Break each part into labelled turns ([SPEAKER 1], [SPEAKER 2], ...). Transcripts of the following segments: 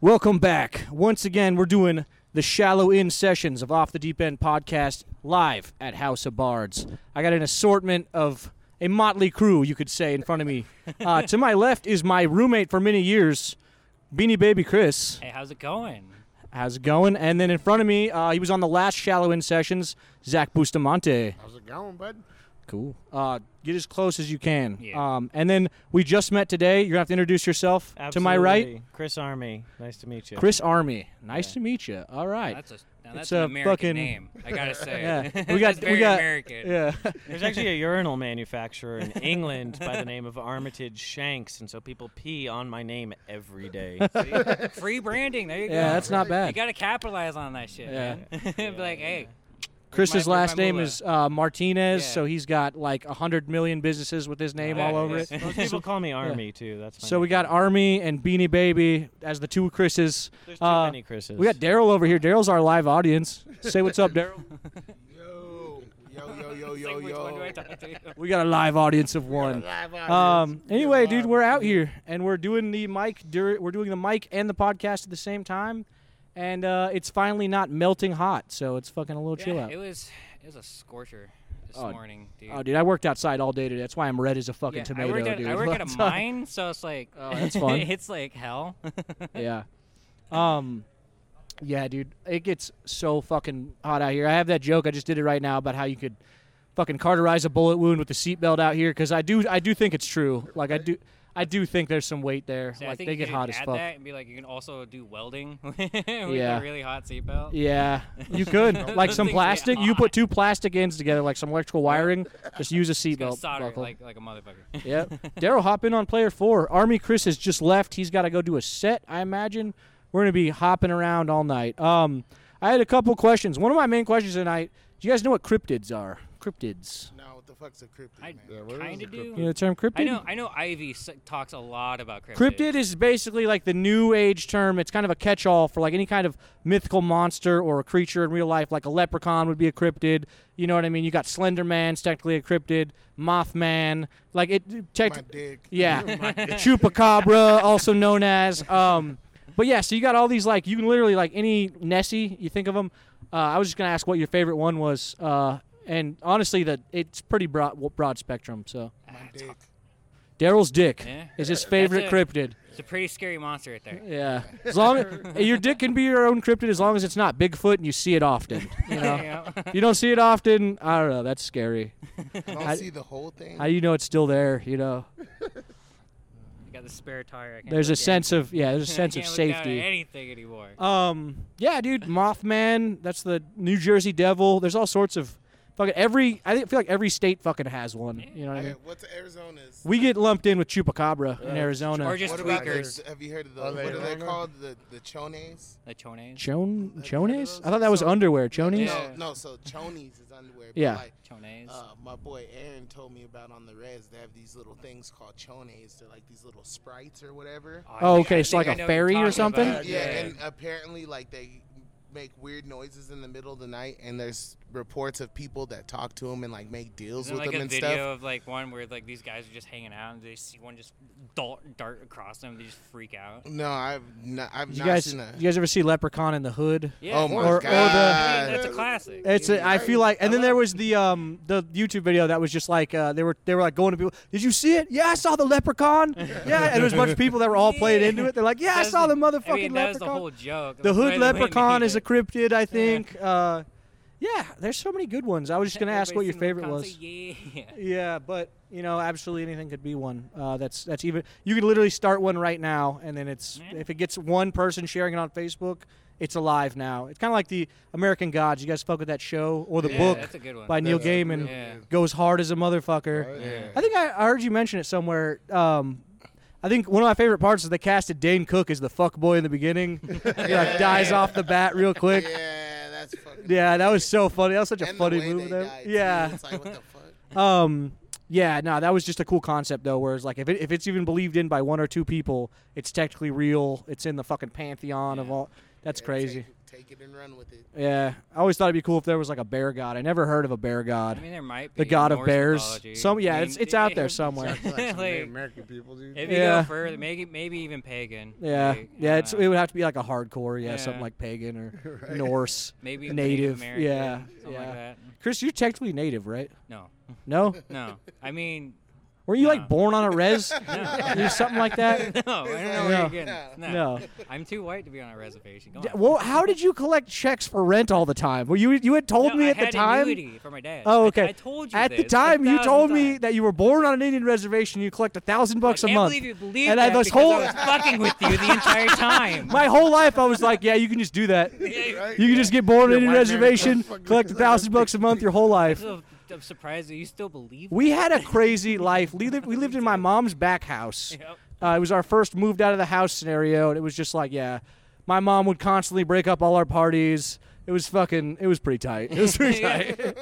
[SPEAKER 1] Welcome back. Once again, we're doing the shallow in sessions of Off the Deep End podcast live at House of Bards. I got an assortment of a motley crew, you could say, in front of me. Uh, to my left is my roommate for many years, Beanie Baby Chris.
[SPEAKER 2] Hey, how's it going?
[SPEAKER 1] How's it going? And then in front of me, uh, he was on the last shallow in sessions, Zach Bustamante.
[SPEAKER 3] How's it going, bud?
[SPEAKER 1] Cool. Uh, get as close as you can.
[SPEAKER 2] Yeah.
[SPEAKER 1] Um, and then we just met today. You're gonna have to introduce yourself to my right.
[SPEAKER 4] Absolutely. Chris Army. Nice to meet you.
[SPEAKER 1] Chris Army, nice
[SPEAKER 4] Yeah.
[SPEAKER 1] to meet you. All right,
[SPEAKER 2] That's a now
[SPEAKER 1] It's
[SPEAKER 2] that's an
[SPEAKER 1] a
[SPEAKER 2] American
[SPEAKER 1] fucking-
[SPEAKER 2] name. I gotta say,
[SPEAKER 1] Yeah. We
[SPEAKER 2] That's
[SPEAKER 1] got- we
[SPEAKER 2] very
[SPEAKER 1] got-
[SPEAKER 2] American.
[SPEAKER 1] yeah.
[SPEAKER 4] There's actually a urinal manufacturer in England by the name of Armitage Shanks, and so people pee on my name every day.
[SPEAKER 2] Free branding. There you go.
[SPEAKER 1] Yeah, that's not
[SPEAKER 2] You
[SPEAKER 1] bad.
[SPEAKER 2] gotta capitalize on that shit,
[SPEAKER 1] Yeah.
[SPEAKER 2] man. Be like, hey,
[SPEAKER 1] Chris's
[SPEAKER 2] my- where's
[SPEAKER 1] last
[SPEAKER 2] my
[SPEAKER 1] name
[SPEAKER 2] moolah?
[SPEAKER 1] is uh, Martinez,
[SPEAKER 2] Yeah.
[SPEAKER 1] so he's got like a hundred million businesses with his name
[SPEAKER 2] Yeah,
[SPEAKER 1] all over
[SPEAKER 2] yeah.
[SPEAKER 1] it.
[SPEAKER 4] Most people call me Army too. That's my
[SPEAKER 1] So we got
[SPEAKER 4] nickname.
[SPEAKER 1] Army and Beanie Baby as the two Chris's.
[SPEAKER 4] There's too
[SPEAKER 1] uh,
[SPEAKER 4] many Chris's.
[SPEAKER 1] We got Daryl over here. Daryl's our live audience. Say what's up, Daryl.
[SPEAKER 3] Yo, yo, yo, yo,
[SPEAKER 2] it's
[SPEAKER 3] yo,
[SPEAKER 2] like, which
[SPEAKER 3] yo.
[SPEAKER 2] one do I talk to?
[SPEAKER 1] We got a live audience of one.
[SPEAKER 3] Live
[SPEAKER 1] Um.
[SPEAKER 3] audience.
[SPEAKER 1] Anyway,
[SPEAKER 3] Live.
[SPEAKER 1] dude, we're out here and we're doing the mic. Dur- we're doing the mic and the podcast at the same time, and uh, it's finally not melting hot, so it's fucking a little chill
[SPEAKER 2] Yeah,
[SPEAKER 1] out.
[SPEAKER 2] it was it was a scorcher this
[SPEAKER 1] Oh,
[SPEAKER 2] morning, dude.
[SPEAKER 1] oh, dude, I worked outside all day today. That's why I'm red as a fucking
[SPEAKER 2] yeah,
[SPEAKER 1] tomato,
[SPEAKER 2] I work at,
[SPEAKER 1] dude.
[SPEAKER 2] I work at
[SPEAKER 1] Let's-
[SPEAKER 2] a mine, so it's like
[SPEAKER 1] Oh, that's fun.
[SPEAKER 2] it hits like hell.
[SPEAKER 1] yeah. Um. Yeah, dude, it gets so fucking hot out here. I have that joke. I just did it right now about how you could fucking carterize a bullet wound with a seatbelt out here because I do. I do think it's true. Like I do. I do think there's some weight there.
[SPEAKER 2] So I
[SPEAKER 1] like
[SPEAKER 2] think
[SPEAKER 1] they
[SPEAKER 2] you
[SPEAKER 1] get
[SPEAKER 2] should
[SPEAKER 1] hot as
[SPEAKER 2] add
[SPEAKER 1] fuck.
[SPEAKER 2] That and be like, you can also do welding with a
[SPEAKER 1] Yeah.
[SPEAKER 2] really hot seatbelt.
[SPEAKER 1] Yeah, you could
[SPEAKER 2] Those
[SPEAKER 1] like some
[SPEAKER 2] things get
[SPEAKER 1] plastic. You
[SPEAKER 2] hot.
[SPEAKER 1] put two plastic ends together, like some electrical wiring. Just use a
[SPEAKER 2] It's gonna
[SPEAKER 1] seatbelt
[SPEAKER 2] solder
[SPEAKER 1] buckle.
[SPEAKER 2] like like a motherfucker.
[SPEAKER 1] yep. Daryl, hop in on player four. Army Chris has just left. He's got to go do a set. I imagine we're gonna be hopping around all night. Um, I had a couple questions. One of my main questions tonight. Do you guys know what cryptids are? Cryptids.
[SPEAKER 3] No, what the fuck's a cryptid,
[SPEAKER 2] I
[SPEAKER 3] man?
[SPEAKER 2] kind of do.
[SPEAKER 1] You know the term cryptid.
[SPEAKER 2] I know. I know. Ivy s- talks a lot about cryptid.
[SPEAKER 1] Cryptid is basically like the new age term. It's kind of a catch-all for like any kind of mythical monster or a creature in real life. Like a leprechaun would be a cryptid. You know what I mean? You got Slender Man's technically a cryptid. Mothman, like it.
[SPEAKER 3] My
[SPEAKER 1] Tech-
[SPEAKER 3] dick.
[SPEAKER 1] yeah,
[SPEAKER 3] My dick.
[SPEAKER 1] Chupacabra, also known as. Um, but yeah, so you got all these like you can literally like any Nessie. You think of them. Uh, I was just gonna ask what your favorite one was, uh, and honestly, that it's pretty broad broad spectrum. So
[SPEAKER 3] My
[SPEAKER 2] That's-
[SPEAKER 3] dick.
[SPEAKER 1] Daryl's dick
[SPEAKER 2] Yeah.
[SPEAKER 1] is his favorite
[SPEAKER 2] it.
[SPEAKER 1] cryptid.
[SPEAKER 2] It's a pretty scary monster right there.
[SPEAKER 1] Yeah. As long your dick can be your own cryptid as long as it's not Bigfoot and you see it often. You know?
[SPEAKER 2] You know?
[SPEAKER 1] If you don't see it often, I don't know, that's scary.
[SPEAKER 3] I
[SPEAKER 1] I-
[SPEAKER 3] don't see the whole thing.
[SPEAKER 1] How do you know it's still there, you know?
[SPEAKER 2] You got the spare tire. I can't
[SPEAKER 1] There's a
[SPEAKER 2] look down.
[SPEAKER 1] sense of yeah, there's a
[SPEAKER 2] I
[SPEAKER 1] sense of
[SPEAKER 2] can't look down at
[SPEAKER 1] safety.
[SPEAKER 2] anything anymore.
[SPEAKER 1] Um yeah, dude, Mothman, that's the New Jersey Devil. There's all sorts of fucking every I think- feel like every state fucking has one. You know what I
[SPEAKER 3] Hey,
[SPEAKER 1] mean?
[SPEAKER 3] what's Arizona's?
[SPEAKER 1] We get lumped in with Chupacabra in Arizona.
[SPEAKER 2] Or just
[SPEAKER 3] what about
[SPEAKER 2] tweakers.
[SPEAKER 3] The, have you heard of the?
[SPEAKER 5] Are
[SPEAKER 3] What
[SPEAKER 5] they
[SPEAKER 3] are they
[SPEAKER 5] longer?
[SPEAKER 3] called? The the chones?
[SPEAKER 2] The chones.
[SPEAKER 1] Chon
[SPEAKER 3] Have you heard of
[SPEAKER 1] Chones?
[SPEAKER 3] those?
[SPEAKER 1] I thought that was
[SPEAKER 3] So-
[SPEAKER 1] underwear. Chonies?
[SPEAKER 2] Yeah.
[SPEAKER 3] No, no. So chonies is underwear. but
[SPEAKER 1] Yeah.
[SPEAKER 3] Like,
[SPEAKER 2] Chones.
[SPEAKER 3] uh, my boy Aaron told me about on the res. They have these little things called chones. They're like these little sprites or whatever.
[SPEAKER 2] I
[SPEAKER 1] Oh,
[SPEAKER 2] think-
[SPEAKER 1] okay,
[SPEAKER 2] I
[SPEAKER 1] so
[SPEAKER 2] think
[SPEAKER 1] like
[SPEAKER 2] I
[SPEAKER 1] a
[SPEAKER 2] know what
[SPEAKER 1] fairy
[SPEAKER 2] you're
[SPEAKER 1] or
[SPEAKER 2] talking
[SPEAKER 1] something?
[SPEAKER 2] about.
[SPEAKER 3] yeah, and apparently like they make weird noises in the middle of the night and there's reports of people that talk to them and like make deals
[SPEAKER 2] Isn't
[SPEAKER 3] with
[SPEAKER 2] like
[SPEAKER 3] them
[SPEAKER 2] a
[SPEAKER 3] and
[SPEAKER 2] video
[SPEAKER 3] stuff
[SPEAKER 2] of like one where like these guys are just hanging out and they see one just dart, dart across them, they just freak out.
[SPEAKER 3] no i've not i've
[SPEAKER 1] You
[SPEAKER 3] not
[SPEAKER 1] guys
[SPEAKER 3] seen
[SPEAKER 1] you
[SPEAKER 3] that
[SPEAKER 1] guys ever see Leprechaun in the Hood?
[SPEAKER 2] Yeah,
[SPEAKER 3] oh my
[SPEAKER 1] Or- or the-
[SPEAKER 3] god
[SPEAKER 2] I mean, that's a classic.
[SPEAKER 1] It's a, I feel like, and then there was the um the YouTube video that was just like uh, they were they were like going to people. Did you see it? Yeah, I saw the leprechaun. Yeah, and there was a bunch of people that were all playing into it. They're like, yeah, I
[SPEAKER 2] That's
[SPEAKER 1] saw the motherfucking
[SPEAKER 2] I mean, that was the
[SPEAKER 1] leprechaun.
[SPEAKER 2] whole joke.
[SPEAKER 1] The
[SPEAKER 2] That's
[SPEAKER 1] hood
[SPEAKER 2] why they
[SPEAKER 1] leprechaun
[SPEAKER 2] made
[SPEAKER 1] is a
[SPEAKER 2] it.
[SPEAKER 1] cryptid, I think. Uh, yeah, there's so many good ones. I was just gonna ask what your
[SPEAKER 2] Everybody's seen
[SPEAKER 1] favorite was.
[SPEAKER 2] leprechauns, Yeah.
[SPEAKER 1] Yeah, but you know, absolutely anything could be one. Uh, that's that's even you could literally start one right now, and then it's
[SPEAKER 2] Yeah.
[SPEAKER 1] if it gets one person sharing it on Facebook, it's alive now. It's kind of like the American Gods. You guys fuck with that show or the
[SPEAKER 2] Yeah,
[SPEAKER 1] book
[SPEAKER 2] That's a good one.
[SPEAKER 1] by Neil
[SPEAKER 3] That's a
[SPEAKER 1] Gaiman.
[SPEAKER 3] real
[SPEAKER 2] Yeah.
[SPEAKER 1] Goes hard as a motherfucker.
[SPEAKER 3] yeah.
[SPEAKER 1] I think I, I heard you mention it somewhere. Um, I think one of my favorite parts is they casted Dane Cook as the fuck boy in the beginning. he like dies off the bat real quick. Yeah.
[SPEAKER 3] yeah that's fucking
[SPEAKER 1] that was so funny. That was such a
[SPEAKER 3] and
[SPEAKER 1] funny
[SPEAKER 3] the way
[SPEAKER 1] move.
[SPEAKER 3] they
[SPEAKER 1] There.
[SPEAKER 3] die, too.
[SPEAKER 1] yeah
[SPEAKER 3] it's like what the fuck
[SPEAKER 1] um yeah no that was just a cool concept though whereas like if, it, if it's even believed in by one or two people it's technically real it's in the fucking pantheon of all that's
[SPEAKER 3] Yeah,
[SPEAKER 1] crazy
[SPEAKER 3] take, take it and run with it.
[SPEAKER 1] Yeah, I always thought it'd be cool if there was like a bear god. I never heard of a bear god.
[SPEAKER 2] I mean, there might be
[SPEAKER 1] The god
[SPEAKER 2] in
[SPEAKER 1] of
[SPEAKER 2] Norse
[SPEAKER 1] bears.
[SPEAKER 2] mythology.
[SPEAKER 1] Some- yeah,
[SPEAKER 2] I mean,
[SPEAKER 1] it's- it's out there
[SPEAKER 2] it-
[SPEAKER 1] somewhere.
[SPEAKER 5] Like some Native
[SPEAKER 2] Like-
[SPEAKER 5] American people, dude.
[SPEAKER 2] If you
[SPEAKER 1] Yeah.
[SPEAKER 2] go further, maybe maybe even pagan.
[SPEAKER 1] yeah,
[SPEAKER 2] like,
[SPEAKER 1] yeah. It's
[SPEAKER 2] uh,
[SPEAKER 1] it would have to be like a hardcore, yeah, something
[SPEAKER 2] Yeah.
[SPEAKER 1] like pagan or Norse.
[SPEAKER 2] maybe
[SPEAKER 1] native,
[SPEAKER 2] Native American,
[SPEAKER 1] yeah,
[SPEAKER 2] something
[SPEAKER 1] yeah.
[SPEAKER 2] like that.
[SPEAKER 1] Chris, you're technically native, right?
[SPEAKER 2] No,
[SPEAKER 1] No,
[SPEAKER 2] no. I mean,
[SPEAKER 1] were you
[SPEAKER 2] No.
[SPEAKER 1] like born on a res?
[SPEAKER 2] no,
[SPEAKER 1] You're something like that?
[SPEAKER 2] no. I don't know
[SPEAKER 1] No.
[SPEAKER 2] where you're getting. this. No.
[SPEAKER 1] No.
[SPEAKER 2] I'm too white to be on a reservation. Go
[SPEAKER 1] D-
[SPEAKER 2] on.
[SPEAKER 1] Well, how did you collect checks for rent all the time? Well, you you had told
[SPEAKER 2] No,
[SPEAKER 1] me
[SPEAKER 2] I
[SPEAKER 1] at
[SPEAKER 2] had
[SPEAKER 1] the time.
[SPEAKER 2] annuity for my dad.
[SPEAKER 1] Oh,
[SPEAKER 2] I-
[SPEAKER 1] okay.
[SPEAKER 2] I, told you
[SPEAKER 1] At
[SPEAKER 2] this
[SPEAKER 1] the
[SPEAKER 2] a
[SPEAKER 1] time, you
[SPEAKER 2] thousand
[SPEAKER 1] told me
[SPEAKER 2] times.
[SPEAKER 1] that you were born on an Indian reservation. You collect a thousand bucks a
[SPEAKER 2] I can't
[SPEAKER 1] month.
[SPEAKER 2] believe you believed
[SPEAKER 1] And I
[SPEAKER 2] that
[SPEAKER 1] was
[SPEAKER 2] because
[SPEAKER 1] whole-
[SPEAKER 2] I was fucking with you the entire time.
[SPEAKER 1] My whole life, I was like, yeah, you can just do that.
[SPEAKER 5] Right?
[SPEAKER 1] You can just get born on
[SPEAKER 5] Your
[SPEAKER 1] an Indian
[SPEAKER 5] white man
[SPEAKER 1] reservation,
[SPEAKER 5] can't fucking
[SPEAKER 1] collect a
[SPEAKER 5] do that.
[SPEAKER 1] thousand bucks a month your whole
[SPEAKER 2] I'm,
[SPEAKER 1] life.
[SPEAKER 2] so, I'm surprised that you still believe.
[SPEAKER 1] We had a crazy life. We lived, we lived in my mom's back house.
[SPEAKER 2] that. Yep.
[SPEAKER 1] Uh, it was our first moved out of the house scenario, and it was just like, yeah, my mom would constantly break up all our parties. It was fucking, it was pretty tight. It was pretty
[SPEAKER 2] Yeah.
[SPEAKER 1] tight.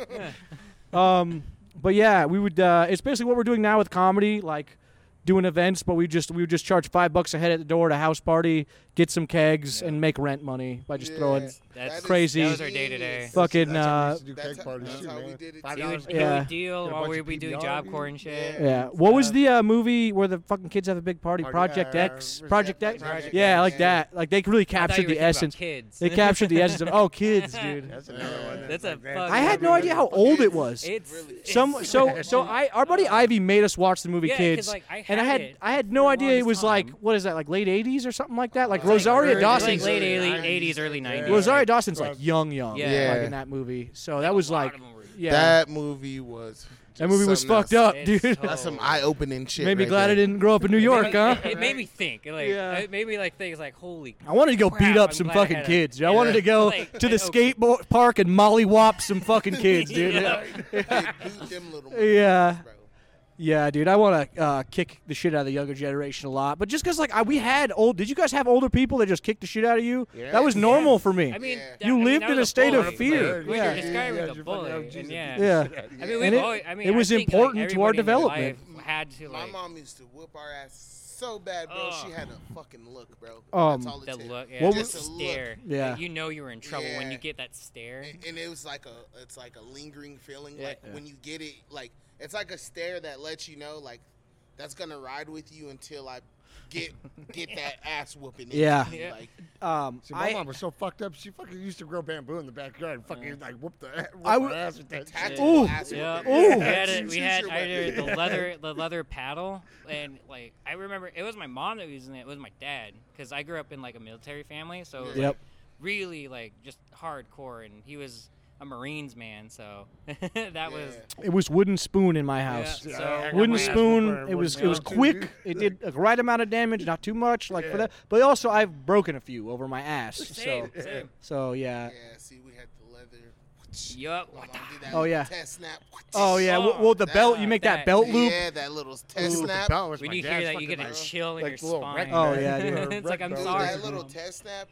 [SPEAKER 1] um, but yeah, we would. Uh, it's basically what we're doing now with comedy, like doing events, but we just we would just charge five bucks a head at the door at a house party, get some kegs,
[SPEAKER 2] Yeah.
[SPEAKER 1] and make rent money by just throwing.
[SPEAKER 2] That's
[SPEAKER 3] That is
[SPEAKER 1] crazy.
[SPEAKER 2] That was our day-to-day.
[SPEAKER 3] genius.
[SPEAKER 1] Fuck Fucking,
[SPEAKER 5] that's how we
[SPEAKER 1] uh,
[SPEAKER 5] used to do
[SPEAKER 3] That's
[SPEAKER 5] keg
[SPEAKER 3] how-
[SPEAKER 5] party
[SPEAKER 3] that's
[SPEAKER 5] shit,
[SPEAKER 3] how we
[SPEAKER 5] man.
[SPEAKER 3] did it
[SPEAKER 5] Five
[SPEAKER 2] He
[SPEAKER 5] dollars
[SPEAKER 2] would,
[SPEAKER 5] a
[SPEAKER 2] he
[SPEAKER 1] Yeah.
[SPEAKER 2] would deal
[SPEAKER 5] Get a
[SPEAKER 2] while
[SPEAKER 5] bunch
[SPEAKER 2] we
[SPEAKER 5] of
[SPEAKER 2] we doing
[SPEAKER 5] PBR,
[SPEAKER 2] job
[SPEAKER 5] dude.
[SPEAKER 2] corps and shit.
[SPEAKER 1] Yeah. What was the uh, movie where the fucking kids have a big party?
[SPEAKER 5] Party-
[SPEAKER 1] Project
[SPEAKER 5] uh,
[SPEAKER 1] X.
[SPEAKER 5] was
[SPEAKER 1] Project
[SPEAKER 5] that
[SPEAKER 1] X.
[SPEAKER 3] Project X,
[SPEAKER 1] Yeah, like
[SPEAKER 3] yeah.
[SPEAKER 1] that. Like they really
[SPEAKER 2] I thought you
[SPEAKER 1] captured
[SPEAKER 2] were
[SPEAKER 1] the
[SPEAKER 2] thinking about
[SPEAKER 1] essence.
[SPEAKER 2] Kids.
[SPEAKER 1] They captured the essence of oh, kids, dude.
[SPEAKER 5] That's another one.
[SPEAKER 2] That's a
[SPEAKER 5] like,
[SPEAKER 2] fucking-
[SPEAKER 1] I had no idea how old it was.
[SPEAKER 2] It's,
[SPEAKER 3] Really?
[SPEAKER 2] it's
[SPEAKER 1] Some so so I our buddy Ivy made us watch the movie
[SPEAKER 2] Uh, Yeah, 'cause,
[SPEAKER 1] Kids,
[SPEAKER 2] like, I
[SPEAKER 1] and I
[SPEAKER 2] had
[SPEAKER 1] had
[SPEAKER 2] it
[SPEAKER 1] I had
[SPEAKER 2] for
[SPEAKER 1] no
[SPEAKER 2] the
[SPEAKER 1] idea it
[SPEAKER 2] longest
[SPEAKER 1] was like
[SPEAKER 2] time.
[SPEAKER 1] what is that like late '80s or something like that, like
[SPEAKER 5] It's like
[SPEAKER 1] Rosaria
[SPEAKER 5] early-
[SPEAKER 1] Dawson's.
[SPEAKER 2] like late
[SPEAKER 5] early
[SPEAKER 2] 80s, 80s, early 90s.
[SPEAKER 1] Rosaria
[SPEAKER 2] like,
[SPEAKER 1] Dawson's like
[SPEAKER 5] Rob-
[SPEAKER 1] young young,
[SPEAKER 2] Yeah.
[SPEAKER 1] like
[SPEAKER 3] Yeah.
[SPEAKER 1] in that movie. So that was
[SPEAKER 2] a lot
[SPEAKER 1] like
[SPEAKER 2] of them were-
[SPEAKER 1] yeah,
[SPEAKER 3] That movie was.
[SPEAKER 1] that movie was
[SPEAKER 3] something
[SPEAKER 1] fucked
[SPEAKER 3] else.
[SPEAKER 1] up,
[SPEAKER 2] It's
[SPEAKER 1] dude.
[SPEAKER 2] so-
[SPEAKER 3] That's some eye-opening shit.
[SPEAKER 1] Made me
[SPEAKER 3] right
[SPEAKER 1] glad I
[SPEAKER 3] there.
[SPEAKER 1] didn't grow up in New
[SPEAKER 2] It-
[SPEAKER 1] York,
[SPEAKER 2] it-
[SPEAKER 1] huh?
[SPEAKER 2] It, made me think. Like,
[SPEAKER 1] Yeah.
[SPEAKER 2] It made me like think. Like, holy.
[SPEAKER 1] I wanted to go beat
[SPEAKER 2] Crap,
[SPEAKER 1] up
[SPEAKER 2] I'm
[SPEAKER 1] some
[SPEAKER 2] glad I
[SPEAKER 1] fucking
[SPEAKER 2] had a-
[SPEAKER 1] kids. dude. I wanted to go
[SPEAKER 2] Like,
[SPEAKER 1] to the
[SPEAKER 2] okay.
[SPEAKER 1] skateboard park and mollywop some fucking kids, dude.
[SPEAKER 2] Yeah.
[SPEAKER 3] They boot them little ones,
[SPEAKER 1] yeah.
[SPEAKER 3] bro.
[SPEAKER 1] Yeah, dude, I want to uh, kick the shit out of the younger generation a lot, but just because like I, we had old, did you guys have older people that just kicked the shit out of you?
[SPEAKER 3] Yeah.
[SPEAKER 1] That was normal for me.
[SPEAKER 2] I mean,
[SPEAKER 3] Yeah.
[SPEAKER 2] that-
[SPEAKER 1] You
[SPEAKER 2] I mean,
[SPEAKER 1] lived
[SPEAKER 2] that
[SPEAKER 1] in
[SPEAKER 2] was
[SPEAKER 1] a state of
[SPEAKER 2] bully.
[SPEAKER 1] fear.
[SPEAKER 2] Like, What
[SPEAKER 1] Yeah.
[SPEAKER 2] you're describing
[SPEAKER 5] Yeah,
[SPEAKER 2] was
[SPEAKER 5] you're
[SPEAKER 2] a
[SPEAKER 5] fucking
[SPEAKER 2] bully.
[SPEAKER 5] out,
[SPEAKER 2] and
[SPEAKER 5] Jesus,
[SPEAKER 2] yeah.
[SPEAKER 5] Jesus.
[SPEAKER 1] yeah,
[SPEAKER 2] I mean,
[SPEAKER 1] And
[SPEAKER 2] we've
[SPEAKER 1] it-
[SPEAKER 2] always, I mean,
[SPEAKER 1] it was
[SPEAKER 2] I think, like,
[SPEAKER 1] important to
[SPEAKER 2] everybody
[SPEAKER 1] our
[SPEAKER 2] in their
[SPEAKER 1] development.
[SPEAKER 2] life Had to like
[SPEAKER 3] My mom used to whoop our ass so bad, bro.
[SPEAKER 2] Ugh.
[SPEAKER 3] She had a fucking look, bro.
[SPEAKER 1] Um,
[SPEAKER 3] That's all it
[SPEAKER 2] that
[SPEAKER 3] took.
[SPEAKER 2] look, yeah,
[SPEAKER 1] What
[SPEAKER 2] just
[SPEAKER 3] was-
[SPEAKER 2] a stare.
[SPEAKER 1] Yeah.
[SPEAKER 2] Like, you know you were in trouble when
[SPEAKER 3] Yeah.
[SPEAKER 2] you get that stare.
[SPEAKER 3] And, and it was like a, it's like a lingering feeling.
[SPEAKER 2] Yeah.
[SPEAKER 3] Like when you get it, like it's like a stare that lets you know, like that's gonna ride with you until I get get that ass whooping. in
[SPEAKER 1] Yeah.
[SPEAKER 3] me,
[SPEAKER 2] Yeah.
[SPEAKER 3] Like,
[SPEAKER 1] um,
[SPEAKER 5] See, my
[SPEAKER 1] I,
[SPEAKER 5] mom was so fucked up. She fucking used to grow bamboo in the backyard. And fucking like whoop the whoop
[SPEAKER 1] I
[SPEAKER 5] her
[SPEAKER 1] would-
[SPEAKER 5] ass with that shit.
[SPEAKER 3] tactical
[SPEAKER 1] Ooh.
[SPEAKER 3] ass
[SPEAKER 2] Yeah.
[SPEAKER 3] whooping.
[SPEAKER 1] Ooh.
[SPEAKER 2] We had, it, we
[SPEAKER 3] Choose
[SPEAKER 2] had
[SPEAKER 3] your
[SPEAKER 2] either
[SPEAKER 3] weapon.
[SPEAKER 2] the leather the leather paddle and like I remember it was my mom that was using it. It was my dad because I grew up in like a military family, so it was, like,
[SPEAKER 1] Yep.
[SPEAKER 2] really like just hardcore. And he was a Marines man, so that was
[SPEAKER 3] Yeah.
[SPEAKER 1] it was wooden spoon in my house.
[SPEAKER 2] Yeah.
[SPEAKER 5] Yeah,
[SPEAKER 2] So-
[SPEAKER 5] I got
[SPEAKER 1] Wooden
[SPEAKER 5] my ass whooped by
[SPEAKER 1] spoon.
[SPEAKER 5] a
[SPEAKER 1] It was it
[SPEAKER 5] wooden
[SPEAKER 1] was
[SPEAKER 5] spoon,
[SPEAKER 1] quick.
[SPEAKER 5] dude.
[SPEAKER 1] It did the right amount of damage, not too much, like for
[SPEAKER 5] Yeah.
[SPEAKER 1] that. But also, I've broken a few over my ass. So
[SPEAKER 2] same. same.
[SPEAKER 1] so yeah.
[SPEAKER 3] Yeah, see, we had the leather.
[SPEAKER 2] Yup.
[SPEAKER 3] My
[SPEAKER 2] What
[SPEAKER 3] mom did that
[SPEAKER 1] Oh,
[SPEAKER 3] little
[SPEAKER 1] yeah.
[SPEAKER 3] Test snap.
[SPEAKER 1] Oh yeah. Well, well, the
[SPEAKER 3] that-
[SPEAKER 1] belt. You make that
[SPEAKER 2] that-
[SPEAKER 1] belt loop.
[SPEAKER 3] Yeah, that little
[SPEAKER 5] Ooh,
[SPEAKER 3] test
[SPEAKER 5] the
[SPEAKER 3] snap.
[SPEAKER 5] bell was
[SPEAKER 2] When
[SPEAKER 5] my
[SPEAKER 2] you hear
[SPEAKER 5] dad's
[SPEAKER 2] that, you
[SPEAKER 5] fucking
[SPEAKER 2] get a
[SPEAKER 5] like-
[SPEAKER 2] chill in
[SPEAKER 5] like
[SPEAKER 2] your
[SPEAKER 5] the little
[SPEAKER 2] spine.
[SPEAKER 1] Oh,
[SPEAKER 5] rectangle.
[SPEAKER 1] yeah, dude.
[SPEAKER 5] Little
[SPEAKER 2] It's like, I'm
[SPEAKER 3] Dude,
[SPEAKER 5] rectangle.
[SPEAKER 2] sorry.
[SPEAKER 3] That little test snap.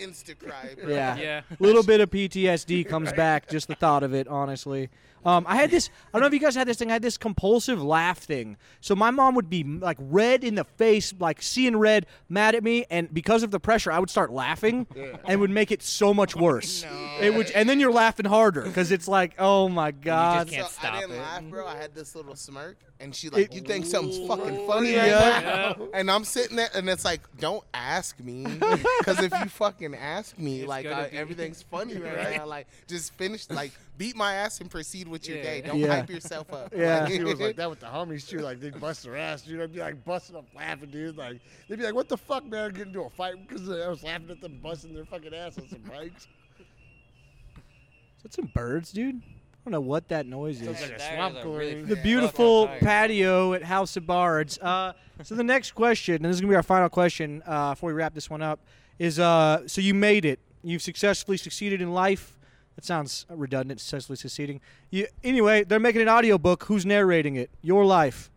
[SPEAKER 3] Insta cry. Bro.
[SPEAKER 1] Yeah.
[SPEAKER 2] Yeah.
[SPEAKER 1] little bit of PTSD comes back just the thought of it. Honestly, um, I had this. I don't know if you guys had this thing. I had this compulsive laugh thing. So my mom would be like red in the face, like seeing red, mad at me, and because of the pressure, I would start laughing and would make it so much worse. It would, and then you're laughing harder because it's like, oh my god.
[SPEAKER 2] can't
[SPEAKER 3] so
[SPEAKER 2] stop
[SPEAKER 3] I didn't
[SPEAKER 2] it.
[SPEAKER 3] laugh, bro. I had this little smirk, and she like,
[SPEAKER 1] It-
[SPEAKER 3] "You think something's fucking funny
[SPEAKER 1] Yeah.
[SPEAKER 3] right now?" And I'm sitting there, and it's like, "Don't ask me, because if you fucking ask me,
[SPEAKER 2] It's
[SPEAKER 3] like
[SPEAKER 2] gonna
[SPEAKER 3] I,
[SPEAKER 2] be-
[SPEAKER 3] everything's funny right,
[SPEAKER 2] Right.
[SPEAKER 3] now. Like, just finish, like, beat my ass and proceed with your
[SPEAKER 2] Yeah.
[SPEAKER 3] day. Don't
[SPEAKER 1] Yeah.
[SPEAKER 3] hype yourself up."
[SPEAKER 1] Yeah.
[SPEAKER 3] Like,
[SPEAKER 5] It was like that with the homies too. Like they'd bust their ass, dude. I'd be like busting up laughing, dude. Like they'd be like, "What the fuck, man? Get into a fight because I was laughing at them busting their fucking ass on some bikes."
[SPEAKER 1] That's some birds, dude. I don't know what that noise is.
[SPEAKER 5] Sounds like a
[SPEAKER 2] That
[SPEAKER 5] swamp
[SPEAKER 2] is a really
[SPEAKER 5] clearing.
[SPEAKER 1] the
[SPEAKER 2] Yeah,
[SPEAKER 1] beautiful
[SPEAKER 2] fuck that.
[SPEAKER 1] patio at House of Bards. Uh, so the next question, and this is gonna be our final question uh, before we wrap this one up, is uh, so you made it. You've successfully succeeded in life. That sounds redundant. Successfully succeeding. You, anyway, they're making an audiobook. Who's narrating it? Your life.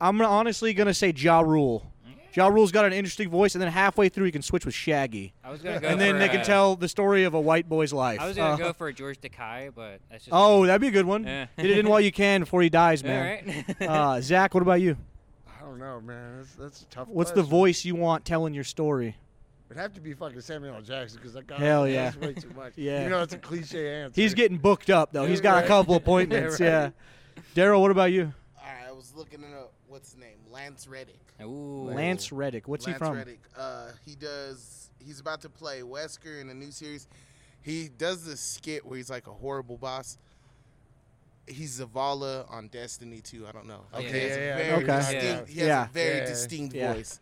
[SPEAKER 1] I'm gonna- honestly gonna say Ja Rule.
[SPEAKER 2] Mm.
[SPEAKER 1] Ja Rule's got an interesting voice, and then halfway through he can switch with Shaggy,
[SPEAKER 2] I was gonna go.
[SPEAKER 1] and then
[SPEAKER 2] for,
[SPEAKER 1] they can
[SPEAKER 2] uh,
[SPEAKER 1] tell the story of a white boy's life.
[SPEAKER 2] I was gonna
[SPEAKER 1] Uh,
[SPEAKER 2] go for a George Takei, but that's just.
[SPEAKER 1] Oh, that'd be a good one.
[SPEAKER 2] Yeah.
[SPEAKER 1] Get it in while you can before he dies,
[SPEAKER 2] all
[SPEAKER 1] man.
[SPEAKER 2] right.
[SPEAKER 1] Uh, Zach, what about you?
[SPEAKER 5] I don't know, man. That's, that's a tough.
[SPEAKER 1] What's the
[SPEAKER 5] question.
[SPEAKER 1] voice you want telling your story?
[SPEAKER 5] It'd have to be fucking Samuel L. Jackson because that guy
[SPEAKER 1] Hell
[SPEAKER 5] that's
[SPEAKER 1] yeah.
[SPEAKER 5] way too much.
[SPEAKER 1] Yeah.
[SPEAKER 5] You know, it's a cliche answer.
[SPEAKER 1] He's getting booked up though. He's
[SPEAKER 5] Yeah,
[SPEAKER 1] got a
[SPEAKER 5] right.
[SPEAKER 1] couple appointments.
[SPEAKER 5] Yeah,
[SPEAKER 1] yeah,
[SPEAKER 5] right.
[SPEAKER 1] Daryl, what about you?
[SPEAKER 3] All right, I was looking it up. What's his name? Lance Reddick.
[SPEAKER 2] Ooh.
[SPEAKER 1] Lance Reddick. What's
[SPEAKER 3] Lance
[SPEAKER 1] he from?
[SPEAKER 3] Reddick. Uh, he does. He's about to play Wesker in a new series. He does this skit where he's like a horrible boss. He's Zavala on Destiny 2. I don't know. Like,
[SPEAKER 2] Okay,
[SPEAKER 3] he has a
[SPEAKER 5] yeah, yeah, I
[SPEAKER 3] very
[SPEAKER 1] know what
[SPEAKER 5] you're talking
[SPEAKER 3] distinct,
[SPEAKER 5] about.
[SPEAKER 3] He has
[SPEAKER 1] Yeah.
[SPEAKER 3] a very
[SPEAKER 5] Yeah.
[SPEAKER 3] distinct
[SPEAKER 1] Yeah.
[SPEAKER 3] voice.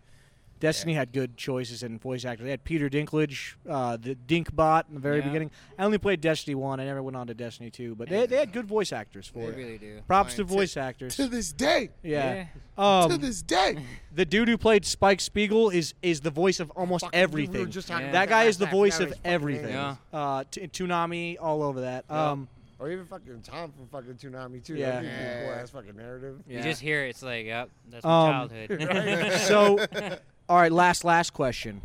[SPEAKER 1] Destiny had good choices in voice actors. They had Peter Dinklage, uh, the Dinkbot in the very
[SPEAKER 2] Yeah.
[SPEAKER 1] beginning. I only played Destiny one. I never went on to Destiny two, but they, they had good voice actors for
[SPEAKER 2] They
[SPEAKER 1] it.
[SPEAKER 2] really do.
[SPEAKER 1] Props to
[SPEAKER 3] Mine too.
[SPEAKER 1] voice actors.
[SPEAKER 3] To this day.
[SPEAKER 1] Yeah.
[SPEAKER 3] to
[SPEAKER 1] Um,
[SPEAKER 3] this day.
[SPEAKER 1] the dude who played Spike Spiegel is is the voice of almost
[SPEAKER 5] Fucking- we were
[SPEAKER 1] everything.
[SPEAKER 5] just talking
[SPEAKER 2] Yeah.
[SPEAKER 5] about
[SPEAKER 1] That guy is
[SPEAKER 5] last
[SPEAKER 1] the
[SPEAKER 5] night.
[SPEAKER 1] voice
[SPEAKER 5] Now
[SPEAKER 1] of
[SPEAKER 5] he's fucking
[SPEAKER 1] everything.
[SPEAKER 5] in it.
[SPEAKER 2] Yeah.
[SPEAKER 1] Uh, t- Toonami, all over that. Um,
[SPEAKER 5] Or even fucking Tom from fucking Toonami too.
[SPEAKER 1] Yeah.
[SPEAKER 5] That'd be a cool
[SPEAKER 3] Yeah.
[SPEAKER 5] ass fucking narrative.
[SPEAKER 2] You
[SPEAKER 1] yeah.
[SPEAKER 2] just hear it, it's like, yep, that's
[SPEAKER 1] Um,
[SPEAKER 2] my childhood.
[SPEAKER 1] so all right last last question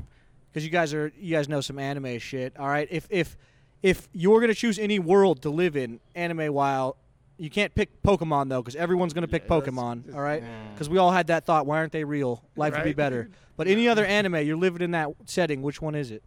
[SPEAKER 1] because you guys are you guys know some anime shit all right if if if you're gonna choose any world to live in anime while you can't pick pokemon though because everyone's gonna pick
[SPEAKER 5] Yeah, that's
[SPEAKER 1] pokemon
[SPEAKER 5] just-
[SPEAKER 1] all right because we all had that thought why aren't they real life would be
[SPEAKER 5] Right,
[SPEAKER 1] better
[SPEAKER 5] dude?
[SPEAKER 1] but any other anime you're living in that setting which one is it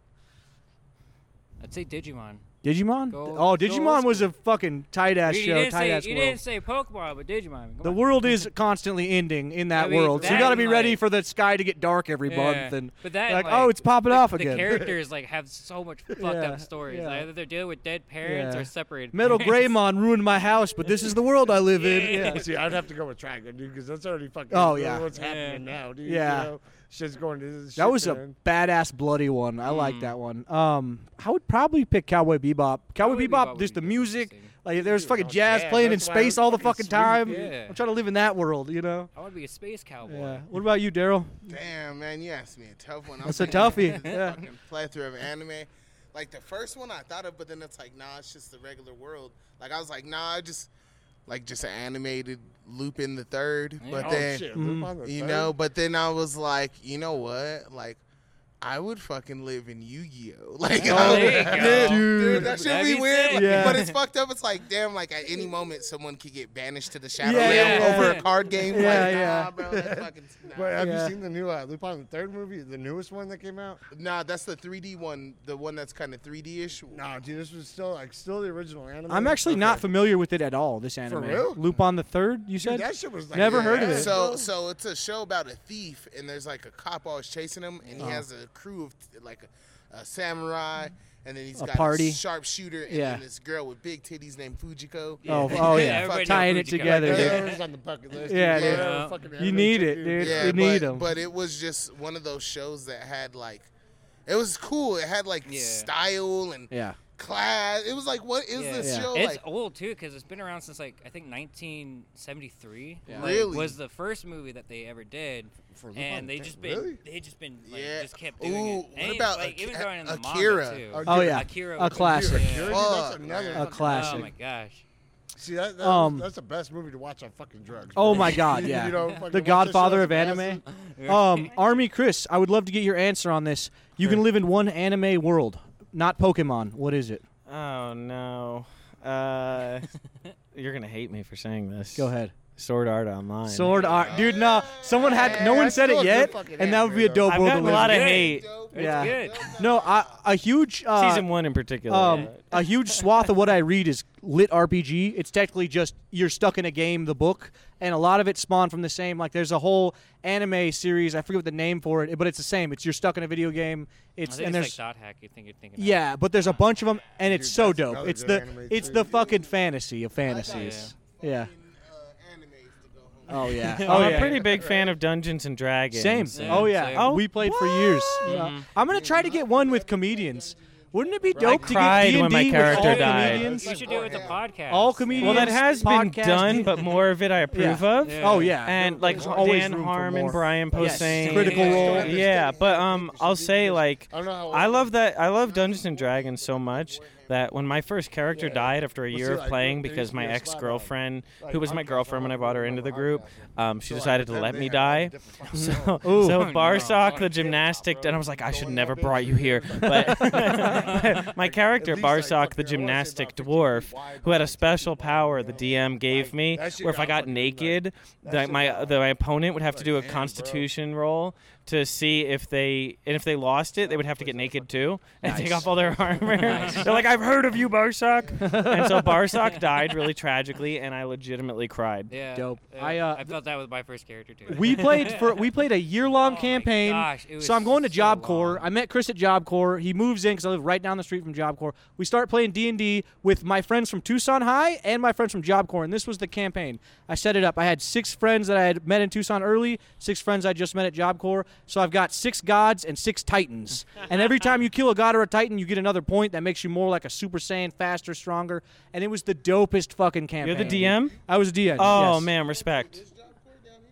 [SPEAKER 2] I'd say Digimon.
[SPEAKER 1] digimon
[SPEAKER 2] Go-
[SPEAKER 1] oh
[SPEAKER 2] go
[SPEAKER 1] digimon
[SPEAKER 2] old
[SPEAKER 1] was a fucking tight ass
[SPEAKER 2] You, you
[SPEAKER 1] show
[SPEAKER 2] didn't,
[SPEAKER 1] tight
[SPEAKER 2] say,
[SPEAKER 1] ass
[SPEAKER 2] you
[SPEAKER 1] world
[SPEAKER 2] didn't say Pokemon, but Digimon. Come
[SPEAKER 1] the
[SPEAKER 2] on.
[SPEAKER 1] world is constantly ending in that
[SPEAKER 2] I mean,
[SPEAKER 1] world, so you
[SPEAKER 2] that
[SPEAKER 1] got to
[SPEAKER 2] and,
[SPEAKER 1] be ready
[SPEAKER 2] like-
[SPEAKER 1] for the sky to get dark every
[SPEAKER 2] Yeah.
[SPEAKER 1] month, and
[SPEAKER 2] but that,
[SPEAKER 1] like, oh, it's popping
[SPEAKER 2] the,
[SPEAKER 1] off
[SPEAKER 2] the
[SPEAKER 1] again.
[SPEAKER 2] characters like have so much fucked
[SPEAKER 1] Yeah,
[SPEAKER 2] up stories.
[SPEAKER 1] yeah.
[SPEAKER 2] Like, either they're dealing with dead parents
[SPEAKER 1] Yeah.
[SPEAKER 2] or separated.
[SPEAKER 1] Metal
[SPEAKER 2] parents.
[SPEAKER 1] Greymon ruined my house, but this is the world I live in.
[SPEAKER 2] Yeah.
[SPEAKER 1] Yeah.
[SPEAKER 5] See, I'd have to go with Trigon, dude, because that's already fucking.
[SPEAKER 1] Oh,
[SPEAKER 5] you know
[SPEAKER 1] yeah.
[SPEAKER 5] What's
[SPEAKER 2] Yeah.
[SPEAKER 5] happening now, dude?
[SPEAKER 1] Yeah.
[SPEAKER 5] You know, shit's going to this.
[SPEAKER 1] That was a badass bloody one. I
[SPEAKER 2] Mm.
[SPEAKER 1] like that one. Um, I would probably pick Cowboy Bebop. Cowboy,
[SPEAKER 2] Cowboy
[SPEAKER 1] Bebop,
[SPEAKER 2] Bebop would
[SPEAKER 1] just
[SPEAKER 2] be
[SPEAKER 1] the
[SPEAKER 2] good,
[SPEAKER 1] music,
[SPEAKER 2] interesting.
[SPEAKER 1] like there's
[SPEAKER 5] Dude,
[SPEAKER 1] fucking
[SPEAKER 5] oh,
[SPEAKER 1] jazz
[SPEAKER 5] yeah,
[SPEAKER 1] playing in
[SPEAKER 5] that's why it was
[SPEAKER 1] space all the
[SPEAKER 5] fucking
[SPEAKER 1] fucking
[SPEAKER 5] sweet,
[SPEAKER 1] time.
[SPEAKER 2] yeah.
[SPEAKER 1] I'm trying to live in that world, you know.
[SPEAKER 2] I want to be a space cowboy.
[SPEAKER 1] Yeah. What about you, Daryl?
[SPEAKER 3] Damn, man, you asked me a tough one. I'm
[SPEAKER 1] That's a
[SPEAKER 3] thinking
[SPEAKER 1] toughie,
[SPEAKER 3] of this
[SPEAKER 1] yeah.
[SPEAKER 3] Fucking plethora of anime. Like the first one I thought of, but then it's like, nah, it's just the regular world. Like I was like, nah, I just like just an animated Lupin the Third. But
[SPEAKER 5] Oh,
[SPEAKER 3] then
[SPEAKER 5] shit.
[SPEAKER 1] Mm.
[SPEAKER 5] Lupin the
[SPEAKER 3] you
[SPEAKER 5] Third?
[SPEAKER 3] know, but then I was like, you know what, like. I would fucking live in Yu-Gi-Oh! Like,
[SPEAKER 2] Oh,
[SPEAKER 3] I would-
[SPEAKER 2] there you go.
[SPEAKER 3] dude,
[SPEAKER 1] Dude.
[SPEAKER 3] that should
[SPEAKER 2] That'd
[SPEAKER 3] be
[SPEAKER 2] be
[SPEAKER 3] weird.
[SPEAKER 2] sick.
[SPEAKER 1] Yeah.
[SPEAKER 3] But it's fucked up. It's like, damn, like at any moment someone could get banished to the shadow
[SPEAKER 1] Yeah,
[SPEAKER 3] realm
[SPEAKER 1] yeah.
[SPEAKER 3] over a card game.
[SPEAKER 1] Yeah,
[SPEAKER 3] like,
[SPEAKER 1] yeah.
[SPEAKER 3] nah, bro, that's fucking. nah.
[SPEAKER 5] But have
[SPEAKER 1] Yeah.
[SPEAKER 5] you seen the new uh, Lupin the Third movie, the newest one that came out?
[SPEAKER 3] Nah, that's the 3D one, the one that's kind of 3D ish.
[SPEAKER 5] No, dude, this was still like still the original anime.
[SPEAKER 1] I'm actually not
[SPEAKER 5] Okay.
[SPEAKER 1] familiar with it at all. This anime,
[SPEAKER 5] real?
[SPEAKER 1] Lupin the Third. You said
[SPEAKER 5] Dude, that shit was like
[SPEAKER 1] Never heard of
[SPEAKER 5] badass,
[SPEAKER 1] it.
[SPEAKER 3] So,
[SPEAKER 5] bro.
[SPEAKER 3] so it's a show about a thief, and there's like a cop always chasing him,
[SPEAKER 1] Oh.
[SPEAKER 3] and he has a crew of like a, a samurai, and then he's
[SPEAKER 1] A
[SPEAKER 3] got
[SPEAKER 1] party.
[SPEAKER 3] a sharpshooter, and
[SPEAKER 1] Yeah.
[SPEAKER 3] then this girl with big titties named Fujiko.
[SPEAKER 1] Oh, oh, yeah.
[SPEAKER 2] Everybody knows
[SPEAKER 1] Tying it
[SPEAKER 2] Fujiko.
[SPEAKER 1] together,
[SPEAKER 5] Yeah,
[SPEAKER 1] dude.
[SPEAKER 5] that was on the bucket list. dude.
[SPEAKER 1] Yeah,
[SPEAKER 3] dude.
[SPEAKER 5] that was fucking
[SPEAKER 1] You
[SPEAKER 5] anime
[SPEAKER 1] need
[SPEAKER 5] shit,
[SPEAKER 1] it,
[SPEAKER 5] dude.
[SPEAKER 1] dude.
[SPEAKER 3] Yeah,
[SPEAKER 1] You
[SPEAKER 3] but,
[SPEAKER 1] need 'em.
[SPEAKER 3] but it was just one of those shows that had like, it was cool. It had like
[SPEAKER 2] Yeah.
[SPEAKER 3] style and
[SPEAKER 1] yeah.
[SPEAKER 3] class. It was like what is
[SPEAKER 2] Yeah.
[SPEAKER 3] this
[SPEAKER 1] Yeah.
[SPEAKER 3] show?
[SPEAKER 2] It's
[SPEAKER 3] like,
[SPEAKER 2] old too because it's been around since like I think 1973.
[SPEAKER 1] Yeah.
[SPEAKER 2] Like,
[SPEAKER 3] Really?
[SPEAKER 2] was the first movie that they ever did,
[SPEAKER 5] For Lupin
[SPEAKER 2] and
[SPEAKER 5] the
[SPEAKER 2] they
[SPEAKER 5] Third,
[SPEAKER 2] just been
[SPEAKER 5] really?
[SPEAKER 2] they just been like,
[SPEAKER 3] Yeah.
[SPEAKER 2] just kept doing
[SPEAKER 3] Ooh,
[SPEAKER 2] it.
[SPEAKER 3] what
[SPEAKER 2] And even,
[SPEAKER 3] about
[SPEAKER 2] like,
[SPEAKER 3] Ak-
[SPEAKER 2] even going in the
[SPEAKER 3] Akira?
[SPEAKER 2] manga too.
[SPEAKER 5] Oh,
[SPEAKER 1] Oh yeah.
[SPEAKER 2] Akira
[SPEAKER 1] A
[SPEAKER 2] was-
[SPEAKER 1] classic.
[SPEAKER 2] Yeah.
[SPEAKER 5] Dude,
[SPEAKER 3] Fuck.
[SPEAKER 5] that's another
[SPEAKER 1] A
[SPEAKER 5] fucking-
[SPEAKER 2] Oh
[SPEAKER 1] classic.
[SPEAKER 2] my gosh.
[SPEAKER 5] See, that, that
[SPEAKER 1] Um,
[SPEAKER 5] was- that's the best movie to watch on fucking drugs.
[SPEAKER 1] Oh
[SPEAKER 5] bro.
[SPEAKER 1] my God,
[SPEAKER 5] You
[SPEAKER 1] yeah.
[SPEAKER 5] know, fucking watch
[SPEAKER 1] the
[SPEAKER 5] that shit
[SPEAKER 1] Godfather
[SPEAKER 5] on
[SPEAKER 1] of
[SPEAKER 5] the
[SPEAKER 1] anime.
[SPEAKER 5] acid.
[SPEAKER 1] um, Army Chris, I would love to get your answer on this. You can live in one anime world, not Pokemon. What is it?
[SPEAKER 4] Oh no. Uh, you're gonna hate me for saying this.
[SPEAKER 1] Go ahead.
[SPEAKER 4] Sword Art Online.
[SPEAKER 1] Sword Art, dude. No, someone had. No
[SPEAKER 5] Yeah,
[SPEAKER 1] one
[SPEAKER 5] that's
[SPEAKER 1] said
[SPEAKER 5] still
[SPEAKER 1] it
[SPEAKER 5] a good
[SPEAKER 1] yet,
[SPEAKER 5] fucking
[SPEAKER 1] and that would be a
[SPEAKER 5] anime,
[SPEAKER 1] dope
[SPEAKER 5] though.
[SPEAKER 4] I've
[SPEAKER 1] world to
[SPEAKER 4] gotten a
[SPEAKER 1] live
[SPEAKER 4] lot of
[SPEAKER 1] in.
[SPEAKER 2] Good.
[SPEAKER 4] hate.
[SPEAKER 3] dope,
[SPEAKER 1] Yeah.
[SPEAKER 2] good.
[SPEAKER 3] dope,
[SPEAKER 1] No, I, a huge uh,
[SPEAKER 4] Season one in particular.
[SPEAKER 1] Um, a huge swath of what I read is lit RPG. It's technically just you're stuck in a game, the book, and a lot of it spawned from the same. Like there's a whole anime series. I forget what the name for it, but it's the same. It's you're stuck in a video game.
[SPEAKER 2] I
[SPEAKER 1] It's
[SPEAKER 2] think
[SPEAKER 1] and
[SPEAKER 2] it's
[SPEAKER 1] there's
[SPEAKER 2] like dot hack. You think you're thinking? of.
[SPEAKER 1] yeah, but there's a bunch of them, and it's
[SPEAKER 5] Dude,
[SPEAKER 1] so
[SPEAKER 5] that's
[SPEAKER 1] dope.
[SPEAKER 5] another
[SPEAKER 1] It's
[SPEAKER 5] good
[SPEAKER 1] the
[SPEAKER 5] anime
[SPEAKER 1] it's
[SPEAKER 5] too.
[SPEAKER 1] the fucking fantasy of fantasies. Yeah.
[SPEAKER 3] Fucking, uh, animes to go home.
[SPEAKER 1] Oh yeah.
[SPEAKER 4] I'm
[SPEAKER 1] Oh
[SPEAKER 4] a
[SPEAKER 1] yeah.
[SPEAKER 4] pretty big fan of Dungeons and Dragons.
[SPEAKER 1] Same.
[SPEAKER 4] and-
[SPEAKER 1] Oh yeah.
[SPEAKER 2] same.
[SPEAKER 1] We played for years. Yeah. Oh, I'm gonna try to get one with comedians. Wouldn't it be dope to get
[SPEAKER 4] cried
[SPEAKER 1] D&D
[SPEAKER 4] when my
[SPEAKER 1] with all
[SPEAKER 4] character died.
[SPEAKER 1] comedians?
[SPEAKER 2] You should do it with a podcast.
[SPEAKER 1] All
[SPEAKER 4] Well, that
[SPEAKER 1] comedians,
[SPEAKER 4] has been
[SPEAKER 1] podcast-
[SPEAKER 4] done, but more of it I approve
[SPEAKER 1] Yeah.
[SPEAKER 4] of.
[SPEAKER 2] Yeah.
[SPEAKER 1] Oh yeah.
[SPEAKER 4] And like
[SPEAKER 1] There's always
[SPEAKER 4] Dan
[SPEAKER 1] room for
[SPEAKER 4] Harmon,
[SPEAKER 1] more.
[SPEAKER 4] Brian
[SPEAKER 1] Yes.
[SPEAKER 4] Posehn,
[SPEAKER 1] Critical Role.
[SPEAKER 4] Yeah, but um, I'll say like
[SPEAKER 5] I don't know how.
[SPEAKER 4] I love that. I love Dungeons and Dragons so much that when my first character
[SPEAKER 5] Yeah.
[SPEAKER 4] died after a
[SPEAKER 5] Well,
[SPEAKER 4] year
[SPEAKER 5] see,
[SPEAKER 4] of
[SPEAKER 5] like,
[SPEAKER 4] playing
[SPEAKER 5] there used
[SPEAKER 4] because
[SPEAKER 5] to be
[SPEAKER 4] my
[SPEAKER 5] a
[SPEAKER 4] ex
[SPEAKER 5] spotlight.
[SPEAKER 4] girlfriend,
[SPEAKER 5] Like,
[SPEAKER 4] who was my
[SPEAKER 5] Hardcastle,
[SPEAKER 4] girlfriend when I brought her into the
[SPEAKER 5] Hardcastle.
[SPEAKER 4] group, um, she
[SPEAKER 5] So, like,
[SPEAKER 4] decided to
[SPEAKER 5] pretend
[SPEAKER 4] let
[SPEAKER 5] they
[SPEAKER 4] me
[SPEAKER 5] had
[SPEAKER 4] die.
[SPEAKER 5] like different-
[SPEAKER 4] So,
[SPEAKER 1] Ooh.
[SPEAKER 4] so
[SPEAKER 2] Oh, no.
[SPEAKER 4] Barsock the
[SPEAKER 5] Fucking
[SPEAKER 4] gymnastic,
[SPEAKER 5] bro.
[SPEAKER 4] and I was like, I should
[SPEAKER 5] Going
[SPEAKER 4] never
[SPEAKER 5] up in
[SPEAKER 4] brought you here.
[SPEAKER 5] shoes.
[SPEAKER 4] But my character
[SPEAKER 5] At
[SPEAKER 4] Barsock the
[SPEAKER 5] least, like, fucking, I wanna say about
[SPEAKER 4] gymnastic
[SPEAKER 5] 15 feet
[SPEAKER 4] dwarf,
[SPEAKER 5] wide
[SPEAKER 4] who
[SPEAKER 5] by
[SPEAKER 4] had a
[SPEAKER 5] like 10 feet
[SPEAKER 4] special
[SPEAKER 5] wide,
[SPEAKER 4] power
[SPEAKER 5] you
[SPEAKER 4] the
[SPEAKER 5] know?
[SPEAKER 4] DM gave me,
[SPEAKER 5] that shit
[SPEAKER 4] where if I
[SPEAKER 5] got
[SPEAKER 4] got
[SPEAKER 5] fucking, like-
[SPEAKER 4] naked,
[SPEAKER 5] that
[SPEAKER 4] that
[SPEAKER 5] shit
[SPEAKER 4] my
[SPEAKER 5] got-
[SPEAKER 4] the, my opponent would have to
[SPEAKER 5] Like,
[SPEAKER 4] do a
[SPEAKER 5] damn, bro.
[SPEAKER 4] Constitution roll to see if they and if they lost it, they would have to get naked too and take
[SPEAKER 1] Nice.
[SPEAKER 4] off all their armor. They're like, I've heard of you, Barsock. and so Barsock died really tragically, and I legitimately cried.
[SPEAKER 2] Yeah.
[SPEAKER 1] Dope.
[SPEAKER 2] Yeah,
[SPEAKER 1] I, uh,
[SPEAKER 2] I felt that with my first character too.
[SPEAKER 1] we played for we played a year long
[SPEAKER 2] Oh my
[SPEAKER 1] campaign.
[SPEAKER 2] gosh, it was
[SPEAKER 1] so I'm going to
[SPEAKER 2] so
[SPEAKER 1] Job Corps.
[SPEAKER 2] long.
[SPEAKER 1] I met Chris at Job Corps. He moves in because I live right down the street from Job Corps. We start playing D and D with my friends from Tucson High and my friends from Job Corps, and this was the campaign. I set it up. I had six friends that I had met in Tucson early, six friends I just met at Job Corps. So I've got six gods and six titans, and every time you kill a god or a titan, you get another point that makes you more like a Super Saiyan, faster, stronger. And it was the dopest fucking campaign.
[SPEAKER 4] You're the DM.
[SPEAKER 1] I was a DM.
[SPEAKER 4] Oh
[SPEAKER 1] yes.
[SPEAKER 4] man, respect.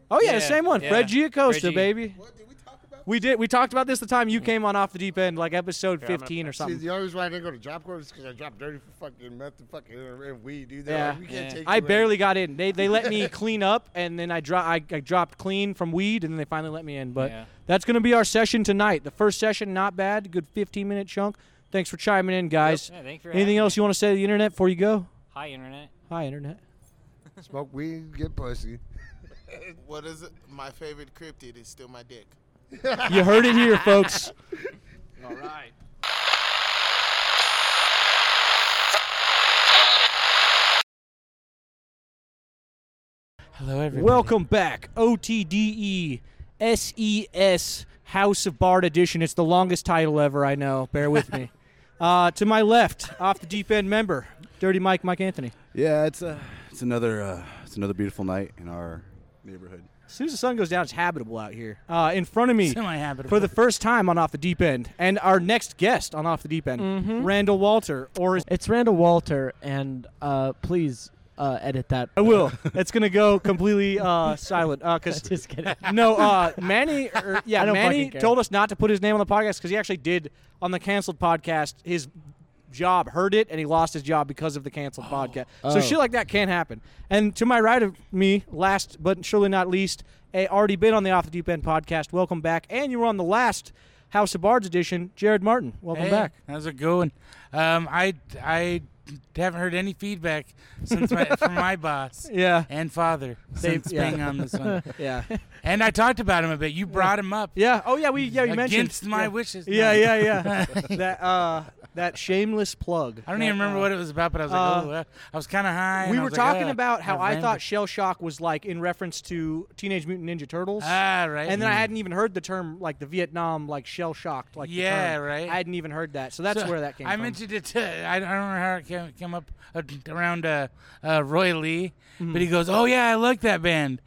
[SPEAKER 1] Oh yeah,
[SPEAKER 2] Yeah,
[SPEAKER 1] the same one.
[SPEAKER 2] yeah.
[SPEAKER 1] Fred Giacosta,
[SPEAKER 2] Reggie.
[SPEAKER 1] baby.
[SPEAKER 3] What did we talk about?
[SPEAKER 1] We did. We talked about this the time you came on off the deep end, like episode 15 or
[SPEAKER 5] See,
[SPEAKER 1] something.
[SPEAKER 5] the only reason why I didn't go to Job Corps is because I dropped dirty for fucking meth and fucking and and weed, dude. They're
[SPEAKER 1] Yeah.
[SPEAKER 5] like, we can't
[SPEAKER 2] Yeah.
[SPEAKER 5] take
[SPEAKER 1] I
[SPEAKER 5] you in.
[SPEAKER 1] barely got in. They they let me clean up, and then I dro- I, I dropped clean from weed, and then they finally let me in. But
[SPEAKER 2] Yeah.
[SPEAKER 1] that's gonna be our session tonight. The first session, not bad. Good 15 minute chunk. Thanks for chiming in, guys.
[SPEAKER 2] Yeah, thank you for
[SPEAKER 1] Anything
[SPEAKER 2] having
[SPEAKER 1] else you want to say to the internet before you go?
[SPEAKER 2] Hi, internet.
[SPEAKER 1] Hi, internet.
[SPEAKER 5] smoke weed, get pussy.
[SPEAKER 3] What is it? My favorite cryptid is still my dick.
[SPEAKER 1] You heard it here, folks.
[SPEAKER 3] All right.
[SPEAKER 4] Hello everyone.
[SPEAKER 1] Welcome back, OTDE SES E House of Bard Edition. It's the longest title ever, I know. Bear with me. Uh, to my left, off the deep end member, Dirty Mike, Mike Anthony.
[SPEAKER 6] Yeah, it's a, it's another, uh, it's another beautiful night in our neighborhood.
[SPEAKER 1] As soon as the sun goes down, it's habitable out here. Uh, in front of me,
[SPEAKER 7] Semi-habitable.
[SPEAKER 1] for the first time on Off the Deep End, and our next guest on Off the Deep End, Randall Walter, or is
[SPEAKER 7] It's Randall Walter, and uh, please uh, edit that.
[SPEAKER 1] I will. It's gonna go completely uh, silent because
[SPEAKER 7] Just kidding.
[SPEAKER 1] No, uh, Manny. Er, yeah,
[SPEAKER 7] I don't
[SPEAKER 1] Manny
[SPEAKER 7] fucking care.
[SPEAKER 1] told us not to put his name on the podcast because he actually did on the canceled podcast. His job heard it, and he lost his job because of the canceled podcast. So
[SPEAKER 7] Oh.
[SPEAKER 1] shit like that can't happen. And to my right of me, last but surely not least, a already been on the Off the Deep End podcast. Welcome back, and you were on the last House of Bards edition. Jared Martin, welcome
[SPEAKER 7] Hey,
[SPEAKER 1] back.
[SPEAKER 7] How's it going? Um, I I haven't heard any feedback since my, from my boss
[SPEAKER 1] Yeah,
[SPEAKER 7] and father since
[SPEAKER 1] yeah.
[SPEAKER 7] being on this one.
[SPEAKER 1] yeah,
[SPEAKER 7] And I talked about him a bit. You brought him up
[SPEAKER 1] yeah. Oh yeah, we yeah you mentioned
[SPEAKER 7] against my
[SPEAKER 1] yeah.
[SPEAKER 7] wishes.
[SPEAKER 1] Yeah,
[SPEAKER 7] No.
[SPEAKER 1] yeah, yeah. that uh, that shameless plug.
[SPEAKER 7] I don't even
[SPEAKER 1] That,
[SPEAKER 7] remember
[SPEAKER 1] uh,
[SPEAKER 7] what it was about, but I was
[SPEAKER 1] uh,
[SPEAKER 7] like, oh, well, I was kind of high. and
[SPEAKER 1] We
[SPEAKER 7] I
[SPEAKER 1] were
[SPEAKER 7] was like,
[SPEAKER 1] talking
[SPEAKER 7] "Ah,
[SPEAKER 1] about how I
[SPEAKER 7] random."
[SPEAKER 1] thought shell shock was like in reference to Teenage Mutant Ninja Turtles.
[SPEAKER 7] Ah, right.
[SPEAKER 1] and then I hadn't even heard the term like the Vietnam like shell shocked like the
[SPEAKER 7] Yeah,
[SPEAKER 1] term.
[SPEAKER 7] right.
[SPEAKER 1] I hadn't even heard that, Uh, so that's
[SPEAKER 7] So,
[SPEAKER 1] where that came
[SPEAKER 7] I
[SPEAKER 1] from.
[SPEAKER 7] mentioned it to, I I don't remember how it came, came up uh, around uh, uh, Roy Lee,
[SPEAKER 1] Mm-hmm.
[SPEAKER 7] but he goes, oh, yeah, I like that band.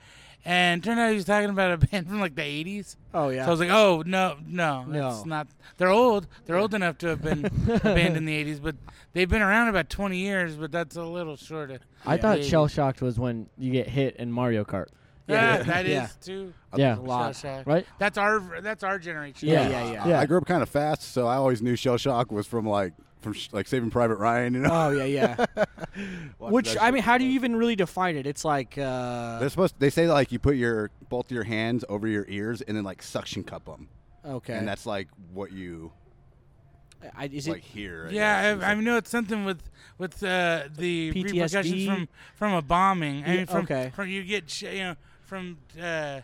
[SPEAKER 7] And turned out he was talking about a band from like the 80s.
[SPEAKER 1] oh yeah,
[SPEAKER 7] So I was like, oh, no, no,
[SPEAKER 1] No.
[SPEAKER 7] it's not. They're old. They're old enough to have been a band in the 80s, but they've been around about 20 years, but that's a little short of.
[SPEAKER 8] I
[SPEAKER 7] the
[SPEAKER 8] thought
[SPEAKER 7] 80s.
[SPEAKER 8] shell shocked was when you get hit in Mario Kart.
[SPEAKER 7] Yeah,
[SPEAKER 1] Yeah.
[SPEAKER 7] that is
[SPEAKER 1] Yeah.
[SPEAKER 7] too.
[SPEAKER 8] Yeah.
[SPEAKER 1] lot.
[SPEAKER 7] shell shock.
[SPEAKER 8] Right?
[SPEAKER 7] That's our that's our generation.
[SPEAKER 8] Yeah.
[SPEAKER 1] yeah, yeah.
[SPEAKER 8] Yeah.
[SPEAKER 6] I grew up kind of fast, so I always knew shell shock was from like from sh- like Saving Private Ryan. You know,
[SPEAKER 1] oh yeah, yeah.
[SPEAKER 6] Watch
[SPEAKER 1] Which
[SPEAKER 6] that
[SPEAKER 1] I
[SPEAKER 6] shit.
[SPEAKER 1] mean, how do you even really define it? It's like uh,
[SPEAKER 6] They're supposed. They say like you put your both your hands over your ears and then like suction cup them,
[SPEAKER 1] okay.
[SPEAKER 6] and that's like what you
[SPEAKER 1] I, is
[SPEAKER 6] like
[SPEAKER 1] it
[SPEAKER 6] hear. I
[SPEAKER 7] Yeah,
[SPEAKER 6] guess.
[SPEAKER 7] I, I know it's something with with uh, the
[SPEAKER 1] PTSD?
[SPEAKER 7] repercussions from from a bombing. I
[SPEAKER 1] Yeah,
[SPEAKER 7] mean, from,
[SPEAKER 1] okay.
[SPEAKER 7] from you get sh- you know from uh,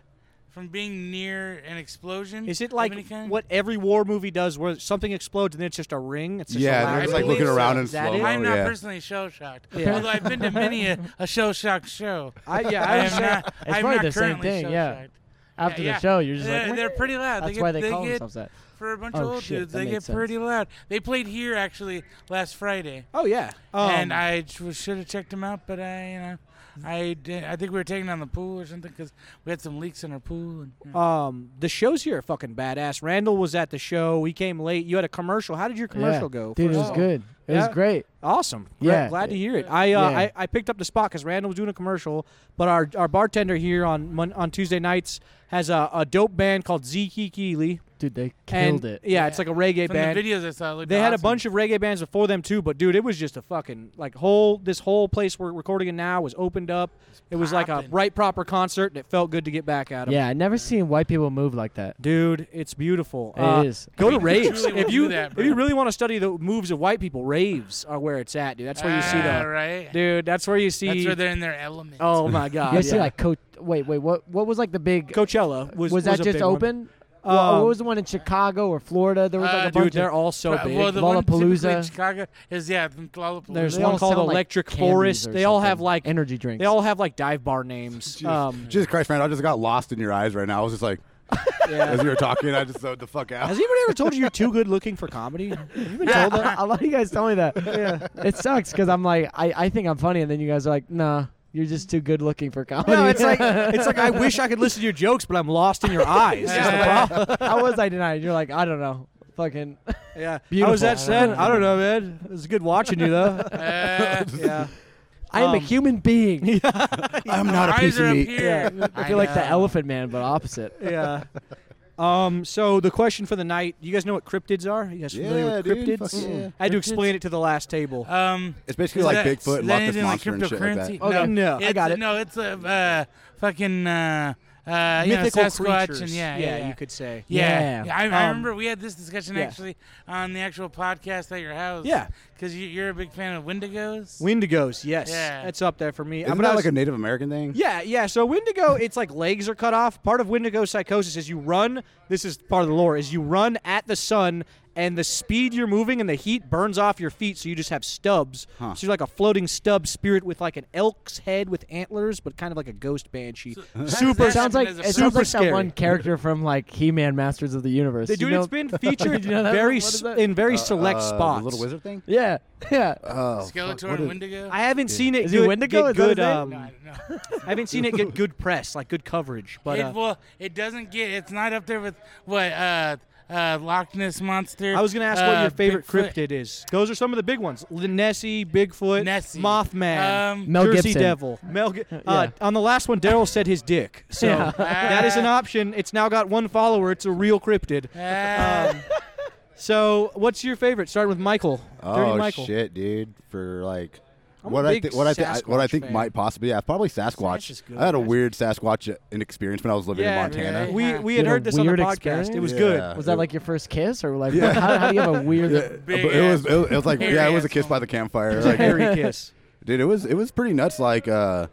[SPEAKER 7] from being near an explosion.
[SPEAKER 1] is it
[SPEAKER 7] of
[SPEAKER 1] like
[SPEAKER 7] any kind.
[SPEAKER 1] what every war movie does, where something explodes and then it's just a ring? It's just
[SPEAKER 6] Yeah,
[SPEAKER 1] a
[SPEAKER 6] they're
[SPEAKER 1] loud
[SPEAKER 6] just
[SPEAKER 7] I
[SPEAKER 6] like
[SPEAKER 1] ring?
[SPEAKER 6] looking
[SPEAKER 7] believe
[SPEAKER 6] around
[SPEAKER 7] so.
[SPEAKER 6] in
[SPEAKER 1] Is that
[SPEAKER 6] slow.
[SPEAKER 1] it?
[SPEAKER 7] I'm not
[SPEAKER 6] yeah.
[SPEAKER 7] personally shell shocked.
[SPEAKER 1] Yeah.
[SPEAKER 7] Although I've been to many a, a shell shocked show.
[SPEAKER 1] I, yeah,
[SPEAKER 7] I
[SPEAKER 1] I
[SPEAKER 7] am
[SPEAKER 1] was saying-
[SPEAKER 7] not.
[SPEAKER 8] It's
[SPEAKER 7] I'm
[SPEAKER 8] probably
[SPEAKER 7] not
[SPEAKER 8] the same
[SPEAKER 7] currently
[SPEAKER 8] thing, yeah.
[SPEAKER 7] shell-shocked.
[SPEAKER 8] After
[SPEAKER 7] yeah.
[SPEAKER 8] the show, you're just
[SPEAKER 7] they're,
[SPEAKER 8] like,
[SPEAKER 7] they're pretty loud.
[SPEAKER 8] that's
[SPEAKER 7] they get,
[SPEAKER 8] why they,
[SPEAKER 7] they
[SPEAKER 8] call
[SPEAKER 7] get,
[SPEAKER 8] themselves that.
[SPEAKER 7] For a bunch
[SPEAKER 8] Oh,
[SPEAKER 7] of old
[SPEAKER 8] shit,
[SPEAKER 7] dudes,
[SPEAKER 8] that
[SPEAKER 7] they get
[SPEAKER 8] makes
[SPEAKER 7] pretty loud. They played here actually last Friday.
[SPEAKER 1] oh yeah, um,
[SPEAKER 7] and I should have checked him out, but I, you know, I did, I think we were taking on the pool or something because we had some leaks in our pool. And, yeah.
[SPEAKER 1] Um, the shows here are fucking badass. Randall was at the show. He came late. You had a commercial. How did your
[SPEAKER 8] yeah.
[SPEAKER 1] commercial go?
[SPEAKER 8] Dude, it
[SPEAKER 1] first of
[SPEAKER 8] was
[SPEAKER 7] Oh.
[SPEAKER 1] all?
[SPEAKER 8] good. It was
[SPEAKER 1] Yeah.
[SPEAKER 8] great.
[SPEAKER 1] Awesome. Gra-
[SPEAKER 8] Yeah.
[SPEAKER 1] Glad to hear it. I uh,
[SPEAKER 8] Yeah.
[SPEAKER 1] I, I picked up the spot because Randall was doing a commercial, but our, our bartender here on Mon- on Tuesday nights has a, a dope band called Z Kikili.
[SPEAKER 8] Dude, they
[SPEAKER 1] and
[SPEAKER 8] killed it.
[SPEAKER 1] yeah, it's like a reggae
[SPEAKER 7] From
[SPEAKER 1] band.
[SPEAKER 7] the videos I saw, it looked
[SPEAKER 1] They had a
[SPEAKER 7] awesome.
[SPEAKER 1] bunch of reggae bands before them too, but dude, it was just a fucking like whole this whole place we're recording in now was opened up. It was like a
[SPEAKER 7] poppin'.
[SPEAKER 1] right proper concert, and it felt good to get back at 'em.
[SPEAKER 8] Yeah, I never seen white people move like that.
[SPEAKER 1] dude, it's beautiful.
[SPEAKER 8] It
[SPEAKER 1] Uh,
[SPEAKER 8] is.
[SPEAKER 1] Go to
[SPEAKER 7] mean, you
[SPEAKER 1] raves
[SPEAKER 7] truly
[SPEAKER 1] if
[SPEAKER 7] will
[SPEAKER 1] you
[SPEAKER 7] do that,
[SPEAKER 1] if you
[SPEAKER 7] bro.
[SPEAKER 1] really want to study the moves of white people. Raves are where it's at, dude. That's where you see
[SPEAKER 7] Ah,
[SPEAKER 1] the
[SPEAKER 7] right.
[SPEAKER 1] dude. That's where you see.
[SPEAKER 7] That's where they're in their element.
[SPEAKER 1] oh my god!
[SPEAKER 8] You guys
[SPEAKER 1] yeah.
[SPEAKER 8] see like Co- wait, wait, what what was like the big
[SPEAKER 1] Coachella was
[SPEAKER 8] was, that
[SPEAKER 1] a
[SPEAKER 8] just
[SPEAKER 1] big one.
[SPEAKER 8] open? Well,
[SPEAKER 1] Um,
[SPEAKER 8] what was the one in Chicago or Florida? There was like
[SPEAKER 7] uh,
[SPEAKER 8] a
[SPEAKER 7] dude,
[SPEAKER 1] Dude,
[SPEAKER 8] bunch
[SPEAKER 1] they're
[SPEAKER 8] of
[SPEAKER 1] all so
[SPEAKER 7] Well,
[SPEAKER 1] big.
[SPEAKER 7] Well, the one
[SPEAKER 8] Lollapalooza.
[SPEAKER 7] typically in Chicago is yeah, the Lollapalooza.
[SPEAKER 8] there's
[SPEAKER 1] They all
[SPEAKER 8] one
[SPEAKER 1] sound
[SPEAKER 8] called
[SPEAKER 1] like
[SPEAKER 8] Electric
[SPEAKER 1] candies
[SPEAKER 8] Forest.
[SPEAKER 1] or
[SPEAKER 8] They all have
[SPEAKER 1] something.
[SPEAKER 8] like energy drinks.
[SPEAKER 1] They all have like dive bar names. Um,
[SPEAKER 6] Jesus Christ, man! I just got lost in your eyes right now. I was just like, as you were talking, I just zoned the fuck out.
[SPEAKER 1] has anybody ever told you you're too good looking for comedy? Have you been
[SPEAKER 8] Yeah,
[SPEAKER 1] told that?
[SPEAKER 8] a lot of you guys tell me that. yeah. It sucks because I'm like, I, I think I'm funny, and then you guys are like, nah, you're just too good looking for comedy.
[SPEAKER 1] No, it's like it's like I wish I could listen to your jokes, but I'm lost in your eyes. is the
[SPEAKER 7] Yeah.
[SPEAKER 1] problem.
[SPEAKER 8] how was I denied? You're like, I don't know, fucking.
[SPEAKER 1] Yeah. How
[SPEAKER 8] Beautiful.
[SPEAKER 1] was that said? I don't know, man. It was good watching you though.
[SPEAKER 7] Uh,
[SPEAKER 1] yeah.
[SPEAKER 8] I am a
[SPEAKER 1] Um,
[SPEAKER 8] human being.
[SPEAKER 6] I'm not a
[SPEAKER 7] eyes
[SPEAKER 6] piece
[SPEAKER 7] are
[SPEAKER 6] of
[SPEAKER 7] up
[SPEAKER 6] meat.
[SPEAKER 7] here.
[SPEAKER 8] I feel like the Elephant Man, but opposite.
[SPEAKER 1] Yeah. Um, so the question for the night, you guys know what cryptids are? You guys familiar
[SPEAKER 6] Yeah,
[SPEAKER 1] with
[SPEAKER 6] dude,
[SPEAKER 1] cryptids?
[SPEAKER 6] fuck yeah.
[SPEAKER 1] I had to explain it to the last table.
[SPEAKER 7] Um,
[SPEAKER 6] It's basically
[SPEAKER 7] is
[SPEAKER 6] like
[SPEAKER 7] that-
[SPEAKER 6] Bigfoot and Loch
[SPEAKER 7] is that
[SPEAKER 6] Ness
[SPEAKER 7] anything
[SPEAKER 6] Monster and shit like that.
[SPEAKER 7] cryptocurrency?
[SPEAKER 1] Okay, no, Oh, I
[SPEAKER 7] it's-
[SPEAKER 1] got it.
[SPEAKER 7] No, it's a uh, fucking uh, uh, you know,
[SPEAKER 1] Mythical
[SPEAKER 7] Sasquatch
[SPEAKER 1] creatures.
[SPEAKER 7] and yeah,
[SPEAKER 1] yeah,
[SPEAKER 7] yeah,
[SPEAKER 1] you could say.
[SPEAKER 7] Yeah,
[SPEAKER 8] Yeah.
[SPEAKER 7] I, I
[SPEAKER 1] Um,
[SPEAKER 7] remember we had this discussion
[SPEAKER 1] yeah.
[SPEAKER 7] actually on the actual podcast at your house.
[SPEAKER 1] Yeah.
[SPEAKER 7] because you, you're a big fan of Wendigos.
[SPEAKER 1] Wendigos, yes.
[SPEAKER 7] Yeah.
[SPEAKER 1] That's up there for me.
[SPEAKER 6] Isn't
[SPEAKER 1] I'm
[SPEAKER 6] that
[SPEAKER 1] gonna
[SPEAKER 6] like a Native American thing?
[SPEAKER 1] Yeah, yeah. So Wendigo, it's like legs are cut off. Part of Wendigo psychosis is you run. This is part of the lore. Is you run at the sun, and the speed you're moving and the heat burns off your feet, so you just have stubs. So you're like a floating stub spirit with like an elk's head with antlers, but kind of like a ghost banshee. Super.
[SPEAKER 7] that
[SPEAKER 8] sounds like
[SPEAKER 7] As a
[SPEAKER 8] it
[SPEAKER 1] super
[SPEAKER 8] sounds like
[SPEAKER 1] scary.
[SPEAKER 8] that one character from like He-Man, Masters of the Universe.
[SPEAKER 1] Dude,
[SPEAKER 8] You
[SPEAKER 1] it's
[SPEAKER 8] know-
[SPEAKER 1] been featured
[SPEAKER 8] Did you know that
[SPEAKER 1] very
[SPEAKER 8] one? What is
[SPEAKER 1] s-
[SPEAKER 8] that?
[SPEAKER 1] in very select
[SPEAKER 6] Uh,
[SPEAKER 1] spots.
[SPEAKER 6] The little wizard thing?
[SPEAKER 8] Yeah, yeah.
[SPEAKER 6] Oh, fuck,
[SPEAKER 7] Skeletor
[SPEAKER 6] what
[SPEAKER 7] and
[SPEAKER 6] is-
[SPEAKER 7] Wendigo.
[SPEAKER 1] I haven't seen it.
[SPEAKER 8] Is he
[SPEAKER 1] good,
[SPEAKER 8] Wendigo?
[SPEAKER 1] Get
[SPEAKER 8] Is that his
[SPEAKER 1] good,
[SPEAKER 8] name?
[SPEAKER 1] um,
[SPEAKER 7] No, I don't know.
[SPEAKER 1] I haven't seen it get good press, like good coverage. But
[SPEAKER 7] it,
[SPEAKER 1] uh,
[SPEAKER 7] well, it doesn't get. It's not up there with what uh, uh, Loch Ness monster.
[SPEAKER 1] I was gonna ask what
[SPEAKER 7] uh,
[SPEAKER 1] your favorite
[SPEAKER 7] Bigfoot,
[SPEAKER 1] cryptid is. Those are some of the big ones: L- Nessie, Bigfoot,
[SPEAKER 7] Nessie.
[SPEAKER 1] Mothman,
[SPEAKER 7] Um,
[SPEAKER 8] Mel
[SPEAKER 1] Jersey
[SPEAKER 8] Gibson.
[SPEAKER 1] Devil. Mel. Gi- uh, On the last one, Daryl said his dick. So
[SPEAKER 8] Yeah.
[SPEAKER 1] that is an option. It's now got one follower. It's a real cryptid. Um,
[SPEAKER 7] uh,
[SPEAKER 1] So what's your favorite? Starting with Michael. Dirty
[SPEAKER 6] Oh
[SPEAKER 1] Michael.
[SPEAKER 6] shit, dude! For like,
[SPEAKER 1] I'm a
[SPEAKER 6] what I,
[SPEAKER 1] big
[SPEAKER 6] thi- what I thi- I what I
[SPEAKER 1] Sasquatch
[SPEAKER 6] think
[SPEAKER 1] fan.
[SPEAKER 6] might possibly, yeah, probably Sasquatch.
[SPEAKER 1] is good.
[SPEAKER 6] I had a
[SPEAKER 1] Sasquatch.
[SPEAKER 6] weird Sasquatch experience when I was living
[SPEAKER 1] Yeah,
[SPEAKER 6] in Montana.
[SPEAKER 7] really?
[SPEAKER 1] we
[SPEAKER 7] Yeah.
[SPEAKER 1] we
[SPEAKER 8] You
[SPEAKER 1] had
[SPEAKER 8] had a
[SPEAKER 1] heard this on the
[SPEAKER 8] weird
[SPEAKER 1] podcast. It was good.
[SPEAKER 6] Yeah.
[SPEAKER 8] Was that like your first kiss or like
[SPEAKER 6] Yeah.
[SPEAKER 8] how, how do you have a weird?
[SPEAKER 7] Big
[SPEAKER 6] But it was
[SPEAKER 7] ass-
[SPEAKER 6] it was, it was like
[SPEAKER 7] hairy
[SPEAKER 6] yeah, it was a
[SPEAKER 7] ass
[SPEAKER 6] kiss by
[SPEAKER 7] woman.
[SPEAKER 6] the campfire.
[SPEAKER 1] It was a
[SPEAKER 6] Like,
[SPEAKER 1] hairy kiss.
[SPEAKER 6] dude, it was it was pretty nuts. Like, uh,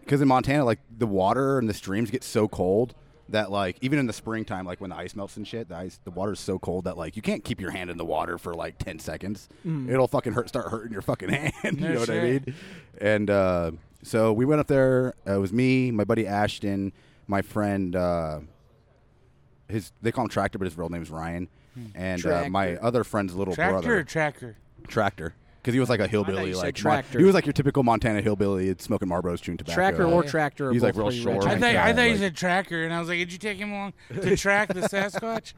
[SPEAKER 6] because in Montana, like the water and the streams get so cold that like even in the springtime, like when the ice melts and shit, the ice the water is so cold that like you can't keep your hand in the water for like ten seconds.
[SPEAKER 1] Mm.
[SPEAKER 6] It'll fucking hurt, start hurting your fucking hand. you know what I
[SPEAKER 7] shit.
[SPEAKER 6] mean? And uh, so we went up there. Uh, it was me, my buddy Ashton, my friend. Uh, his they call him Tractor, but his real name's Ryan. And uh, my other friend's little
[SPEAKER 7] Hmm. tractor
[SPEAKER 6] brother
[SPEAKER 7] or tracker.
[SPEAKER 6] tractor because he was like a hillbilly,
[SPEAKER 1] you said
[SPEAKER 6] like
[SPEAKER 1] tractor.
[SPEAKER 6] Mon- he was like your typical Montana hillbilly, smoking Marlboros, chewing tobacco.
[SPEAKER 1] Tracker or tractor. are
[SPEAKER 6] He's, like,
[SPEAKER 1] both
[SPEAKER 6] real
[SPEAKER 1] pretty
[SPEAKER 6] short.
[SPEAKER 1] rich.
[SPEAKER 6] I
[SPEAKER 7] I
[SPEAKER 6] think
[SPEAKER 7] thought, I
[SPEAKER 6] I
[SPEAKER 7] thought you
[SPEAKER 6] like-
[SPEAKER 7] said tracker, and I was like, did you take him along to track the Sasquatch?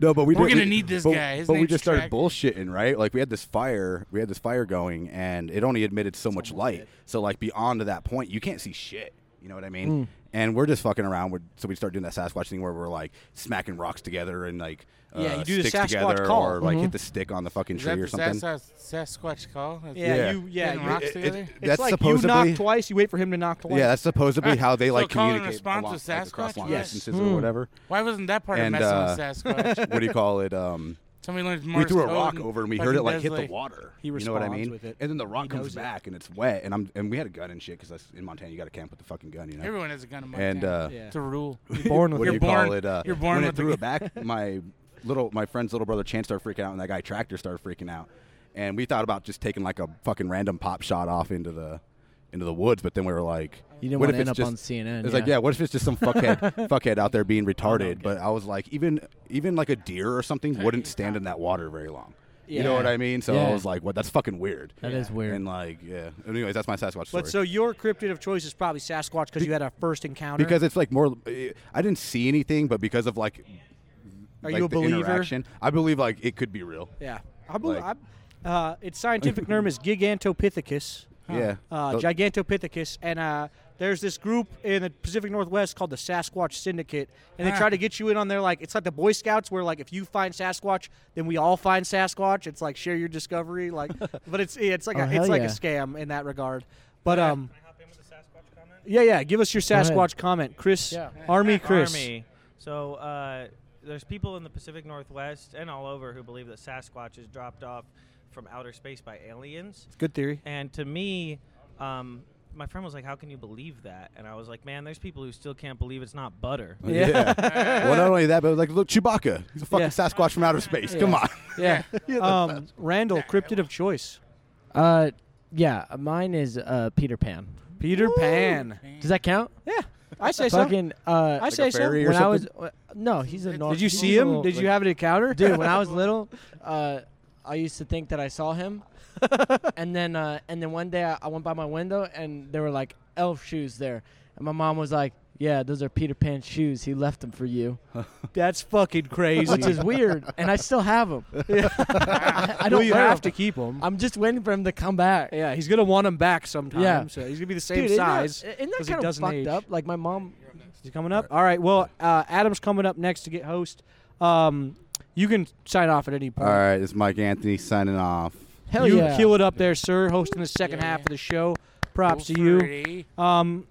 [SPEAKER 6] No, but we
[SPEAKER 7] We're
[SPEAKER 6] did-
[SPEAKER 7] gonna
[SPEAKER 6] we-
[SPEAKER 7] need this
[SPEAKER 6] but-
[SPEAKER 7] guy. His
[SPEAKER 6] but we
[SPEAKER 7] name's
[SPEAKER 6] just started
[SPEAKER 7] Tractor.
[SPEAKER 6] bullshitting, right? Like we had this fire, we had this fire going, and it only admitted so much light. So like beyond to that point, you can't see shit. You know what I
[SPEAKER 1] Hmm.
[SPEAKER 6] mean? And we're just fucking around. We're, so we start doing that Sasquatch thing where we're like smacking rocks together and like uh,
[SPEAKER 1] Yeah, you do the
[SPEAKER 6] sticks
[SPEAKER 1] Sasquatch
[SPEAKER 6] together
[SPEAKER 1] call. Mm-hmm.
[SPEAKER 6] or like hit the stick on the fucking
[SPEAKER 7] Is
[SPEAKER 6] tree
[SPEAKER 7] that the
[SPEAKER 6] or something.
[SPEAKER 7] Sas- Sasquatch call? That's-
[SPEAKER 1] Yeah,
[SPEAKER 6] Yeah.
[SPEAKER 1] you yeah.
[SPEAKER 7] Hitting
[SPEAKER 1] you-
[SPEAKER 7] rocks
[SPEAKER 6] It- it-
[SPEAKER 7] together?
[SPEAKER 1] it's
[SPEAKER 6] that's
[SPEAKER 1] like you
[SPEAKER 6] supposedly
[SPEAKER 1] knock twice, you wait for him to knock twice. Uh,
[SPEAKER 6] Yeah, that's supposedly how they
[SPEAKER 7] Uh, So
[SPEAKER 6] like
[SPEAKER 7] call and
[SPEAKER 6] communicate
[SPEAKER 7] response
[SPEAKER 6] along,
[SPEAKER 7] with
[SPEAKER 6] like, across
[SPEAKER 7] Sasquatch? Hmm.
[SPEAKER 6] long
[SPEAKER 1] Yes.
[SPEAKER 6] distances or whatever.
[SPEAKER 7] Why wasn't that part
[SPEAKER 6] And,
[SPEAKER 7] of messing
[SPEAKER 6] uh,
[SPEAKER 7] with Sasquatch?
[SPEAKER 6] what do you call it? Um,
[SPEAKER 7] Somebody learned
[SPEAKER 6] we
[SPEAKER 7] Morse
[SPEAKER 6] threw a
[SPEAKER 7] code
[SPEAKER 6] rock
[SPEAKER 7] and
[SPEAKER 6] over and we
[SPEAKER 7] fucking
[SPEAKER 6] heard it like
[SPEAKER 7] does,
[SPEAKER 6] hit the water.
[SPEAKER 1] He
[SPEAKER 6] you know what I
[SPEAKER 1] responds
[SPEAKER 6] mean?
[SPEAKER 1] with it.
[SPEAKER 6] And then the rock
[SPEAKER 1] He
[SPEAKER 6] comes
[SPEAKER 1] knows it.
[SPEAKER 6] back and it's wet. And I'm and we had a gun and shit because in Montana you got to camp with the fucking gun, you know.
[SPEAKER 7] Everyone has a gun in Montana.
[SPEAKER 6] and uh,
[SPEAKER 1] Yeah.
[SPEAKER 7] it's a rule.
[SPEAKER 1] born
[SPEAKER 6] what
[SPEAKER 1] with
[SPEAKER 6] do
[SPEAKER 7] You're
[SPEAKER 6] you
[SPEAKER 7] born-
[SPEAKER 6] call it? Uh,
[SPEAKER 7] you're born
[SPEAKER 6] when
[SPEAKER 7] with
[SPEAKER 6] it
[SPEAKER 7] the
[SPEAKER 6] threw it back. My little my friend's little brother Chance started freaking out, and that guy Tractor started freaking out. And we thought about just taking like a fucking random pop shot off into the into the woods, but then we were like,
[SPEAKER 8] You didn't
[SPEAKER 6] what
[SPEAKER 8] wanna
[SPEAKER 6] if
[SPEAKER 8] end
[SPEAKER 6] it's
[SPEAKER 8] up on
[SPEAKER 6] just-
[SPEAKER 8] CNN,
[SPEAKER 6] It's like,
[SPEAKER 8] yeah.
[SPEAKER 6] yeah, what if it's just some fuckhead fuckhead out there being retarded? But I was like, even even like a deer or something wouldn't stand in that water very long. You know
[SPEAKER 8] Yeah.
[SPEAKER 6] what I mean? So I
[SPEAKER 8] Yeah.
[SPEAKER 6] was like, "What? That's fucking weird." That
[SPEAKER 8] That
[SPEAKER 6] is
[SPEAKER 8] is weird.
[SPEAKER 6] And like, yeah. Anyways, that's my Sasquatch story.
[SPEAKER 1] But so your cryptid of choice is probably Sasquatch because you had a first encounter.
[SPEAKER 6] because it's like more eh, i didn't see anything but because of like
[SPEAKER 1] Are
[SPEAKER 6] like
[SPEAKER 1] you a
[SPEAKER 6] the
[SPEAKER 1] believer?
[SPEAKER 6] interaction, i believe like it could be real
[SPEAKER 1] yeah, I believe
[SPEAKER 6] Like-
[SPEAKER 1] I, uh, its scientific name is Gigantopithecus,
[SPEAKER 6] yeah
[SPEAKER 1] uh,
[SPEAKER 6] Th-
[SPEAKER 1] Gigantopithecus, and uh, There's this group in the Pacific Northwest called the Sasquatch Syndicate, and
[SPEAKER 8] Ah.
[SPEAKER 1] they try to get you in on their like. It's like the Boy Scouts, where like if you find Sasquatch, then we all find Sasquatch. It's like share your discovery, like. but it's it's like
[SPEAKER 8] Oh,
[SPEAKER 1] a,
[SPEAKER 8] hell
[SPEAKER 1] it's like a
[SPEAKER 8] yeah.
[SPEAKER 1] scam in that regard. But um. Yeah, yeah. Give us your
[SPEAKER 8] ahead.
[SPEAKER 1] Sasquatch comment, Chris.
[SPEAKER 8] Yeah.
[SPEAKER 1] Army Chris.
[SPEAKER 4] Army. So uh, there's people in the Pacific Northwest and all over who believe that Sasquatch is dropped off from outer space by aliens.
[SPEAKER 1] Good theory.
[SPEAKER 4] And to me, um, my friend was like, "How can you believe that?" And I was like, "Man, there's people who still can't believe it's not butter."
[SPEAKER 6] Yeah. well, not only that, but it was like, look, Chewbacca. He's a fucking
[SPEAKER 1] Yeah.
[SPEAKER 6] Sasquatch from outer space. Come on.
[SPEAKER 8] Yeah.
[SPEAKER 1] Um, Randall, cryptid of choice.
[SPEAKER 8] Uh, yeah. Mine is uh Peter Pan.
[SPEAKER 1] Peter Pan.
[SPEAKER 8] Does that count?
[SPEAKER 1] Yeah, I say so.
[SPEAKER 8] Fucking uh.
[SPEAKER 1] I say so.
[SPEAKER 6] fairy or
[SPEAKER 8] when I was
[SPEAKER 6] something?
[SPEAKER 8] uh, no, he's a normal.
[SPEAKER 1] Did you see him? Did you have an encounter?
[SPEAKER 8] Dude, when I was little, uh, I used to think that I saw him, and then uh, and then one day I, I went by my window and there were like elf shoes there, and my mom was like, "Yeah, those are Peter Pan's shoes. He left them for you,"
[SPEAKER 1] That's fucking crazy.
[SPEAKER 8] which is weird, and I still have them. I, I
[SPEAKER 1] well,
[SPEAKER 8] don't
[SPEAKER 1] you
[SPEAKER 8] wear
[SPEAKER 1] have to
[SPEAKER 8] 'em.
[SPEAKER 1] keep him.
[SPEAKER 8] I'm just waiting for him to come back.
[SPEAKER 1] yeah, he's gonna want him back sometime.
[SPEAKER 8] Yeah.
[SPEAKER 1] so he's gonna be the same
[SPEAKER 8] Dude,
[SPEAKER 1] size.
[SPEAKER 8] Isn't that, isn't that
[SPEAKER 1] 'cause he
[SPEAKER 8] kind of
[SPEAKER 1] doesn't
[SPEAKER 8] fucked
[SPEAKER 1] age.
[SPEAKER 8] up? Like my mom.
[SPEAKER 1] He's coming up. All right. Well, uh, Adam's coming up next to get host. Um, you can sign off at any
[SPEAKER 6] All
[SPEAKER 1] point.
[SPEAKER 6] right, it's Mike Anthony signing off.
[SPEAKER 8] Hell
[SPEAKER 1] you
[SPEAKER 8] yeah.
[SPEAKER 1] kill it up there, sir. Hosting the second
[SPEAKER 7] Yeah.
[SPEAKER 1] half of the show. Props to you. Um,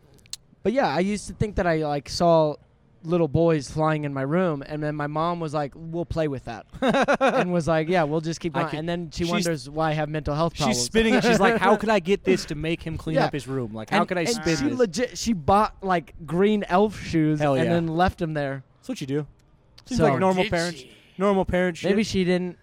[SPEAKER 8] But yeah, I used to think that I like saw little boys flying in my room, and then my mom was like, "We'll play with that," and was like, "Yeah, we'll just keep."
[SPEAKER 1] I
[SPEAKER 8] Going.
[SPEAKER 1] could-
[SPEAKER 8] and then she
[SPEAKER 1] she's-
[SPEAKER 8] wonders why I have mental health problems.
[SPEAKER 1] she's spinning it. She's like, "How could I get this to make him clean
[SPEAKER 8] Yeah.
[SPEAKER 1] up his room? Like, how
[SPEAKER 8] and,
[SPEAKER 1] could I
[SPEAKER 8] and
[SPEAKER 1] spin
[SPEAKER 8] she
[SPEAKER 1] this?"
[SPEAKER 8] legit, she bought like green elf shoes
[SPEAKER 1] Hell
[SPEAKER 8] and
[SPEAKER 1] yeah.
[SPEAKER 8] then left them there.
[SPEAKER 1] That's what you do. Seems
[SPEAKER 8] So-
[SPEAKER 1] like normal
[SPEAKER 7] Did
[SPEAKER 1] parents.
[SPEAKER 7] she?
[SPEAKER 1] Normal parents.
[SPEAKER 8] Maybe she didn't.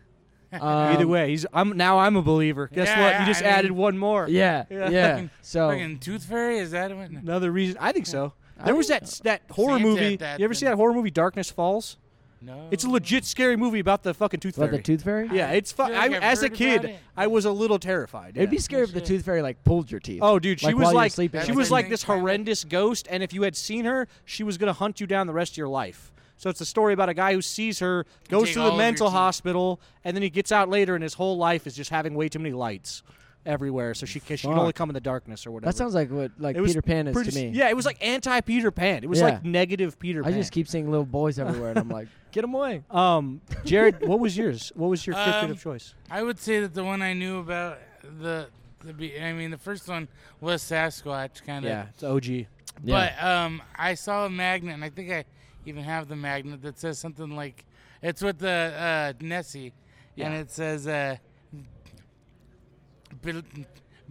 [SPEAKER 1] Either
[SPEAKER 8] um,
[SPEAKER 1] way, he's. I'm now. I'm a believer. Guess
[SPEAKER 7] Yeah,
[SPEAKER 1] what?
[SPEAKER 7] yeah,
[SPEAKER 1] you just
[SPEAKER 7] I mean-
[SPEAKER 1] added one more.
[SPEAKER 8] Yeah,
[SPEAKER 1] Yeah.
[SPEAKER 8] yeah.
[SPEAKER 7] Fucking-
[SPEAKER 8] So
[SPEAKER 7] Fucking tooth fairy? Is that what?
[SPEAKER 1] Another reason. I think so.
[SPEAKER 8] I
[SPEAKER 1] There was
[SPEAKER 8] think
[SPEAKER 1] that that horror
[SPEAKER 7] Santa
[SPEAKER 1] movie.
[SPEAKER 7] that
[SPEAKER 1] you ever see
[SPEAKER 7] then-
[SPEAKER 1] that horror movie, Darkness Falls?
[SPEAKER 7] No.
[SPEAKER 1] It's a legit scary movie about the fucking tooth
[SPEAKER 8] what
[SPEAKER 1] fairy.
[SPEAKER 8] the tooth fairy?
[SPEAKER 1] yeah, it's fu-
[SPEAKER 7] feel like
[SPEAKER 1] I,
[SPEAKER 7] I've
[SPEAKER 1] as a
[SPEAKER 7] heard about
[SPEAKER 1] kid,
[SPEAKER 7] it.
[SPEAKER 1] I was a little terrified.
[SPEAKER 8] It'd be
[SPEAKER 1] yeah.
[SPEAKER 8] scary if the
[SPEAKER 7] shit.
[SPEAKER 8] tooth fairy like pulled your teeth.
[SPEAKER 1] Oh, dude, she
[SPEAKER 8] like,
[SPEAKER 1] was
[SPEAKER 8] while you're
[SPEAKER 1] like
[SPEAKER 8] sleeping.
[SPEAKER 1] she
[SPEAKER 7] That's
[SPEAKER 1] was
[SPEAKER 7] what
[SPEAKER 1] like
[SPEAKER 7] they
[SPEAKER 1] this
[SPEAKER 7] kinda-
[SPEAKER 1] horrendous ghost, and if you had seen her, she was gonna hunt you down the rest of your life. So it's a story about a guy who sees her, goes
[SPEAKER 7] Take
[SPEAKER 1] to
[SPEAKER 7] all
[SPEAKER 1] the
[SPEAKER 7] of your
[SPEAKER 1] mental
[SPEAKER 7] teeth.
[SPEAKER 1] hospital, and then he gets out later, and his whole life is just having way too many lights everywhere. So she she can
[SPEAKER 8] Fuck.
[SPEAKER 1] only come in the darkness or whatever.
[SPEAKER 8] That sounds like what like
[SPEAKER 1] It was
[SPEAKER 8] Peter Pan is
[SPEAKER 1] pretty,
[SPEAKER 8] to me.
[SPEAKER 1] Yeah, it was like anti Peter Pan. It was
[SPEAKER 8] Yeah.
[SPEAKER 1] like negative Peter
[SPEAKER 8] I
[SPEAKER 1] Pan.
[SPEAKER 8] just keep seeing little boys everywhere, and I'm like, get them away.
[SPEAKER 1] Um, Jared, what was yours? What was your cryptid
[SPEAKER 7] Um,
[SPEAKER 1] of choice?
[SPEAKER 7] I would say that the one I knew about the the be- I mean the first one was Sasquatch kind of.
[SPEAKER 1] it's OG.
[SPEAKER 8] Yeah.
[SPEAKER 7] But um, I saw a magnet, and I think I even have the magnet that says something like, "It's with the uh, Nessie," and
[SPEAKER 1] Yeah.
[SPEAKER 7] it says, uh, "Bel-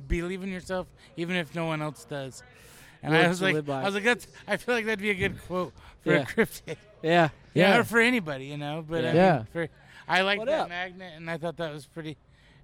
[SPEAKER 7] "Believe in yourself, even if no one else does." And I
[SPEAKER 1] Words
[SPEAKER 7] was
[SPEAKER 1] to
[SPEAKER 7] like,
[SPEAKER 1] live by. Hmm.
[SPEAKER 7] I was like, that's. I feel like that'd be a good quote for
[SPEAKER 1] Yeah.
[SPEAKER 7] a cryptid.
[SPEAKER 1] Yeah,
[SPEAKER 7] Yeah,
[SPEAKER 8] Yeah.
[SPEAKER 7] or for anybody, you know. But I mean,
[SPEAKER 8] Yeah.
[SPEAKER 7] for I like
[SPEAKER 1] What
[SPEAKER 7] that
[SPEAKER 1] up?
[SPEAKER 7] magnet, and I thought that was pretty,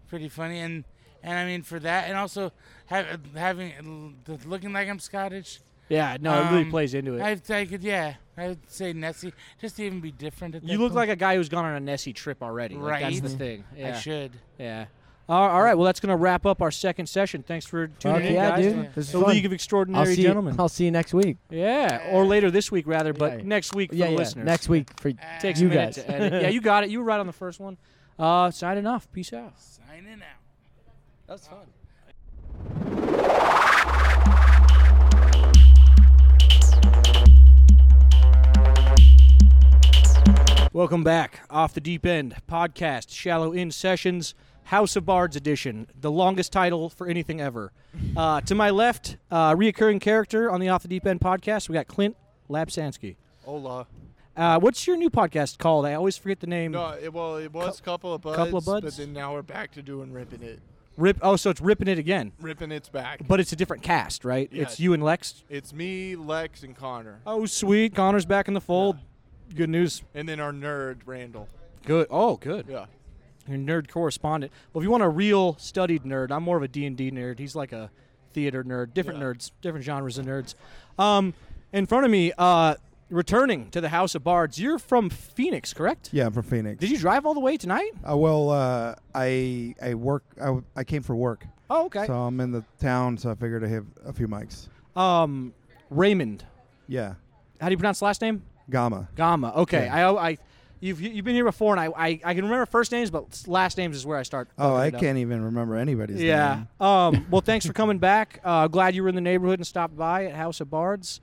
[SPEAKER 7] pretty funny. And and I mean for that, and also ha- having looking like I'm Scottish.
[SPEAKER 1] yeah. No, it really
[SPEAKER 7] Um,
[SPEAKER 1] plays into it.
[SPEAKER 7] I, I could, yeah. I would say Nessie, just to even be different. At
[SPEAKER 1] you look like a guy who's gone on a Nessie trip already. Like, that's
[SPEAKER 7] Right.
[SPEAKER 1] the thing.
[SPEAKER 7] I
[SPEAKER 1] Yeah.
[SPEAKER 7] should.
[SPEAKER 1] Yeah. All all right. Well, that's gonna wrap up our second session. Thanks for tuning
[SPEAKER 8] Fuck
[SPEAKER 1] in,
[SPEAKER 8] yeah,
[SPEAKER 1] guys.
[SPEAKER 8] dude. This is
[SPEAKER 1] The
[SPEAKER 8] fun.
[SPEAKER 1] League of
[SPEAKER 8] I'll
[SPEAKER 1] Extraordinary
[SPEAKER 8] see
[SPEAKER 1] Gentlemen.
[SPEAKER 8] You, I'll see you next week.
[SPEAKER 1] yeah, or later this week rather, but
[SPEAKER 8] Yeah.
[SPEAKER 1] next week for
[SPEAKER 8] yeah,
[SPEAKER 1] the
[SPEAKER 8] yeah.
[SPEAKER 1] listeners.
[SPEAKER 8] Next week for
[SPEAKER 1] takes
[SPEAKER 8] you
[SPEAKER 1] a minute
[SPEAKER 8] guys.
[SPEAKER 1] to edit. yeah, you got it. You were right on the first one. Uh, signing off. Peace out.
[SPEAKER 7] Signing out.
[SPEAKER 8] That's fun.
[SPEAKER 1] Welcome back, Off the Deep End podcast, Shallow In Sessions, House of Bards edition, the longest title for anything ever. Uh, to my left, uh, reoccurring character on the Off the Deep End podcast, we got Clint Lapsansky.
[SPEAKER 9] Hola.
[SPEAKER 1] Uh, what's your new podcast called? I always forget the name.
[SPEAKER 9] No, it, well, it was couple of buds,
[SPEAKER 1] Couple of buds?
[SPEAKER 9] but then now we're back to doing ripping it,
[SPEAKER 1] Rip. Oh, so it's ripping it again,
[SPEAKER 9] ripping it's back.
[SPEAKER 1] but it's a different cast, right?
[SPEAKER 9] Yeah.
[SPEAKER 1] It's you and Lex.
[SPEAKER 9] it's me, Lex, and Connor,
[SPEAKER 1] Oh, sweet, Connor's back in the fold. Good news.
[SPEAKER 9] and then our nerd Randall.
[SPEAKER 1] Good. Oh, good.
[SPEAKER 9] Yeah,
[SPEAKER 1] your nerd correspondent. Well, if you want a real studied nerd, I'm more of a D&D nerd. He's like a theater nerd. Different
[SPEAKER 9] Yeah.
[SPEAKER 1] nerds, different genres of nerds. Um, in front of me, uh, returning to the House of Bards, you're from Phoenix, correct?
[SPEAKER 10] Yeah, I'm from Phoenix.
[SPEAKER 1] Did you drive all the way tonight?
[SPEAKER 10] Uh, well, uh, I I work. I, w- I came for work,
[SPEAKER 1] Oh, okay.
[SPEAKER 10] so I'm in the town. So I figured I have a few mics.
[SPEAKER 1] Um, Raymond.
[SPEAKER 10] Yeah,
[SPEAKER 1] How do you pronounce the last name?
[SPEAKER 10] Gamma.
[SPEAKER 1] Gamma. Okay.
[SPEAKER 10] Yeah.
[SPEAKER 1] I, I You've you've been here before, and I, I, I can remember first names, but last names is where I start.
[SPEAKER 10] Oh,
[SPEAKER 1] fucking
[SPEAKER 10] I
[SPEAKER 1] it up.
[SPEAKER 10] can't even remember anybody's
[SPEAKER 1] Yeah.
[SPEAKER 10] name.
[SPEAKER 1] Um, well, thanks for coming back. Uh, glad you were in the neighborhood and stopped by at House of Bards.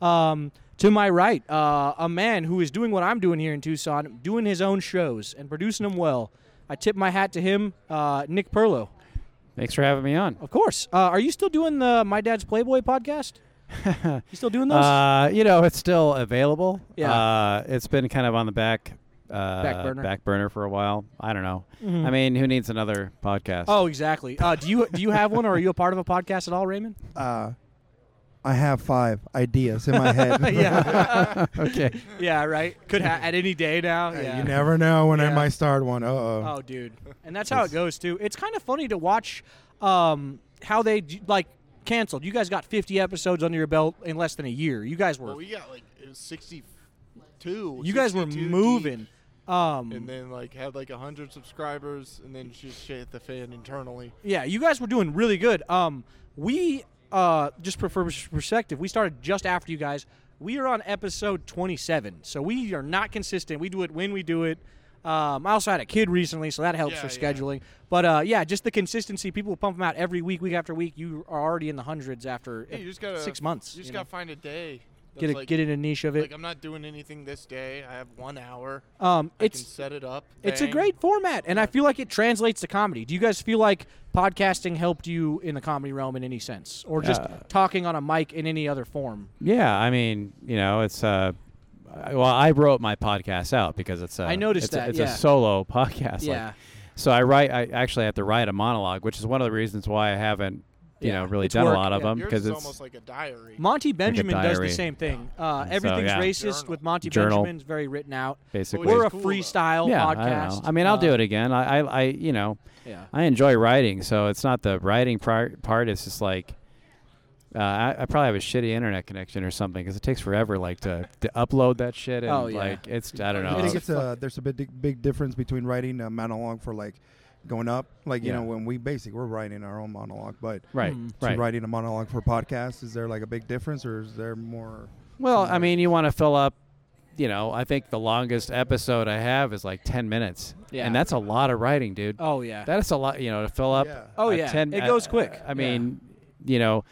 [SPEAKER 1] Um, to my right, uh, a man who is doing what I'm doing here in Tucson, doing his own shows and producing them well. I tip my hat to him, uh, Nick Perlo.
[SPEAKER 11] Thanks for having me on.
[SPEAKER 1] Of course. Uh, are you still doing the My Dad's Playboy podcast? you still doing those?
[SPEAKER 11] Uh, you know, it's still available.
[SPEAKER 1] Yeah.
[SPEAKER 11] Uh, it's been kind of on the back uh,
[SPEAKER 1] Back burner.
[SPEAKER 11] burner for a while. I don't know.
[SPEAKER 1] Mhm.
[SPEAKER 11] I mean, who needs another podcast?
[SPEAKER 1] oh, exactly. Uh, do you do you have one, or are you a part of a podcast at all, Raymond?
[SPEAKER 10] Uh, I have five ideas in my head.
[SPEAKER 1] yeah.
[SPEAKER 10] okay.
[SPEAKER 1] Yeah. Right. Could ha- at any day now. Yeah.
[SPEAKER 10] Uh, You never know when I
[SPEAKER 1] Yeah.
[SPEAKER 10] might start one. Uh oh.
[SPEAKER 1] Oh, dude, and that's how it goes too. It's kind of funny to watch um, how they d- like canceled. You guys got 50 episodes under your belt in less than a year. You guys were
[SPEAKER 9] Well, we got like it was 62.
[SPEAKER 1] you guys were
[SPEAKER 9] 62 deep,
[SPEAKER 1] moving. Um,
[SPEAKER 9] and then like had like 100 subscribers and then just shit hit the fan internally.
[SPEAKER 1] yeah, you guys were doing really good. Um, we uh, just for for perspective, we started just after you guys. We are on episode 27, so we are not consistent. We do it when we do it. Um, I also had a kid recently, so that helps
[SPEAKER 9] Yeah,
[SPEAKER 1] for
[SPEAKER 9] yeah.
[SPEAKER 1] scheduling. But uh, yeah, just the consistency. People pump them out every week, week after week. You are already in the hundreds after
[SPEAKER 9] Yeah, you just gotta
[SPEAKER 1] six months.
[SPEAKER 9] You just
[SPEAKER 1] you know?
[SPEAKER 9] gotta find a day.
[SPEAKER 1] Get
[SPEAKER 9] that's,
[SPEAKER 1] a- get in a niche of it.
[SPEAKER 9] Like I'm not doing anything this day. I have one hour.
[SPEAKER 1] Um,
[SPEAKER 9] I
[SPEAKER 1] it's-
[SPEAKER 9] can set it up.
[SPEAKER 1] It's a
[SPEAKER 9] bang.
[SPEAKER 1] great format, and I feel like it translates to comedy. Do you guys feel like podcasting helped you in the comedy realm in any sense, or just
[SPEAKER 11] Uh,
[SPEAKER 1] talking on a mic in any other form?
[SPEAKER 11] Yeah, I mean, you know, it's uh, I- well, I wrote my podcast out because it's a,
[SPEAKER 1] I noticed
[SPEAKER 11] it's a-
[SPEAKER 1] that,
[SPEAKER 11] it's
[SPEAKER 1] yeah.
[SPEAKER 11] a solo podcast. like-
[SPEAKER 1] Yeah.
[SPEAKER 11] so I write. I actually have to write a monologue, which is one of the reasons why I haven't, you
[SPEAKER 1] Yeah,
[SPEAKER 11] know, really
[SPEAKER 1] it's
[SPEAKER 11] done
[SPEAKER 1] work,
[SPEAKER 11] a lot of
[SPEAKER 1] yeah.
[SPEAKER 11] them
[SPEAKER 9] Yours
[SPEAKER 11] because
[SPEAKER 9] is
[SPEAKER 11] it's
[SPEAKER 9] almost like a diary.
[SPEAKER 1] Monty Benjamin does the
[SPEAKER 11] diary.
[SPEAKER 1] same thing. Uh,
[SPEAKER 11] So,
[SPEAKER 1] everything's
[SPEAKER 11] yeah.
[SPEAKER 1] racist
[SPEAKER 9] Journal.
[SPEAKER 1] with Monty
[SPEAKER 11] Journal.
[SPEAKER 1] Benjamin's very written out.
[SPEAKER 11] basically.
[SPEAKER 1] We're a
[SPEAKER 9] cool, though.
[SPEAKER 1] freestyle
[SPEAKER 11] yeah, I, don't know.
[SPEAKER 1] podcast.
[SPEAKER 11] I mean, I'll do
[SPEAKER 1] Uh,
[SPEAKER 11] it again. I, I, I, you know,
[SPEAKER 1] Yeah.
[SPEAKER 11] I enjoy writing, so it's not the writing pri- part. It's just like uh, I, I probably have a shitty internet connection or something because it takes forever, like to, to upload that shit and
[SPEAKER 1] Oh, yeah.
[SPEAKER 11] like it's I don't know.
[SPEAKER 10] I think it's
[SPEAKER 1] uh,
[SPEAKER 10] a there's a big big difference between writing a monologue for like going up, like you
[SPEAKER 11] Yeah.
[SPEAKER 10] know when we basically we're writing our own monologue, but
[SPEAKER 11] right,
[SPEAKER 1] Mm.
[SPEAKER 10] to
[SPEAKER 11] right.
[SPEAKER 10] writing a monologue for podcasts, is there like a big difference, or is there more?
[SPEAKER 11] Well, I mean, you want to fill up. You know, I think the longest episode I have is like ten minutes,
[SPEAKER 1] Yeah.
[SPEAKER 11] and that's a lot of writing, dude.
[SPEAKER 1] Oh yeah.
[SPEAKER 11] That's a lot, you know, to fill up.
[SPEAKER 10] Yeah.
[SPEAKER 1] Oh,
[SPEAKER 11] a
[SPEAKER 1] yeah.
[SPEAKER 11] 10
[SPEAKER 1] It
[SPEAKER 11] I-
[SPEAKER 1] goes quick.
[SPEAKER 11] I mean, you know,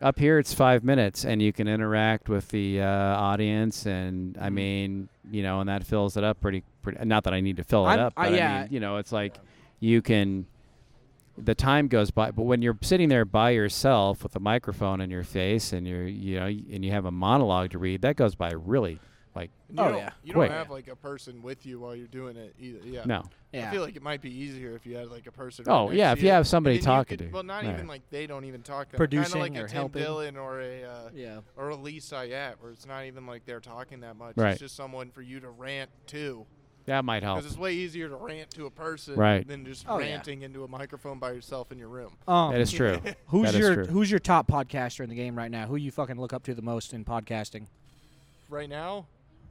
[SPEAKER 11] up here it's five minutes, and you can interact with the uh, audience, and
[SPEAKER 1] Mm.
[SPEAKER 11] I mean, you know, and that fills it up pretty. pretty not that I need to fill it
[SPEAKER 1] I'm-
[SPEAKER 11] up,
[SPEAKER 1] I-
[SPEAKER 11] but
[SPEAKER 1] yeah.
[SPEAKER 11] I mean, you know, it's like you can. The time goes by, but when you're sitting there by yourself with a microphone in your face, and you're, you know, and you have a monologue to read, that goes by really, like,
[SPEAKER 9] And you
[SPEAKER 1] Oh,
[SPEAKER 9] don't-
[SPEAKER 1] yeah.
[SPEAKER 9] You
[SPEAKER 11] Quick.
[SPEAKER 9] don't have like a person with you while you're doing it either. Yeah.
[SPEAKER 11] no.
[SPEAKER 1] Yeah.
[SPEAKER 9] I feel like it might be easier if you had like a person.
[SPEAKER 11] Oh,
[SPEAKER 9] right next
[SPEAKER 11] yeah,
[SPEAKER 9] to
[SPEAKER 11] if you have somebody
[SPEAKER 9] And then
[SPEAKER 11] talking
[SPEAKER 9] could-
[SPEAKER 11] to you.
[SPEAKER 9] Well, not
[SPEAKER 11] Right.
[SPEAKER 9] even like they don't even talk.
[SPEAKER 1] Producing
[SPEAKER 9] kind of like
[SPEAKER 1] or
[SPEAKER 9] a Tim
[SPEAKER 1] helping.
[SPEAKER 9] Dillon or a uh,
[SPEAKER 1] yeah.
[SPEAKER 9] or a Lee Syatt, where it's not even like they're talking that much.
[SPEAKER 11] Right.
[SPEAKER 9] It's just someone for you to rant to,
[SPEAKER 11] That might help.
[SPEAKER 9] because it's way easier to rant to a person
[SPEAKER 11] Right.
[SPEAKER 9] than just
[SPEAKER 1] Oh, yeah.
[SPEAKER 9] ranting into a microphone by yourself in your room.
[SPEAKER 1] Um,
[SPEAKER 11] That is true.
[SPEAKER 1] Who's
[SPEAKER 11] That is
[SPEAKER 1] your
[SPEAKER 11] true.
[SPEAKER 1] Who's your top podcaster in the game right now? Who you fucking look up to the most in podcasting?
[SPEAKER 9] Right now,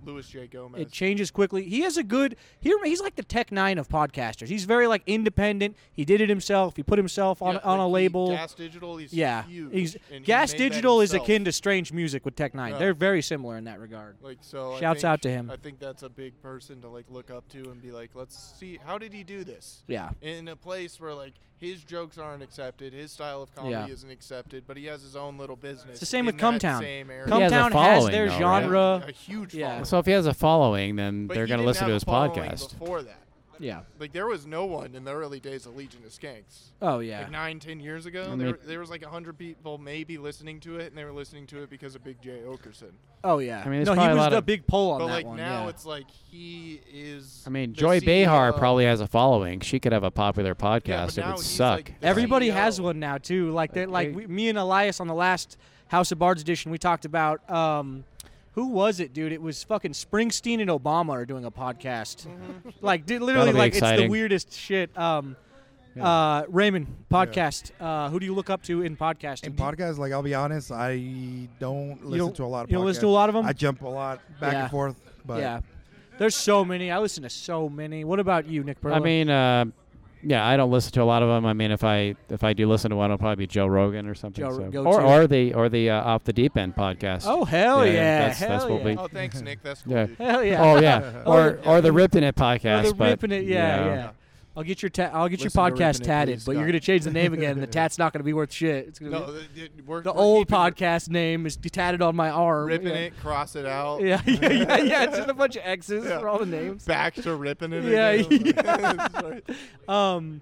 [SPEAKER 9] Louis J. Gomez.
[SPEAKER 1] It changes quickly. He has a good. He, rem- he's like the Tech Nine of podcasters. He's very like independent. He did it himself. He put himself on
[SPEAKER 9] Yeah,
[SPEAKER 1] on
[SPEAKER 9] like
[SPEAKER 1] a
[SPEAKER 9] he-
[SPEAKER 1] label.
[SPEAKER 9] Gas Digital. He's
[SPEAKER 1] yeah,
[SPEAKER 9] Huge,
[SPEAKER 1] he's
[SPEAKER 9] and he
[SPEAKER 1] Gas
[SPEAKER 9] made that
[SPEAKER 1] Digital is
[SPEAKER 9] himself.
[SPEAKER 1] akin to Strange Music with Tech Nine.
[SPEAKER 9] Yeah.
[SPEAKER 1] They're very similar in that regard.
[SPEAKER 9] Like so. I
[SPEAKER 1] Shouts
[SPEAKER 9] think-
[SPEAKER 1] out to him.
[SPEAKER 9] I think that's a big person to like look up to and be like, let's see, how did he do this?
[SPEAKER 1] Yeah,
[SPEAKER 9] in a place where like his jokes aren't accepted, his style of comedy
[SPEAKER 1] Yeah.
[SPEAKER 9] isn't accepted, but he has his own little business.
[SPEAKER 1] It's the same
[SPEAKER 9] in
[SPEAKER 1] with
[SPEAKER 9] that
[SPEAKER 1] Cumtown.
[SPEAKER 9] Same area.
[SPEAKER 11] He has a
[SPEAKER 1] Cumtown has
[SPEAKER 11] following,
[SPEAKER 1] their
[SPEAKER 11] though, right?
[SPEAKER 1] genre.
[SPEAKER 9] a huge
[SPEAKER 1] Yeah.
[SPEAKER 9] following.
[SPEAKER 11] so if he has a following, then
[SPEAKER 9] But
[SPEAKER 11] they're
[SPEAKER 9] he
[SPEAKER 11] going to
[SPEAKER 9] didn't
[SPEAKER 11] listen
[SPEAKER 9] have
[SPEAKER 11] to
[SPEAKER 9] a
[SPEAKER 11] his
[SPEAKER 9] following
[SPEAKER 11] podcast.
[SPEAKER 9] Before that,
[SPEAKER 1] Yeah.
[SPEAKER 9] like there was no one in the early days of Legion of Skanks.
[SPEAKER 1] Oh yeah.
[SPEAKER 9] Like nine, ten years ago,
[SPEAKER 11] mean-
[SPEAKER 9] there, were- there was like a hundred people maybe listening to it, and they were listening to it because of Big J. Okerson.
[SPEAKER 1] oh yeah.
[SPEAKER 11] I mean, it's
[SPEAKER 1] no, he
[SPEAKER 11] probably a
[SPEAKER 1] was
[SPEAKER 11] lot
[SPEAKER 1] the
[SPEAKER 11] of-
[SPEAKER 1] big pull on
[SPEAKER 9] But
[SPEAKER 1] that
[SPEAKER 9] like
[SPEAKER 1] one.
[SPEAKER 9] now,
[SPEAKER 1] yeah.
[SPEAKER 9] it's like he is.
[SPEAKER 11] I mean,
[SPEAKER 9] the
[SPEAKER 11] Joy Behar
[SPEAKER 9] CEO.
[SPEAKER 11] probably has a following. She could have a popular podcast.
[SPEAKER 9] uh, now
[SPEAKER 11] it would
[SPEAKER 9] he's,
[SPEAKER 11] suck.
[SPEAKER 9] like, the
[SPEAKER 1] Everybody
[SPEAKER 9] CEO.
[SPEAKER 1] has one now too. Like that. Like
[SPEAKER 11] Okay.
[SPEAKER 1] we, me and Elias on the last House of Bards edition, we talked about. um who was it, dude? It was fucking Springsteen and Obama are doing a podcast.
[SPEAKER 10] Mm-hmm.
[SPEAKER 1] like, dude, literally,
[SPEAKER 11] That'll be
[SPEAKER 1] like it's the
[SPEAKER 11] exciting.
[SPEAKER 1] weirdest shit. Um,
[SPEAKER 11] Yeah.
[SPEAKER 1] uh, Raymond, podcast. Uh, who do you look up to in podcasting?
[SPEAKER 10] In
[SPEAKER 1] Do you-
[SPEAKER 10] podcasts, like I'll be honest, I don't listen
[SPEAKER 1] don't-
[SPEAKER 10] to a lot of.
[SPEAKER 1] you don't listen to a
[SPEAKER 10] podcasts.
[SPEAKER 1] lot of 'em?
[SPEAKER 10] I jump a lot back
[SPEAKER 1] Yeah.
[SPEAKER 10] and forth, but
[SPEAKER 1] yeah, there's so many. I listen to so many. What about you, Nick? Perla?
[SPEAKER 11] I mean, uh, Yeah, I don't listen to a lot of them. I mean, if I if I do listen to one, it'll probably be Joe Rogan or something.
[SPEAKER 1] Joe-
[SPEAKER 11] so.
[SPEAKER 1] go
[SPEAKER 11] or
[SPEAKER 1] to-
[SPEAKER 11] or the or the uh, off the deep end podcast.
[SPEAKER 1] Oh, hell yeah,
[SPEAKER 11] That's, that's
[SPEAKER 1] hell
[SPEAKER 11] what we.
[SPEAKER 1] yeah. Oh, thanks,
[SPEAKER 9] Nick, that's
[SPEAKER 1] cool,
[SPEAKER 11] yeah.
[SPEAKER 1] dude. Hell yeah.
[SPEAKER 11] Oh yeah.
[SPEAKER 1] Or
[SPEAKER 11] or
[SPEAKER 1] the-
[SPEAKER 11] or the ripped in it podcast.
[SPEAKER 1] Or the
[SPEAKER 11] but,
[SPEAKER 1] ripping it, yeah,
[SPEAKER 11] you know.
[SPEAKER 1] yeah. I'll get your ta- I'll get
[SPEAKER 9] Listen
[SPEAKER 1] your
[SPEAKER 9] to
[SPEAKER 1] podcast
[SPEAKER 9] Ripping It,
[SPEAKER 1] tatted,
[SPEAKER 9] please,
[SPEAKER 1] but you're
[SPEAKER 9] Scott.
[SPEAKER 1] gonna change the name again, and the tat's not gonna be worth shit. It's gonna
[SPEAKER 12] Oh,
[SPEAKER 9] No,
[SPEAKER 1] be,
[SPEAKER 9] th- th- we're-
[SPEAKER 1] the
[SPEAKER 9] we're
[SPEAKER 1] old podcast name is tatted on my arm.
[SPEAKER 9] Ripping
[SPEAKER 1] yeah.
[SPEAKER 9] it, cross it out.
[SPEAKER 1] Yeah, yeah, yeah, yeah. It's just a bunch of X's for all the names.
[SPEAKER 9] Back to ripping it.
[SPEAKER 1] Yeah,
[SPEAKER 9] again.
[SPEAKER 1] yeah. um,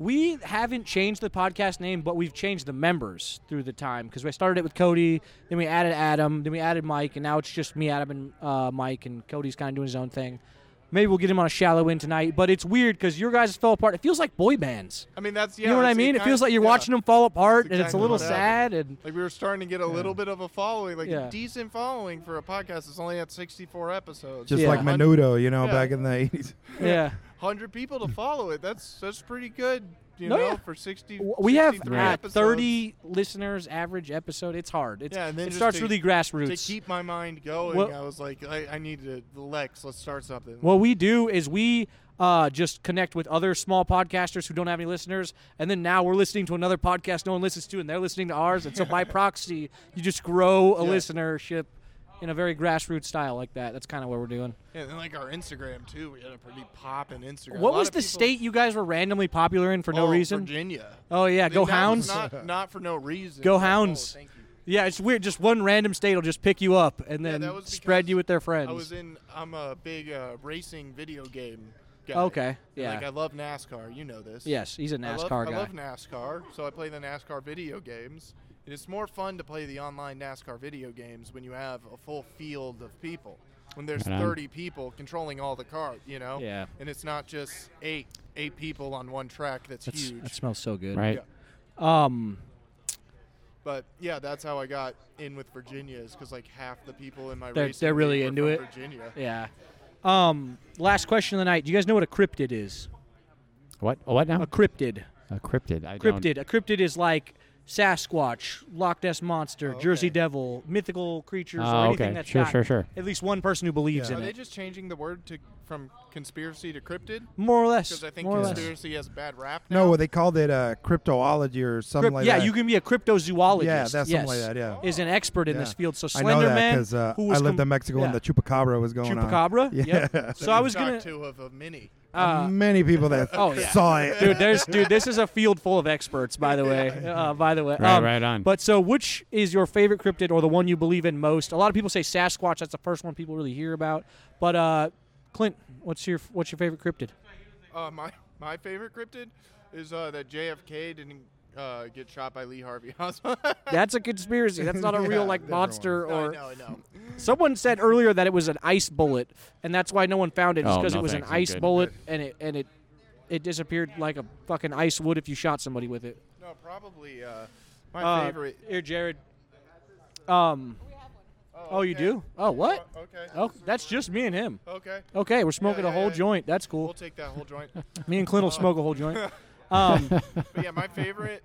[SPEAKER 1] we haven't changed the podcast name, but we've changed the members through the time because we started it with Cody, then we added Adam, then we added Mike, and now it's just me, Adam, and uh, Mike, and Cody's kind of doing his own thing. Maybe we'll get him on a shallow in tonight, but it's weird because your guys fell apart. It feels like boy bands.
[SPEAKER 9] I mean, that's yeah.
[SPEAKER 1] you know what I
[SPEAKER 9] it's-
[SPEAKER 1] mean? It
[SPEAKER 9] kinda-
[SPEAKER 1] feels like you're
[SPEAKER 9] yeah.
[SPEAKER 1] watching them fall apart,
[SPEAKER 9] That's
[SPEAKER 1] and it's a
[SPEAKER 9] exactly
[SPEAKER 1] little
[SPEAKER 9] what happened.
[SPEAKER 1] sad. And
[SPEAKER 9] uh, like we were starting to get a little bit of a following, like
[SPEAKER 1] Yeah.
[SPEAKER 9] a decent following for a podcast. It's only at 64 episodes.
[SPEAKER 10] Just like Menudo, you know, back in the 80s.
[SPEAKER 1] yeah.
[SPEAKER 9] 100 people to follow it. That's that's pretty good, you
[SPEAKER 1] No,
[SPEAKER 9] know,
[SPEAKER 1] yeah.
[SPEAKER 9] for 60.
[SPEAKER 1] W- we have
[SPEAKER 9] 63
[SPEAKER 1] at
[SPEAKER 9] episodes.
[SPEAKER 1] 30 listeners average episode. It's hard. It's,
[SPEAKER 9] Yeah, and then
[SPEAKER 1] it
[SPEAKER 9] just
[SPEAKER 1] starts
[SPEAKER 9] to-
[SPEAKER 1] really
[SPEAKER 9] To
[SPEAKER 1] grassroots.
[SPEAKER 9] keep my mind going,
[SPEAKER 1] Well-
[SPEAKER 9] I was like, I, I need to Lex. Let's start something.
[SPEAKER 1] What we do is we uh, just connect with other small podcasters who don't have any listeners, and then now we're listening to another podcast no one listens to, and they're listening to ours, and so by proxy, you just grow a
[SPEAKER 9] Yeah.
[SPEAKER 1] listenership in a very grassroots style like that. That's kind of what we're doing.
[SPEAKER 9] Yeah, and then like our Instagram too. We had a pretty poppin' Instagram.
[SPEAKER 1] what
[SPEAKER 9] A lot
[SPEAKER 1] was
[SPEAKER 9] of
[SPEAKER 1] the
[SPEAKER 9] people-
[SPEAKER 1] state you guys were randomly popular in for no
[SPEAKER 9] Oh,
[SPEAKER 1] reason?
[SPEAKER 9] Virginia.
[SPEAKER 1] Oh yeah,
[SPEAKER 9] Th-
[SPEAKER 1] go
[SPEAKER 9] that
[SPEAKER 1] hounds.
[SPEAKER 9] was Not, not for no reason.
[SPEAKER 1] Go
[SPEAKER 9] Like, oh,
[SPEAKER 1] hounds.
[SPEAKER 9] thank you.
[SPEAKER 1] yeah, it's weird. Just one random state will just pick you up and
[SPEAKER 9] Yeah,
[SPEAKER 1] then
[SPEAKER 9] that was
[SPEAKER 1] spread
[SPEAKER 9] because
[SPEAKER 1] you with their friends.
[SPEAKER 9] I was in. I'm a big uh, racing video game guy.
[SPEAKER 1] Okay,
[SPEAKER 9] And,
[SPEAKER 1] yeah.
[SPEAKER 9] Like I love NASCAR. You know this.
[SPEAKER 1] Yes, he's a
[SPEAKER 9] I love-
[SPEAKER 1] NASCAR
[SPEAKER 9] I
[SPEAKER 1] guy.
[SPEAKER 9] love NASCAR, so I play the NASCAR video games. And it's more fun to play the online NASCAR video games when you have a full field of people. When there's
[SPEAKER 11] Right on.
[SPEAKER 9] 30 people controlling all the cart, you know.
[SPEAKER 1] Yeah.
[SPEAKER 9] And it's not just eight eight people on one track. That's,
[SPEAKER 1] That's-
[SPEAKER 9] huge.
[SPEAKER 1] That smells so good.
[SPEAKER 11] Right.
[SPEAKER 1] Um.
[SPEAKER 9] But yeah, that's how I got in with Virginia is because like half the people in my
[SPEAKER 1] They're,
[SPEAKER 9] racing
[SPEAKER 1] they're
[SPEAKER 9] league
[SPEAKER 1] really
[SPEAKER 9] were
[SPEAKER 1] into
[SPEAKER 9] from
[SPEAKER 1] it.
[SPEAKER 9] Virginia.
[SPEAKER 1] Yeah. Um. Last question of the night. Do you guys know what a cryptid is?
[SPEAKER 11] What a what now? A
[SPEAKER 1] cryptid.
[SPEAKER 11] A cryptid. I don't-
[SPEAKER 1] Cryptid. A cryptid is like Sasquatch, Loch Ness monster,
[SPEAKER 9] Oh,
[SPEAKER 1] Jersey Devil, mythical creatures, or
[SPEAKER 11] Oh,
[SPEAKER 1] anything
[SPEAKER 11] okay.
[SPEAKER 1] that's
[SPEAKER 11] Sure,
[SPEAKER 1] got
[SPEAKER 11] sure, sure.
[SPEAKER 1] at least one person who believes
[SPEAKER 9] Are
[SPEAKER 1] in
[SPEAKER 9] Oh, they
[SPEAKER 1] it.
[SPEAKER 9] just changing the word to from conspiracy to cryptid?
[SPEAKER 1] More or less,
[SPEAKER 9] Because I think
[SPEAKER 1] more or less.
[SPEAKER 9] conspiracy has a bad rap.
[SPEAKER 10] No, well, they called it uh, cryptology or something
[SPEAKER 1] Crypt-
[SPEAKER 10] like
[SPEAKER 1] yeah,
[SPEAKER 10] that.
[SPEAKER 1] you can be a cryptozoologist.
[SPEAKER 10] Yeah, that's something
[SPEAKER 1] yes,
[SPEAKER 10] like that, yeah.
[SPEAKER 1] is an expert in
[SPEAKER 10] Yeah.
[SPEAKER 1] this field. So
[SPEAKER 10] I know that
[SPEAKER 1] Slenderman,
[SPEAKER 10] because uh,
[SPEAKER 1] who was
[SPEAKER 10] I lived
[SPEAKER 1] com-
[SPEAKER 10] in Mexico
[SPEAKER 1] yeah.
[SPEAKER 10] and the chupacabra was going
[SPEAKER 1] Chupacabra?
[SPEAKER 10] on. Yeah.
[SPEAKER 1] Yep. So I was
[SPEAKER 9] Talk
[SPEAKER 1] gonna
[SPEAKER 9] to of a mini.
[SPEAKER 1] uh,
[SPEAKER 10] Many people that
[SPEAKER 1] Oh, yeah.
[SPEAKER 10] saw it.
[SPEAKER 1] dude. There's dude. This is a field full of experts, by the way. Uh, by the way,
[SPEAKER 11] Right, right on.
[SPEAKER 1] But so, which is your favorite cryptid or the one you believe in most? A lot of people say Sasquatch. That's the first one people really hear about. But uh, Clint, what's your what's your favorite cryptid?
[SPEAKER 9] Uh, my my favorite cryptid is uh, that JFK didn't uh, get shot by Lee Harvey Oswald.
[SPEAKER 1] That's a conspiracy. That's not a
[SPEAKER 9] Yeah,
[SPEAKER 1] real like
[SPEAKER 9] different one.
[SPEAKER 1] monster
[SPEAKER 9] No, I
[SPEAKER 1] or.
[SPEAKER 9] know, I know.
[SPEAKER 1] Someone said earlier that it was an ice bullet, and that's why no one found it,
[SPEAKER 11] Oh,
[SPEAKER 1] because
[SPEAKER 11] no
[SPEAKER 1] it was
[SPEAKER 11] thanks,
[SPEAKER 1] an
[SPEAKER 11] I'm
[SPEAKER 1] ice
[SPEAKER 11] good.
[SPEAKER 1] bullet, and it and it it disappeared like a fucking ice would if you shot somebody with it.
[SPEAKER 9] No, probably uh, my
[SPEAKER 1] Uh,
[SPEAKER 9] favorite.
[SPEAKER 1] Here, Jared. Um. Oh, you do? Oh, what?
[SPEAKER 9] okay.
[SPEAKER 1] Oh, that's just me and him.
[SPEAKER 9] Okay.
[SPEAKER 1] Okay,
[SPEAKER 9] Yeah,
[SPEAKER 1] we're smoking
[SPEAKER 9] yeah,
[SPEAKER 1] a whole
[SPEAKER 9] yeah.
[SPEAKER 1] joint. That's cool.
[SPEAKER 9] We'll take that whole joint.
[SPEAKER 1] Me and Clint will
[SPEAKER 9] Uh,
[SPEAKER 1] smoke a whole joint. Um,
[SPEAKER 9] but yeah, my favorite.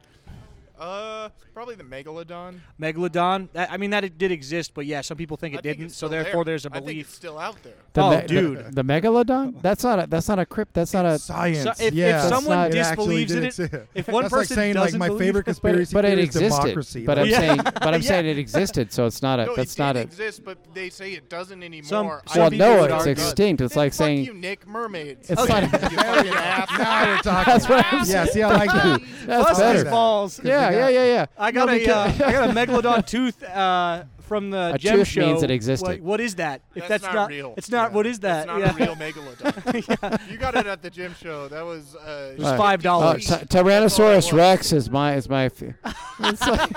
[SPEAKER 9] Uh, probably the megalodon.
[SPEAKER 1] Megalodon. That, I mean, that it did exist, but yeah, some people think it
[SPEAKER 9] I think
[SPEAKER 1] didn't.
[SPEAKER 9] it's
[SPEAKER 1] So
[SPEAKER 9] still there.
[SPEAKER 1] therefore, there's a
[SPEAKER 9] I think it's
[SPEAKER 1] belief.
[SPEAKER 9] still out there.
[SPEAKER 11] The
[SPEAKER 1] Oh,
[SPEAKER 11] me- the-
[SPEAKER 1] dude.
[SPEAKER 11] The, megalodon? That's not a that's not a crypt. That's not a
[SPEAKER 10] Science.
[SPEAKER 1] So if-
[SPEAKER 10] yeah.
[SPEAKER 1] if someone
[SPEAKER 10] It actually
[SPEAKER 1] disbelieves in
[SPEAKER 10] did
[SPEAKER 1] it,
[SPEAKER 10] exist.
[SPEAKER 1] if one
[SPEAKER 10] That's
[SPEAKER 1] person
[SPEAKER 10] like saying like
[SPEAKER 1] doesn't
[SPEAKER 10] my
[SPEAKER 1] believe
[SPEAKER 10] favorite
[SPEAKER 1] it, but it-
[SPEAKER 10] conspiracy
[SPEAKER 11] but it
[SPEAKER 10] theory is
[SPEAKER 11] existed.
[SPEAKER 10] democracy.
[SPEAKER 11] But
[SPEAKER 10] Like,
[SPEAKER 11] I'm
[SPEAKER 1] Yeah.
[SPEAKER 11] saying, but I'm
[SPEAKER 1] Yeah.
[SPEAKER 11] saying it existed. So it's not a.
[SPEAKER 9] No,
[SPEAKER 11] that's
[SPEAKER 9] it
[SPEAKER 11] not
[SPEAKER 9] did
[SPEAKER 11] a.
[SPEAKER 9] exist, but they say it doesn't anymore.
[SPEAKER 1] Some-
[SPEAKER 9] I
[SPEAKER 1] some
[SPEAKER 9] think
[SPEAKER 1] people
[SPEAKER 9] it's
[SPEAKER 1] would
[SPEAKER 9] dark
[SPEAKER 1] argue-
[SPEAKER 9] good.
[SPEAKER 11] extinct. It's
[SPEAKER 9] Then
[SPEAKER 11] like
[SPEAKER 9] fuck
[SPEAKER 11] saying-
[SPEAKER 9] you, Nick Mermaids.
[SPEAKER 11] It's
[SPEAKER 9] Okay.
[SPEAKER 11] not-
[SPEAKER 9] You fucking
[SPEAKER 10] now
[SPEAKER 9] asshole.
[SPEAKER 10] we're talking.
[SPEAKER 11] That's what I'm
[SPEAKER 10] yeah.
[SPEAKER 11] saying.
[SPEAKER 10] See, I like that.
[SPEAKER 11] That's
[SPEAKER 10] Fuck
[SPEAKER 11] better.
[SPEAKER 10] that.
[SPEAKER 1] balls.
[SPEAKER 11] Yeah, yeah, yeah, yeah.
[SPEAKER 1] I got
[SPEAKER 11] No,
[SPEAKER 1] a, uh,
[SPEAKER 11] because-
[SPEAKER 1] I got a megalodon tooth uh, from the
[SPEAKER 11] A
[SPEAKER 1] gem
[SPEAKER 11] tooth
[SPEAKER 1] show.
[SPEAKER 11] means it existed.
[SPEAKER 1] What, what is that? If that's,
[SPEAKER 9] That's not real.
[SPEAKER 1] It's not.
[SPEAKER 9] Yeah.
[SPEAKER 1] What is that?
[SPEAKER 9] That's not
[SPEAKER 1] yeah.
[SPEAKER 9] a real megalodon. You got it at the gym show. That was. Uh,
[SPEAKER 1] was $5.
[SPEAKER 11] Oh, Ty- Tyrannosaurus Rex is my is my. f- It's like,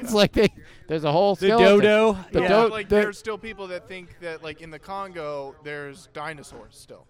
[SPEAKER 11] it's like they, there's a whole
[SPEAKER 1] The
[SPEAKER 11] skeleton.
[SPEAKER 1] dodo.
[SPEAKER 11] The
[SPEAKER 1] Yeah.
[SPEAKER 11] do-
[SPEAKER 9] like
[SPEAKER 11] the-
[SPEAKER 9] there's still people that think that like in the Congo there's dinosaurs still.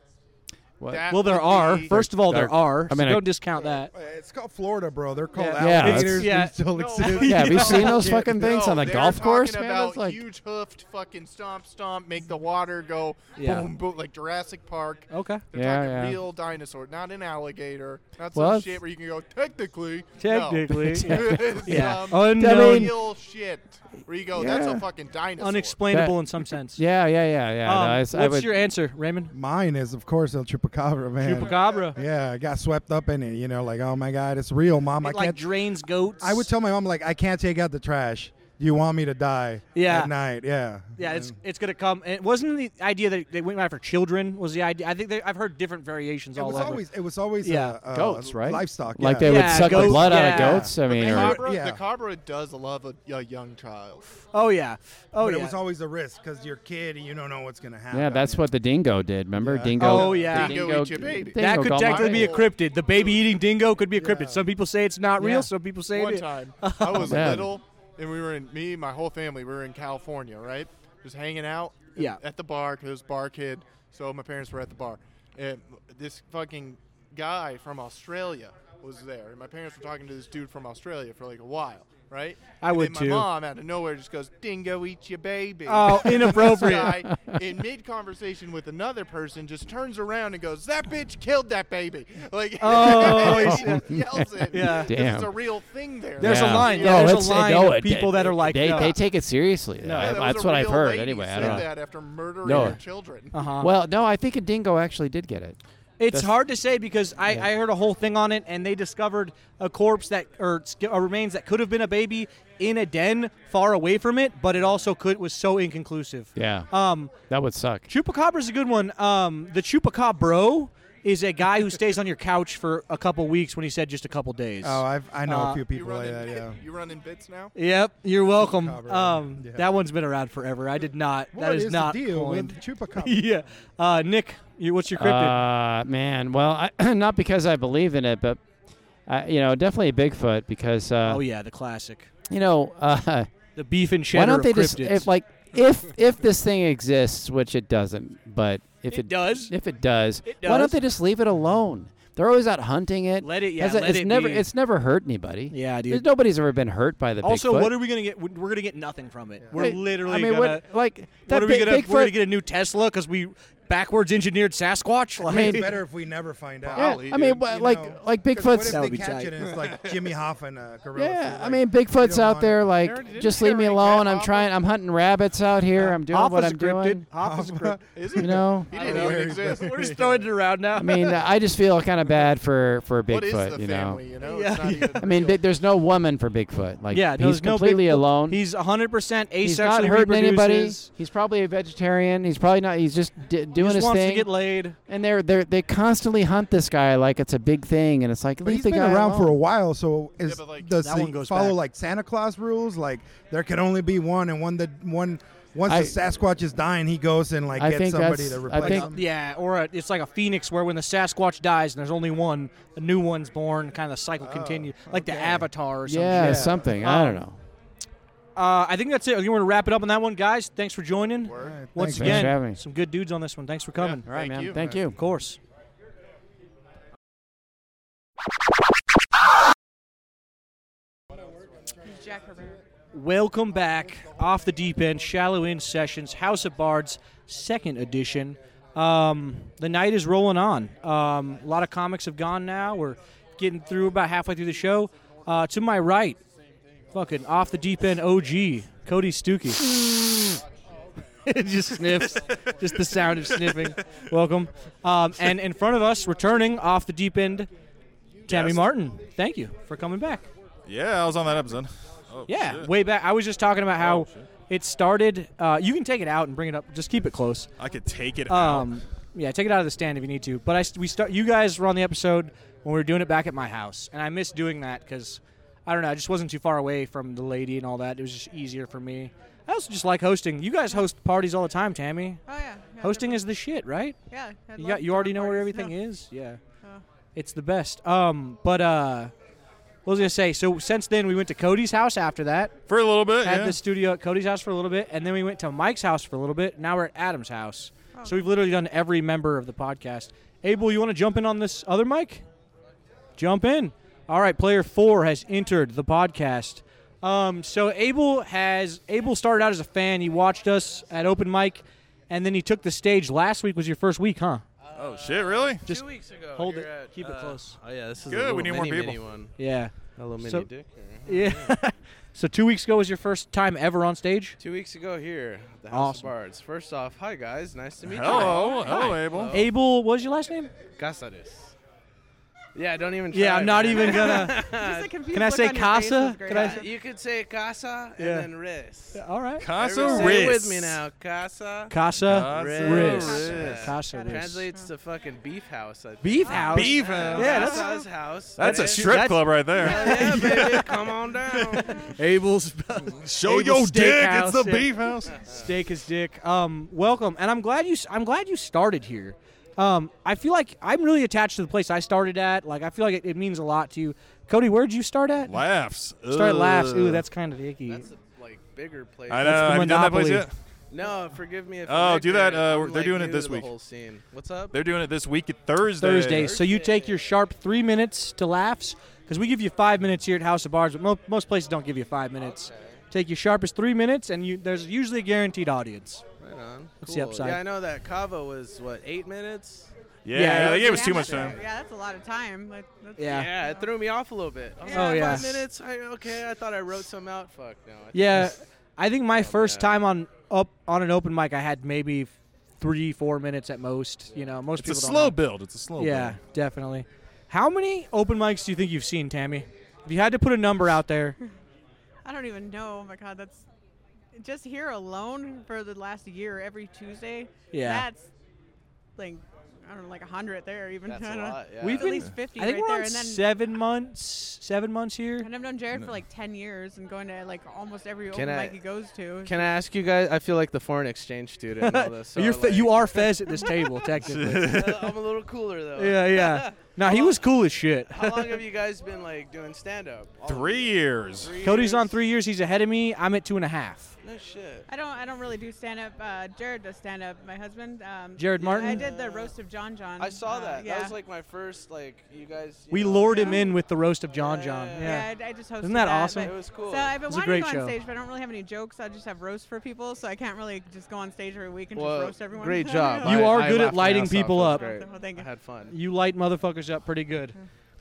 [SPEAKER 11] What?
[SPEAKER 9] That
[SPEAKER 1] well, there
[SPEAKER 9] would
[SPEAKER 1] are.
[SPEAKER 9] be-
[SPEAKER 1] First of all, there
[SPEAKER 11] There-
[SPEAKER 1] are.
[SPEAKER 11] I mean,
[SPEAKER 1] so
[SPEAKER 11] I-
[SPEAKER 1] don't discount that.
[SPEAKER 10] It's called Florida, bro. They're called
[SPEAKER 1] Yeah. Yeah, it's-
[SPEAKER 10] alligators.
[SPEAKER 1] yeah.
[SPEAKER 10] They still
[SPEAKER 9] No,
[SPEAKER 10] exist.
[SPEAKER 9] I-
[SPEAKER 11] yeah, have you
[SPEAKER 9] No.
[SPEAKER 11] seen those fucking things
[SPEAKER 9] No,
[SPEAKER 11] on the
[SPEAKER 9] Oh, they're
[SPEAKER 11] golf course,
[SPEAKER 9] talking
[SPEAKER 11] man?
[SPEAKER 9] About
[SPEAKER 11] It's like
[SPEAKER 9] huge hoofed fucking stomp stomp, make the water go
[SPEAKER 1] Yeah.
[SPEAKER 9] boom boom like Jurassic Park.
[SPEAKER 1] Okay.
[SPEAKER 9] They're
[SPEAKER 11] Yeah,
[SPEAKER 9] talking
[SPEAKER 11] yeah.
[SPEAKER 9] real dinosaur, not an alligator, not
[SPEAKER 11] Well,
[SPEAKER 9] some
[SPEAKER 11] that's-
[SPEAKER 9] shit where you can go technically.
[SPEAKER 1] Technically.
[SPEAKER 9] no. It's,
[SPEAKER 1] Yeah.
[SPEAKER 9] um,
[SPEAKER 1] Unknown-
[SPEAKER 9] real shit. Where you go, that's a
[SPEAKER 11] Yeah.
[SPEAKER 9] fucking dinosaur.
[SPEAKER 1] Unexplainable
[SPEAKER 11] That-
[SPEAKER 1] in some sense.
[SPEAKER 11] yeah, yeah, yeah, yeah.
[SPEAKER 1] Um,
[SPEAKER 11] no, it's-
[SPEAKER 1] what's
[SPEAKER 11] I would,
[SPEAKER 1] your answer, Raymond?
[SPEAKER 10] Mine is, of course, El chupacabra, man.
[SPEAKER 1] Chupacabra.
[SPEAKER 10] Yeah, I got swept up in it. You know, like oh my god, it's real, mom. I
[SPEAKER 1] It,
[SPEAKER 10] can't.
[SPEAKER 1] like drains goats.
[SPEAKER 10] I would tell my mom like I can't take out the trash. Do you want me to die?
[SPEAKER 1] Yeah.
[SPEAKER 10] At night, yeah.
[SPEAKER 1] Yeah, it's it's gonna come. It wasn't the idea that they went after children was the idea. I think they, I've heard different variations
[SPEAKER 10] It
[SPEAKER 1] all
[SPEAKER 10] was
[SPEAKER 1] over.
[SPEAKER 10] always it was always
[SPEAKER 1] Yeah.
[SPEAKER 10] uh, uh,
[SPEAKER 11] Goats, right?
[SPEAKER 10] Livestock,
[SPEAKER 11] Like
[SPEAKER 10] yeah.
[SPEAKER 11] they would Yeah, suck the goats, blood out of yeah. goats? I mean,
[SPEAKER 9] the
[SPEAKER 11] or-
[SPEAKER 9] Cabra,
[SPEAKER 10] Yeah.
[SPEAKER 9] the Cabra does love a, a young child.
[SPEAKER 1] Oh yeah, oh
[SPEAKER 10] but
[SPEAKER 1] yeah.
[SPEAKER 10] it was always a risk because you're a kid and you don't know what's gonna happen.
[SPEAKER 11] Yeah, that's what the dingo did. Remember, dingo.
[SPEAKER 1] Oh yeah, That could
[SPEAKER 11] got my-
[SPEAKER 1] technically be a cryptid. The baby eating dingo could be a cryptid. Some people say it's not
[SPEAKER 9] Yeah.
[SPEAKER 1] real. Some people say
[SPEAKER 9] One
[SPEAKER 1] it is.
[SPEAKER 9] time, I was
[SPEAKER 11] Man.
[SPEAKER 9] little, and we were in me, my whole family, we were in California, right? Just hanging out. and-
[SPEAKER 1] Yeah.
[SPEAKER 9] At the bar, cause it was bar kid. So my parents were at the bar, and this fucking guy from Australia was there, and my parents were talking to this dude from Australia for like a while, right?
[SPEAKER 1] I
[SPEAKER 9] And
[SPEAKER 1] would
[SPEAKER 9] then
[SPEAKER 1] too.
[SPEAKER 9] My mom out of nowhere just goes, "Dingo, eat your baby."
[SPEAKER 1] Oh,
[SPEAKER 9] And this
[SPEAKER 1] inappropriate.
[SPEAKER 9] guy, in mid conversation with another person, just turns around and goes, "That bitch killed that baby!" Like,
[SPEAKER 1] Oh,
[SPEAKER 9] he
[SPEAKER 1] yeah.
[SPEAKER 9] just yells it.
[SPEAKER 1] Yeah.
[SPEAKER 9] This is
[SPEAKER 11] Damn.
[SPEAKER 9] a real thing there.
[SPEAKER 1] There's a
[SPEAKER 11] Yeah.
[SPEAKER 1] line. Yeah,
[SPEAKER 11] No,
[SPEAKER 1] there's
[SPEAKER 11] it's-
[SPEAKER 1] a line
[SPEAKER 11] no,
[SPEAKER 1] of
[SPEAKER 11] it-
[SPEAKER 1] people that are like,
[SPEAKER 11] they,
[SPEAKER 1] no.
[SPEAKER 11] they take it seriously.
[SPEAKER 1] No.
[SPEAKER 11] I-
[SPEAKER 1] Yeah, that was
[SPEAKER 11] that's
[SPEAKER 1] a
[SPEAKER 11] what I've
[SPEAKER 1] real
[SPEAKER 11] heard.
[SPEAKER 1] lady
[SPEAKER 11] Anyway, I
[SPEAKER 1] said
[SPEAKER 11] don't know.
[SPEAKER 1] that
[SPEAKER 9] after murdering
[SPEAKER 11] no.
[SPEAKER 9] her children.
[SPEAKER 1] Uh-huh.
[SPEAKER 11] Well, no, I think a dingo actually did get it.
[SPEAKER 1] It's
[SPEAKER 11] That's-
[SPEAKER 1] hard to say because I,
[SPEAKER 11] Yeah.
[SPEAKER 1] I heard a whole thing on it, and they discovered a corpse that or sk- or remains that could have been a baby in a den far away from it, but it also could was so inconclusive.
[SPEAKER 11] Yeah.
[SPEAKER 1] Um,
[SPEAKER 11] that would suck.
[SPEAKER 1] Chupacabra is a good one. Um, the chupacabro is a guy who stays on your couch for a couple weeks when he said just a couple days.
[SPEAKER 10] Oh, I've, I know
[SPEAKER 1] Uh,
[SPEAKER 10] a few people
[SPEAKER 9] run
[SPEAKER 10] like
[SPEAKER 9] in
[SPEAKER 10] that.
[SPEAKER 9] bit-
[SPEAKER 10] Yeah.
[SPEAKER 9] You run in bits now?
[SPEAKER 1] Yep, you're welcome.
[SPEAKER 10] Chupacabra,
[SPEAKER 1] Um,
[SPEAKER 10] yeah.
[SPEAKER 1] That one's been around forever. I did not.
[SPEAKER 10] What
[SPEAKER 1] that is,
[SPEAKER 10] is the
[SPEAKER 1] not
[SPEAKER 10] deal
[SPEAKER 1] coined.
[SPEAKER 10] with chupacabra?
[SPEAKER 1] yeah, uh, Nick, you, what's your cryptid?
[SPEAKER 11] Uh, man, well, I, not because I believe in it, but I, you know, definitely Bigfoot because. Uh,
[SPEAKER 1] oh yeah, the classic.
[SPEAKER 11] You know, uh,
[SPEAKER 1] The beef and cheddar.
[SPEAKER 11] why don't they
[SPEAKER 1] of
[SPEAKER 11] just
[SPEAKER 1] cryptids.
[SPEAKER 11] if like if if this thing exists, which it doesn't, but if
[SPEAKER 1] It
[SPEAKER 11] it,
[SPEAKER 1] does.
[SPEAKER 11] if it does,
[SPEAKER 1] It
[SPEAKER 11] why
[SPEAKER 1] does.
[SPEAKER 11] don't they just leave it alone? They're always out hunting it.
[SPEAKER 1] Let it- yeah,
[SPEAKER 11] That's a-
[SPEAKER 1] let
[SPEAKER 11] it's
[SPEAKER 1] it
[SPEAKER 11] never
[SPEAKER 1] be.
[SPEAKER 11] it's never hurt anybody.
[SPEAKER 1] Yeah, dude.
[SPEAKER 11] There's- Nobody's ever been hurt by the
[SPEAKER 1] also,
[SPEAKER 11] Bigfoot.
[SPEAKER 1] what are we gonna get? We're gonna get nothing from it. We're
[SPEAKER 11] Right.
[SPEAKER 1] literally
[SPEAKER 11] I mean,
[SPEAKER 1] gonna
[SPEAKER 11] what- like,
[SPEAKER 1] what
[SPEAKER 11] that
[SPEAKER 1] are we
[SPEAKER 11] Big-
[SPEAKER 1] gonna? We're gonna
[SPEAKER 11] Bigfoot-
[SPEAKER 1] get a new Tesla because we backwards engineered Sasquatch. Like,
[SPEAKER 10] It's better if we never find out.
[SPEAKER 11] Yeah, I mean, wha-
[SPEAKER 10] You
[SPEAKER 11] like-
[SPEAKER 10] know,
[SPEAKER 11] like
[SPEAKER 10] 'cause what
[SPEAKER 11] Bigfoot's- That
[SPEAKER 10] if they
[SPEAKER 11] would be
[SPEAKER 10] catch
[SPEAKER 11] tight.
[SPEAKER 10] it and it's like Jimmy Hoffman, uh, gorilla.
[SPEAKER 11] yeah,
[SPEAKER 10] suit,
[SPEAKER 11] I
[SPEAKER 10] like,
[SPEAKER 11] mean,
[SPEAKER 10] you
[SPEAKER 11] Bigfoot's
[SPEAKER 10] don't
[SPEAKER 11] out
[SPEAKER 10] want it.
[SPEAKER 11] there. Like, just leave me alone. I'm trying. I'm hunting rabbits out here. I'm doing what
[SPEAKER 1] Hoffa's
[SPEAKER 11] I'm
[SPEAKER 1] a cryptid.
[SPEAKER 11] doing.
[SPEAKER 1] Hoffa's a cryptid.
[SPEAKER 11] You know,
[SPEAKER 9] He didn't even exist.
[SPEAKER 1] We're just throwing it around now.
[SPEAKER 11] I mean, uh, I just feel kind of bad for for Bigfoot.
[SPEAKER 9] What is the
[SPEAKER 11] you know,
[SPEAKER 9] family? You know, it's
[SPEAKER 1] Yeah.
[SPEAKER 9] not even.
[SPEAKER 11] I mean, big, there's no woman for Bigfoot. Like,
[SPEAKER 1] yeah, no,
[SPEAKER 11] he's
[SPEAKER 1] there's no
[SPEAKER 11] completely
[SPEAKER 1] big,
[SPEAKER 11] alone.
[SPEAKER 1] He's 100 percent asexually
[SPEAKER 11] He's not hurting anybody.
[SPEAKER 1] reproduces.
[SPEAKER 11] He's probably a vegetarian. He's probably not. He's just d- doing
[SPEAKER 1] Just
[SPEAKER 11] his
[SPEAKER 1] wants
[SPEAKER 11] thing.
[SPEAKER 1] to get laid.
[SPEAKER 11] and they're they are they constantly hunt this guy like it's a big thing, and it's like
[SPEAKER 10] But
[SPEAKER 11] leave
[SPEAKER 10] he's
[SPEAKER 11] the
[SPEAKER 10] been
[SPEAKER 11] guy
[SPEAKER 10] around
[SPEAKER 11] alone.
[SPEAKER 10] for a while, so is
[SPEAKER 9] but, like,
[SPEAKER 10] does
[SPEAKER 1] That
[SPEAKER 10] he
[SPEAKER 1] one goes
[SPEAKER 10] follow
[SPEAKER 1] back.
[SPEAKER 10] like Santa Claus rules? Like there can only be one, and one that one once
[SPEAKER 11] I-
[SPEAKER 10] the Sasquatch is dying, he goes and like
[SPEAKER 11] I
[SPEAKER 10] gets
[SPEAKER 11] think
[SPEAKER 10] somebody
[SPEAKER 11] that's-
[SPEAKER 10] to
[SPEAKER 11] I
[SPEAKER 10] replace
[SPEAKER 11] think-
[SPEAKER 10] him.
[SPEAKER 1] Yeah, or a, it's like a phoenix where when the Sasquatch dies and there's only one, a new one's born. Kind of the cycle continues, like the Avatar or something.
[SPEAKER 11] yeah, something. I don't
[SPEAKER 1] Um,
[SPEAKER 11] know.
[SPEAKER 1] Uh, I think that's it. You want to wrap it up on that one, guys? Thanks for joining.
[SPEAKER 10] Alright,
[SPEAKER 1] Once
[SPEAKER 11] Thanks
[SPEAKER 10] thanks,
[SPEAKER 11] for
[SPEAKER 1] again,
[SPEAKER 11] having me.
[SPEAKER 1] some good dudes on this one. Thanks for coming.
[SPEAKER 11] All right,
[SPEAKER 9] Thank
[SPEAKER 11] man.
[SPEAKER 9] you.
[SPEAKER 11] Thank you.
[SPEAKER 1] Of course. Welcome back, off the deep end, shallow end sessions, House of Bards, second edition. Um, the night is rolling on. Um, a lot of comics have gone now. We're getting through about halfway through the show. Uh, to my right, fucking off the deep end OG, Cody Stuckey. It just sniffs, just the sound of sniffing. Welcome. Um, and in front of us, returning off the deep end, Tammy
[SPEAKER 13] Yes.
[SPEAKER 1] Martin. Thank you for coming back.
[SPEAKER 13] Yeah, I was on that episode. Oh,
[SPEAKER 1] Yeah,
[SPEAKER 13] shit.
[SPEAKER 1] way back. I was just talking about how it started. Uh, you can take it out and bring it up. Just keep it close.
[SPEAKER 13] I could take it
[SPEAKER 1] Um, yeah, take it out of the stand if you need to. But I st- we start. You guys were on the episode when we were doing it back at my house, and I missed doing that because I don't know. I just wasn't too far away from the lady and all that. It was just easier for me. I also just like hosting. You guys host parties all the time, Tammy.
[SPEAKER 14] Oh yeah. No,
[SPEAKER 1] Hosting is the shit, right?
[SPEAKER 14] Yeah, I
[SPEAKER 1] You
[SPEAKER 14] love
[SPEAKER 1] got. You already know where
[SPEAKER 14] parties.
[SPEAKER 1] everything
[SPEAKER 14] No.
[SPEAKER 1] is. Yeah.
[SPEAKER 14] Oh.
[SPEAKER 1] It's the best. Um, but uh, what was I gonna say? So since then, we went to Cody's house after that
[SPEAKER 13] for a little bit.
[SPEAKER 1] Had
[SPEAKER 13] yeah.
[SPEAKER 1] the studio at Cody's house for a little bit, and then we went to Mike's house for a little bit. Now we're at Adam's house. So we've literally done every member of the podcast. Abel, you want to jump in on this other mic? Jump in. All right, player four has entered the podcast. Um, so Abel has Abel started out as a fan. He watched us at open mic, and then he took the stage. Last week was your first week, huh?
[SPEAKER 13] Uh, Oh shit! Really?
[SPEAKER 8] Just
[SPEAKER 14] Two weeks ago.
[SPEAKER 8] hold
[SPEAKER 14] here
[SPEAKER 8] it.
[SPEAKER 14] at,
[SPEAKER 8] Keep it
[SPEAKER 14] uh,
[SPEAKER 8] close.
[SPEAKER 14] Oh yeah, this is a
[SPEAKER 13] Good,
[SPEAKER 14] little
[SPEAKER 13] we need more
[SPEAKER 14] mini,
[SPEAKER 13] people.
[SPEAKER 14] mini one.
[SPEAKER 1] Yeah.
[SPEAKER 14] A little mini
[SPEAKER 1] So-
[SPEAKER 14] dick. or-
[SPEAKER 1] Yeah. so two weeks ago was your first time ever on stage.
[SPEAKER 14] Two weeks ago here, at the House
[SPEAKER 1] Awesome.
[SPEAKER 14] of Bards. First off, hi guys, nice to meet
[SPEAKER 1] Hello.
[SPEAKER 14] you.
[SPEAKER 1] Hello,
[SPEAKER 14] Hi.
[SPEAKER 1] Abel. Abel, what was your last name?
[SPEAKER 14] Casares. Yeah, don't even. Try
[SPEAKER 1] Yeah, I'm not
[SPEAKER 14] man.
[SPEAKER 1] even gonna-
[SPEAKER 14] Yeah,
[SPEAKER 1] Can I say Casa? Can I?
[SPEAKER 14] you could say casa and
[SPEAKER 1] Yeah.
[SPEAKER 14] then res.
[SPEAKER 1] all right.
[SPEAKER 13] Casa
[SPEAKER 14] Everyone say it
[SPEAKER 13] res.
[SPEAKER 14] with me now. Casa.
[SPEAKER 1] Casa res.
[SPEAKER 14] Yeah.
[SPEAKER 1] Casa res.
[SPEAKER 14] Translates to fucking beef house. I think. Ah,
[SPEAKER 1] Beef house? Beef house. Yeah, that's-
[SPEAKER 14] Casa's house.
[SPEAKER 13] That's a
[SPEAKER 14] Res.
[SPEAKER 13] strip
[SPEAKER 14] That's-
[SPEAKER 13] club right there.
[SPEAKER 14] Hell yeah, baby, come on down.
[SPEAKER 1] Abel's
[SPEAKER 13] Show
[SPEAKER 1] Abel's
[SPEAKER 13] your dick, it's
[SPEAKER 1] Steakhouse,
[SPEAKER 13] the
[SPEAKER 1] yeah.
[SPEAKER 13] beef house.
[SPEAKER 1] Steak is dick. Um, welcome, and I'm glad you. s- I'm glad you started here. Um, I feel like I'm really attached to the place I started at. Like I feel like it, it means a lot to you. Cody, where'd you start at?
[SPEAKER 13] Laughs.
[SPEAKER 1] Start at laughs. Ooh,
[SPEAKER 13] Ugh.
[SPEAKER 1] that's kind of icky.
[SPEAKER 14] That's a, like bigger place.
[SPEAKER 13] I know. Have you done that place yet?
[SPEAKER 14] No, forgive me if.
[SPEAKER 13] Oh,
[SPEAKER 14] I'm
[SPEAKER 13] do that.
[SPEAKER 14] ignorant.
[SPEAKER 13] Uh,
[SPEAKER 14] I'm,
[SPEAKER 13] they're
[SPEAKER 14] like,
[SPEAKER 13] doing
[SPEAKER 14] new
[SPEAKER 13] it this
[SPEAKER 14] to the
[SPEAKER 13] week.
[SPEAKER 14] whole scene. What's up?
[SPEAKER 13] They're doing it this week at Thursday.
[SPEAKER 1] Thursday. So you take your sharp three minutes to laughs because we give you five minutes here at House of Bars, but mo- most places don't give you five minutes. Take your sharpest three minutes, and you there's usually a guaranteed audience.
[SPEAKER 14] Right on.
[SPEAKER 1] What's the
[SPEAKER 14] cool.
[SPEAKER 1] upside?
[SPEAKER 14] Yeah, I know that Cava was what eight minutes.
[SPEAKER 13] Yeah, Yeah, they gave us too much time.
[SPEAKER 15] Yeah, that's a lot of time. Like, that's-
[SPEAKER 14] Yeah. it threw me off a little bit. I was
[SPEAKER 1] Oh,
[SPEAKER 14] like,
[SPEAKER 1] yeah.
[SPEAKER 14] Five minutes. I, okay, I thought I wrote some out. Fuck no. I
[SPEAKER 1] Yeah, I think my first time on up on an open mic, I had maybe f- three, four minutes at most. You know, most
[SPEAKER 13] It's a
[SPEAKER 1] people. don't
[SPEAKER 13] slow
[SPEAKER 1] have-
[SPEAKER 13] build. It's a slow
[SPEAKER 1] Yeah,
[SPEAKER 13] build.
[SPEAKER 1] definitely. How many open mics do you think you've seen, Tammy? If you had to put a number out there,
[SPEAKER 15] I don't even know. Oh my god, that's just here alone for the last year every Tuesday.
[SPEAKER 1] Yeah.
[SPEAKER 15] That's like I don't know, like a hundred there even.
[SPEAKER 14] That's
[SPEAKER 15] I
[SPEAKER 14] a
[SPEAKER 15] don't know.
[SPEAKER 14] lot, yeah.
[SPEAKER 1] we've
[SPEAKER 15] At
[SPEAKER 1] been
[SPEAKER 15] least fifty
[SPEAKER 1] I think
[SPEAKER 15] right
[SPEAKER 1] we're
[SPEAKER 15] there,
[SPEAKER 1] on
[SPEAKER 15] and then
[SPEAKER 1] seven months. Seven months here.
[SPEAKER 15] and I've known Jared for like ten years and going to like almost every open
[SPEAKER 14] I-
[SPEAKER 15] mic he goes to.
[SPEAKER 14] Can I ask you guys? I feel like the foreign exchange student and all this. So
[SPEAKER 1] You're fe-
[SPEAKER 14] like- Uh,
[SPEAKER 1] you are Fez at this table, technically.
[SPEAKER 15] Uh,
[SPEAKER 14] I'm a little cooler though.
[SPEAKER 1] Yeah, yeah. No, he was cool as shit.
[SPEAKER 14] How long have you guys been like doing stand up?
[SPEAKER 13] Three years.
[SPEAKER 1] Cody's on three years. He's ahead of me. I'm at two and a half.
[SPEAKER 14] No shit.
[SPEAKER 15] I don't. I don't really do stand up. Uh, Jared does stand up. My husband. Um,
[SPEAKER 1] Jared Martin?
[SPEAKER 15] I did the roast of John John.
[SPEAKER 14] I saw
[SPEAKER 15] uh,
[SPEAKER 14] that.
[SPEAKER 15] Yeah.
[SPEAKER 14] That was like my first like you guys. you
[SPEAKER 1] We
[SPEAKER 14] know,
[SPEAKER 1] lured him in with the roast of John John. Yeah.
[SPEAKER 15] I, I just hosted
[SPEAKER 1] Isn't that, awesome?
[SPEAKER 15] but- So I've been
[SPEAKER 1] It's a
[SPEAKER 15] wanting to
[SPEAKER 1] great
[SPEAKER 15] go on
[SPEAKER 1] show.
[SPEAKER 15] stage, but I don't really have any jokes. I just have roasts for people, so I can't really just go on stage every week and
[SPEAKER 14] Well,
[SPEAKER 15] just roast everyone.
[SPEAKER 14] great job.
[SPEAKER 1] You
[SPEAKER 14] I-
[SPEAKER 1] are
[SPEAKER 14] I
[SPEAKER 1] good
[SPEAKER 14] laughed
[SPEAKER 1] at
[SPEAKER 14] my
[SPEAKER 1] lighting
[SPEAKER 14] ass off.
[SPEAKER 1] people
[SPEAKER 14] It was
[SPEAKER 1] up.
[SPEAKER 14] great.
[SPEAKER 15] Well, thank you.
[SPEAKER 14] I had fun.
[SPEAKER 1] You light motherfuckers up pretty good.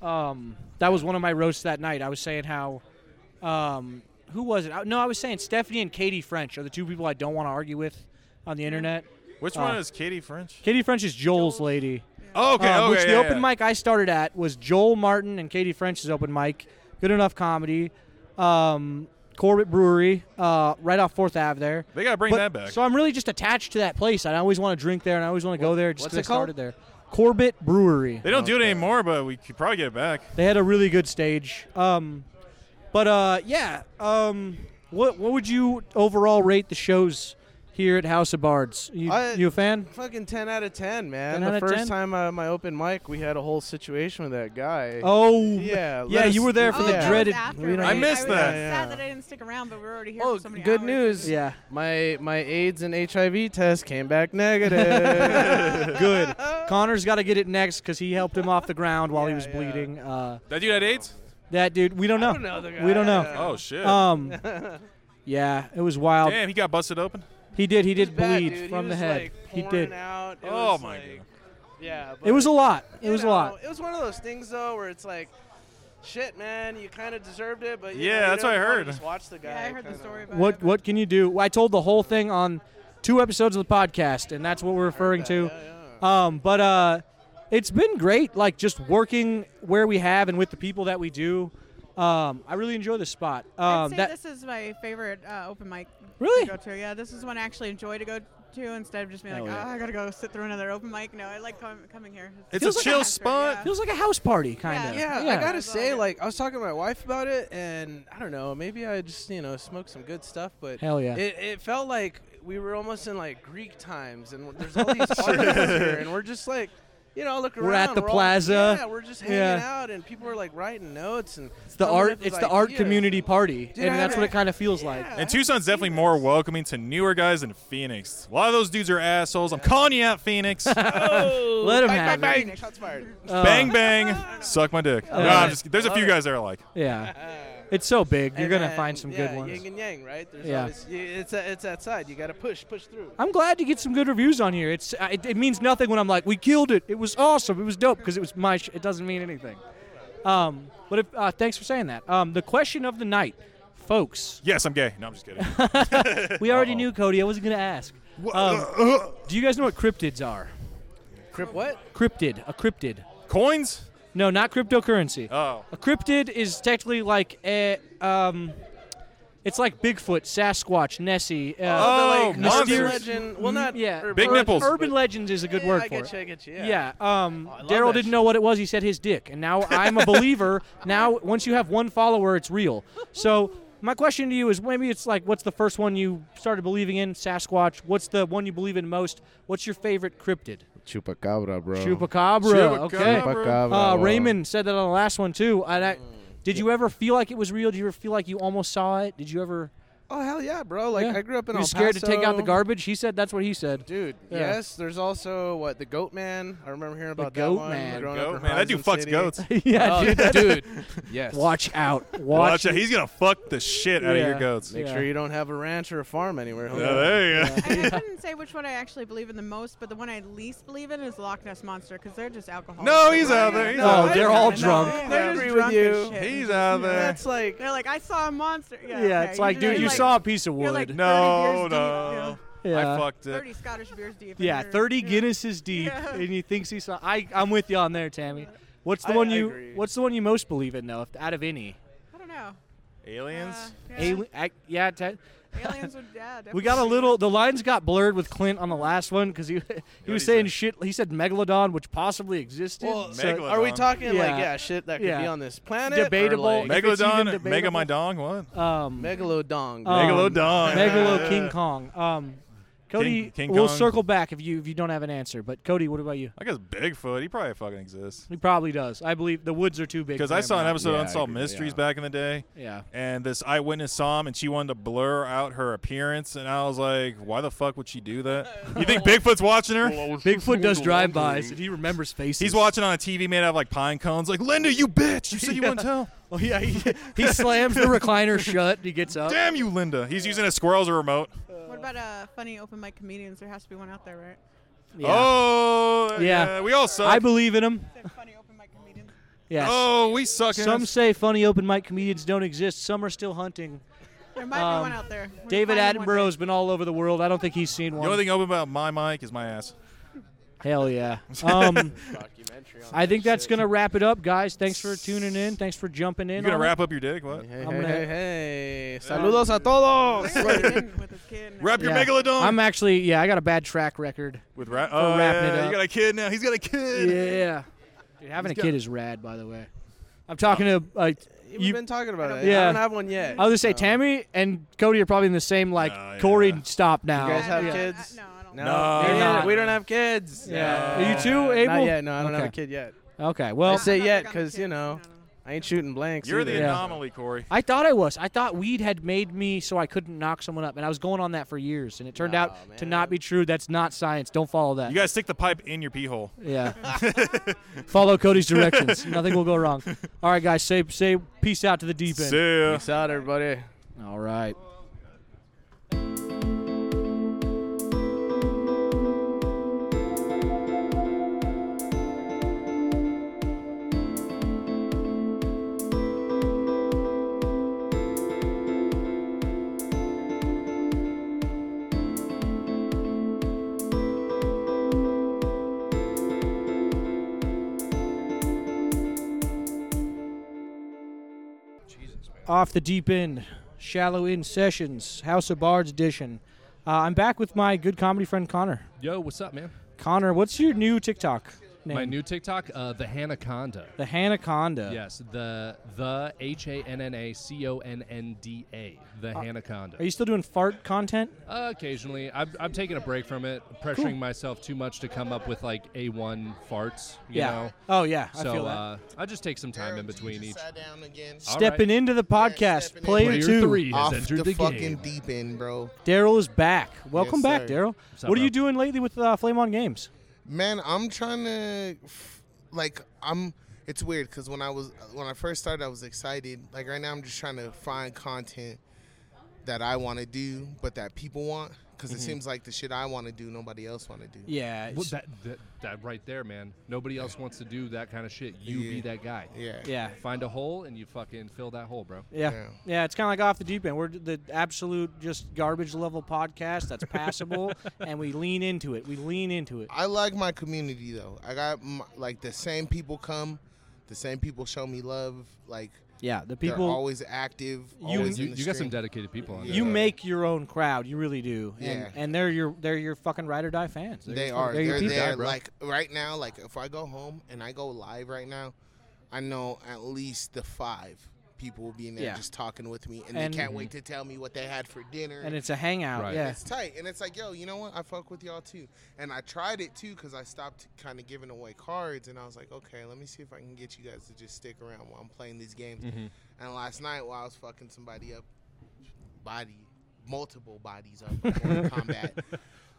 [SPEAKER 1] Um, that was one of my roasts that night. I was saying how, um, who was it? I, no, I was saying Stephanie and Katie French are the two people I don't want to argue with on the internet. Uh,
[SPEAKER 13] Which one is Katie French?
[SPEAKER 1] Katie French is Joel's lady.
[SPEAKER 13] Oh, okay,
[SPEAKER 1] Um,
[SPEAKER 13] okay,
[SPEAKER 1] Which the
[SPEAKER 13] yeah,
[SPEAKER 1] open
[SPEAKER 13] yeah.
[SPEAKER 1] mic I started at was Joel Martin and Katie French's open mic. Good enough comedy. Um, Corbett Brewery, uh, right off Fourth Ave there.
[SPEAKER 13] They gotta bring
[SPEAKER 1] But-
[SPEAKER 13] that back.
[SPEAKER 1] So I'm really just attached to that place. I always want to drink there, and I always want to go there. Just
[SPEAKER 13] what's
[SPEAKER 1] 'cause
[SPEAKER 13] it
[SPEAKER 1] I
[SPEAKER 13] called?
[SPEAKER 1] started there. Corbett Brewery.
[SPEAKER 13] They don't do it anymore, but we could probably get it back.
[SPEAKER 1] They had a really good stage. Um, but uh, yeah. Um, what what would you overall rate the shows here at House of Bards? You,
[SPEAKER 14] I-
[SPEAKER 1] you a fan?
[SPEAKER 14] Fucking 10 out of 10, man.
[SPEAKER 1] 10 out
[SPEAKER 14] the
[SPEAKER 1] of
[SPEAKER 14] first
[SPEAKER 1] 10?
[SPEAKER 14] time uh, my open mic, we had a whole situation with that guy.
[SPEAKER 1] Oh,
[SPEAKER 14] yeah.
[SPEAKER 1] yeah,
[SPEAKER 14] let us-
[SPEAKER 1] you were there for the
[SPEAKER 14] yeah.
[SPEAKER 1] dreaded.
[SPEAKER 14] I missed
[SPEAKER 15] I was
[SPEAKER 14] that.
[SPEAKER 15] sad that I didn't stick around, but we were already here for so many
[SPEAKER 14] Good
[SPEAKER 15] hours.
[SPEAKER 14] news.
[SPEAKER 1] Yeah.
[SPEAKER 14] My my AIDS and HIV test came back negative.
[SPEAKER 1] Good. Connor's got to get it next because he helped him off the ground while he was bleeding. Uh,
[SPEAKER 13] That dude had AIDS.
[SPEAKER 1] that dude, we don't know.
[SPEAKER 14] don't know the
[SPEAKER 1] We don't know.
[SPEAKER 13] guy. Oh, shit.
[SPEAKER 1] Um, yeah, it was wild.
[SPEAKER 13] Damn, he got busted open.
[SPEAKER 1] He did. He did
[SPEAKER 14] Bad,
[SPEAKER 1] bleed
[SPEAKER 14] dude.
[SPEAKER 1] from
[SPEAKER 14] he
[SPEAKER 1] the
[SPEAKER 14] was,
[SPEAKER 1] head.
[SPEAKER 14] Like,
[SPEAKER 1] he
[SPEAKER 14] pouring
[SPEAKER 1] did.
[SPEAKER 14] Out. It
[SPEAKER 13] Oh,
[SPEAKER 14] was,
[SPEAKER 13] my
[SPEAKER 14] like, Yeah.
[SPEAKER 1] It was a lot. It
[SPEAKER 14] you
[SPEAKER 1] was a
[SPEAKER 14] know,
[SPEAKER 1] lot.
[SPEAKER 14] It was one of those things though where it's like, shit, man, you kind of deserved it, but you
[SPEAKER 13] Yeah,
[SPEAKER 14] know, you
[SPEAKER 13] that's
[SPEAKER 14] don't
[SPEAKER 13] what I
[SPEAKER 14] wanna
[SPEAKER 13] heard.
[SPEAKER 14] Just watch the guy. Yeah, I heard the story.
[SPEAKER 1] What what can you do? I told the whole thing on two episodes of the podcast, and that's what we're referring to. Um, but uh, it's been great, like just working where we have and with the people that we do. Um, I really enjoy this spot.
[SPEAKER 15] I'd
[SPEAKER 1] Um,
[SPEAKER 15] say
[SPEAKER 1] that
[SPEAKER 15] this is my favorite uh, open mic.
[SPEAKER 1] Really?
[SPEAKER 15] To go to. Yeah, this is one I actually enjoy to go to instead of just being
[SPEAKER 1] Hell
[SPEAKER 15] like,
[SPEAKER 1] yeah.
[SPEAKER 15] oh, I gotta go sit through another open mic. No, I like com- coming here.
[SPEAKER 13] It's a chill spot.
[SPEAKER 1] feels like a house party, kind of.
[SPEAKER 14] Yeah, I gotta say, like, I was talking to my wife about it, and I don't know, maybe I just, you know, smoked some good stuff, but
[SPEAKER 1] Hell yeah.
[SPEAKER 14] it, it felt like we were almost in like Greek times, and there's all these parties here, and we're just like, you know, look around.
[SPEAKER 1] We're at the
[SPEAKER 14] all-
[SPEAKER 1] plaza.
[SPEAKER 14] yeah, we're just hanging
[SPEAKER 1] Yeah.
[SPEAKER 14] out, and people are like writing notes, and
[SPEAKER 1] It's the art. It's the art community party,
[SPEAKER 14] Dude,
[SPEAKER 1] and
[SPEAKER 14] I
[SPEAKER 1] that's what it
[SPEAKER 14] haven't-
[SPEAKER 1] kind of feels like.
[SPEAKER 13] And Tucson's definitely more welcoming to newer guys than Phoenix. A lot of those dudes are assholes. I'm calling you out, Phoenix.
[SPEAKER 1] Oh. Let 'em
[SPEAKER 14] bang,
[SPEAKER 1] have
[SPEAKER 14] bang,
[SPEAKER 1] it.
[SPEAKER 14] Bang. Shots fired.
[SPEAKER 1] Uh,
[SPEAKER 13] bang bang, suck my dick.
[SPEAKER 1] Uh,
[SPEAKER 13] No, I'm just- there's a
[SPEAKER 14] Love
[SPEAKER 13] few
[SPEAKER 14] it. Uh,
[SPEAKER 13] guys that are like.
[SPEAKER 1] Yeah. It's so big. You're
[SPEAKER 14] And
[SPEAKER 1] gonna
[SPEAKER 14] then,
[SPEAKER 1] find some
[SPEAKER 14] yeah,
[SPEAKER 1] good ones.
[SPEAKER 14] Yin and yang, right? There's
[SPEAKER 1] Yeah.
[SPEAKER 14] always- y- it's that- it's that side. You got to push, push through.
[SPEAKER 1] I'm glad to get some good reviews on here. It's I- it, it means nothing when I'm like, we killed it. It was awesome. It was dope because it was my. Sh- it doesn't mean anything. Um, but if, uh, thanks for saying that. Um, the question of the night, folks.
[SPEAKER 13] Yes, I'm gay. No, I'm just kidding. uh,
[SPEAKER 1] we already knew Cody. I wasn't gonna ask.
[SPEAKER 13] uh-huh.
[SPEAKER 1] Um, do you guys know what cryptids are?
[SPEAKER 14] Crip what?
[SPEAKER 1] Cryptid. A cryptid.
[SPEAKER 13] Coins?
[SPEAKER 1] No, not cryptocurrency.
[SPEAKER 13] Oh.
[SPEAKER 1] A cryptid is technically like a um. It's like Bigfoot, Sasquatch, Nessie. Uh,
[SPEAKER 14] Oh, like urban
[SPEAKER 1] mysterious-
[SPEAKER 14] legend- well, not
[SPEAKER 1] yeah,
[SPEAKER 14] urban Big
[SPEAKER 1] urban-
[SPEAKER 14] nipples.
[SPEAKER 1] Urban legends is a good
[SPEAKER 14] Yeah,
[SPEAKER 1] word
[SPEAKER 14] I
[SPEAKER 1] for
[SPEAKER 14] getcha, I
[SPEAKER 1] it.
[SPEAKER 14] getcha, yeah.
[SPEAKER 1] Yeah. Um,
[SPEAKER 14] Oh, I love
[SPEAKER 1] Daryl
[SPEAKER 14] that
[SPEAKER 1] didn't know what it was. He said his dick, and now I'm a believer. now, once you have one follower, it's real. So my question to you is, maybe it's like, what's the first one you started believing in? Sasquatch. What's the one you believe in most? What's your favorite cryptid?
[SPEAKER 5] Chupacabra, bro.
[SPEAKER 1] Chupacabra. Okay.
[SPEAKER 5] Chupacabra.
[SPEAKER 1] Uh, Raymond said that on the last one too. And I,
[SPEAKER 14] Mm.
[SPEAKER 1] did you ever feel like it was real? Did you ever feel like you almost saw it? Did you ever?
[SPEAKER 14] Oh hell yeah, bro! Like
[SPEAKER 1] Yeah.
[SPEAKER 14] I grew up in
[SPEAKER 1] you
[SPEAKER 14] El
[SPEAKER 1] were scared to take out the
[SPEAKER 14] Paso.
[SPEAKER 1] garbage. He said that's what he said.
[SPEAKER 14] Dude,
[SPEAKER 1] Yeah.
[SPEAKER 14] Yes, there's also what the Goat Man. I remember hearing about
[SPEAKER 1] Goat
[SPEAKER 14] that one.
[SPEAKER 1] Man.
[SPEAKER 14] growing
[SPEAKER 1] Goat
[SPEAKER 14] up in
[SPEAKER 1] Man, that dude
[SPEAKER 14] Horizon
[SPEAKER 1] fucks
[SPEAKER 14] City.
[SPEAKER 13] goats.
[SPEAKER 1] Yeah,
[SPEAKER 14] Oh,
[SPEAKER 1] dude, that's-
[SPEAKER 14] dude. Yes.
[SPEAKER 1] Watch out. Watch,
[SPEAKER 13] Watch out. He's gonna fuck the shit out of your goats.
[SPEAKER 14] Make sure you don't have a ranch or a farm anywhere. homie.
[SPEAKER 13] Yeah, there you go.
[SPEAKER 15] I couldn't say which one I actually believe in the most, but the one I least believe in is Loch Ness Monster because they're just alcoholics.
[SPEAKER 13] No, he's out there. He's out there.
[SPEAKER 15] No, They're just drunk as shit.
[SPEAKER 13] He's out there.
[SPEAKER 14] That's like
[SPEAKER 15] They're like, I saw a monster. Yeah,
[SPEAKER 1] Yeah,
[SPEAKER 15] okay.
[SPEAKER 1] it's like,
[SPEAKER 15] You're
[SPEAKER 1] dude, you
[SPEAKER 15] like-
[SPEAKER 1] saw a piece of
[SPEAKER 15] you're like
[SPEAKER 1] wood.
[SPEAKER 15] 30
[SPEAKER 13] no,
[SPEAKER 15] beers
[SPEAKER 13] no.
[SPEAKER 1] deep, yeah.
[SPEAKER 13] Oh, I
[SPEAKER 1] Yeah.
[SPEAKER 13] fucked it.
[SPEAKER 15] 30 Scottish beers deep.
[SPEAKER 1] Yeah, 30 Guinnesses deep,
[SPEAKER 15] Yeah.
[SPEAKER 1] and he thinks he saw. I, I'm with you on there, Tammy. What's the
[SPEAKER 15] I-
[SPEAKER 1] one
[SPEAKER 15] I
[SPEAKER 1] you?
[SPEAKER 15] agree.
[SPEAKER 1] What's the one you most believe in, though? If, out of any,
[SPEAKER 15] I don't know.
[SPEAKER 13] Aliens?
[SPEAKER 1] Ali- I- yeah, te-
[SPEAKER 15] Aliens would, yeah, definitely.
[SPEAKER 1] we got a little. The lines got blurred with Clint on the last one because he he was saying shit. He said megalodon, which possibly existed.
[SPEAKER 14] Well,
[SPEAKER 1] so-
[SPEAKER 14] are we talking like yeah, shit that could be on this planet? or,
[SPEAKER 1] Debatable.
[SPEAKER 14] like-
[SPEAKER 1] if it's even
[SPEAKER 13] Megalodon?
[SPEAKER 1] debatable.
[SPEAKER 13] Megamindong? What?
[SPEAKER 1] Um,
[SPEAKER 14] Megalodon.
[SPEAKER 1] Um,
[SPEAKER 13] Megalodon.
[SPEAKER 1] Megalo
[SPEAKER 13] Yeah.
[SPEAKER 1] King Kong. Um, Cody,
[SPEAKER 13] King- King
[SPEAKER 1] we'll
[SPEAKER 13] Kong.
[SPEAKER 1] circle back if you if you don't have an answer. But Cody, what about you?
[SPEAKER 13] I guess Bigfoot. He probably fucking exists.
[SPEAKER 1] He probably does. I believe the woods are too big.
[SPEAKER 13] Because
[SPEAKER 1] for
[SPEAKER 13] I
[SPEAKER 1] him
[SPEAKER 13] saw an
[SPEAKER 1] now.
[SPEAKER 13] episode of Unsolved Mysteries back in the day.
[SPEAKER 1] Yeah.
[SPEAKER 13] And this eyewitness saw him, and she wanted to blur out her appearance, and I was like, why the fuck would she do that? You think Bigfoot's watching her?
[SPEAKER 1] Bigfoot does drive-bys, and he remembers faces.
[SPEAKER 13] He's watching on a TV made out of like pine cones. Like Linda, you bitch! You said you wouldn't tell.
[SPEAKER 1] Oh yeah, he, he slams the recliner shut. He gets up.
[SPEAKER 13] Damn you, Linda! He's using a squirrel as a remote.
[SPEAKER 15] What about uh, funny open mic comedians? There has to be one out there, right?
[SPEAKER 13] Oh, yeah. We all suck.
[SPEAKER 1] I believe in him. Yes.
[SPEAKER 13] Oh, we suck.
[SPEAKER 1] Some
[SPEAKER 13] ass.
[SPEAKER 1] say funny open mic comedians don't exist. Some are still hunting.
[SPEAKER 15] There might be
[SPEAKER 1] Um,
[SPEAKER 15] one out there. We're gonna
[SPEAKER 1] David
[SPEAKER 15] find one.
[SPEAKER 1] Attenborough's been all over the world. I don't think he's seen
[SPEAKER 13] The
[SPEAKER 1] one.
[SPEAKER 13] only thing open about my mic is my ass.
[SPEAKER 1] Hell yeah. Um,
[SPEAKER 13] Documentary on
[SPEAKER 1] I think that's gonna wrap it up, guys. Thanks for tuning in. Thanks for jumping in.
[SPEAKER 13] You gonna
[SPEAKER 1] on
[SPEAKER 13] wrap
[SPEAKER 1] it.
[SPEAKER 13] up your dick? What?
[SPEAKER 1] I'm
[SPEAKER 14] Hey,
[SPEAKER 1] gonna-
[SPEAKER 14] hey,
[SPEAKER 1] Eh,
[SPEAKER 14] hey. Saludos a todos.
[SPEAKER 13] Wrap your
[SPEAKER 1] Yeah.
[SPEAKER 13] megalodon.
[SPEAKER 1] I'm actually yeah. I got a bad track record
[SPEAKER 13] with ra-
[SPEAKER 1] for
[SPEAKER 13] oh,
[SPEAKER 1] wrapping
[SPEAKER 13] yeah,
[SPEAKER 1] it up.
[SPEAKER 13] You got a kid now. He's got a kid.
[SPEAKER 1] Yeah. Dude, having
[SPEAKER 13] He's
[SPEAKER 1] a
[SPEAKER 13] got-
[SPEAKER 1] kid is rad, by the way. I'm talking to like
[SPEAKER 14] We've been talking about it.
[SPEAKER 1] Yeah.
[SPEAKER 14] I don't have one yet.
[SPEAKER 1] I was gonna say Tammy and Cody are probably in the same like
[SPEAKER 13] yeah.
[SPEAKER 1] Corey stop now.
[SPEAKER 14] You guys have
[SPEAKER 1] Yeah.
[SPEAKER 14] kids? Uh, No, I don't.
[SPEAKER 1] No.
[SPEAKER 14] we,
[SPEAKER 1] They're not.
[SPEAKER 14] don't, we don't have kids.
[SPEAKER 1] Yeah.
[SPEAKER 14] No.
[SPEAKER 1] Are you too, Abel?
[SPEAKER 14] Not yet. No, I don't have a
[SPEAKER 1] Okay.
[SPEAKER 14] kid yet.
[SPEAKER 1] Okay, well-
[SPEAKER 14] I say yet because you know I ain't shooting blanks.
[SPEAKER 13] You're the
[SPEAKER 14] either.
[SPEAKER 13] anomaly, Corey.
[SPEAKER 1] I thought I was. I thought weed had made me so I couldn't knock someone up, and I was going on that for years, and it turned out to not be true. That's not science. Don't follow that.
[SPEAKER 13] You gotta stick the pipe in your pee hole.
[SPEAKER 1] Yeah. follow Cody's directions. Nothing will go wrong. All right, guys. Say say peace out to the deep end.
[SPEAKER 13] See ya.
[SPEAKER 14] Peace out, everybody.
[SPEAKER 1] All right. Off the Deep End, Shallow End Sessions, House of Bards edition. Uh, I'm back with my good comedy friend Connor.
[SPEAKER 12] Yo, what's up, man?
[SPEAKER 1] Connor, what's your new TikTok name?
[SPEAKER 12] My new TikTok, uh, the Hanaconda.
[SPEAKER 1] the Hanaconda.
[SPEAKER 12] Yes, the the H A N N A C O N N D A, the Hanaconda.
[SPEAKER 1] Uh, Are you still doing fart content?
[SPEAKER 12] Uh, occasionally, I'm, I'm taking a break from it, pressuring
[SPEAKER 1] Cool.
[SPEAKER 12] myself too much to come up with like A1 farts. You
[SPEAKER 1] Yeah.
[SPEAKER 12] Know?
[SPEAKER 1] Oh, yeah, I
[SPEAKER 12] so
[SPEAKER 1] feel that.
[SPEAKER 12] uh, I just take some time in between each. All right.
[SPEAKER 1] Stepping into the podcast, player, two.
[SPEAKER 3] off the, fucking deep end, bro.
[SPEAKER 1] Daryl is back. Welcome
[SPEAKER 3] Yes,
[SPEAKER 1] back,
[SPEAKER 3] sir.
[SPEAKER 1] Daryl.
[SPEAKER 3] What's up,
[SPEAKER 1] What are
[SPEAKER 3] bro?
[SPEAKER 1] you doing lately with uh, Flame on Games?
[SPEAKER 3] Man, I'm trying to, f- like, I'm it's weird because when I was when I first started, I was excited. Like right now, I'm just trying to find content that I want to do, but that people want. Because
[SPEAKER 1] Mm-hmm.
[SPEAKER 12] Mhm.
[SPEAKER 3] it seems like the shit I want to do, nobody else want to do.
[SPEAKER 12] Well, that, that that right there, man. Nobody else wants to do that kind of shit. You be
[SPEAKER 3] Yeah.
[SPEAKER 12] that guy.
[SPEAKER 3] Yeah.
[SPEAKER 1] Yeah.
[SPEAKER 12] Find a hole and you fucking fill that hole, bro.
[SPEAKER 1] Yeah. yeah. it's kind of like off the deep end. We're the absolute just garbage level podcast that's passable, and we lean into it. We lean into it.
[SPEAKER 3] I like my community though. I got m like the same people come, the same people show me love. Like
[SPEAKER 1] Yeah, the
[SPEAKER 3] they're
[SPEAKER 1] people-
[SPEAKER 3] always active.
[SPEAKER 1] You-
[SPEAKER 3] always
[SPEAKER 1] You-
[SPEAKER 3] in the
[SPEAKER 12] you got some
[SPEAKER 3] stream.
[SPEAKER 12] dedicated people on
[SPEAKER 1] You make your own crowd. You really do. And,
[SPEAKER 3] Yeah.
[SPEAKER 1] and they're your they're your fucking ride or die fans. They're
[SPEAKER 3] They
[SPEAKER 1] your,
[SPEAKER 3] are.
[SPEAKER 1] They're your
[SPEAKER 3] They're
[SPEAKER 1] people.
[SPEAKER 3] there. Like right now, like if I go home and I go live right now, I know at least the five people will be in there
[SPEAKER 1] Yeah.
[SPEAKER 3] just talking with me, and,
[SPEAKER 1] And-
[SPEAKER 3] they can't wait
[SPEAKER 1] Mhm.
[SPEAKER 3] to tell me what they had for dinner.
[SPEAKER 1] And it's a hangout, Right. yeah.
[SPEAKER 3] it's tight, and it's like, yo, you know what? I fuck with y'all too. And I tried it too because I stopped kind of giving away cards, and I was like, okay, let me see if I can get you guys to just stick around while I'm playing these games.
[SPEAKER 16] Mhm.
[SPEAKER 3] And last night, while I was fucking somebody up, body, multiple bodies up in Mortal Kombat.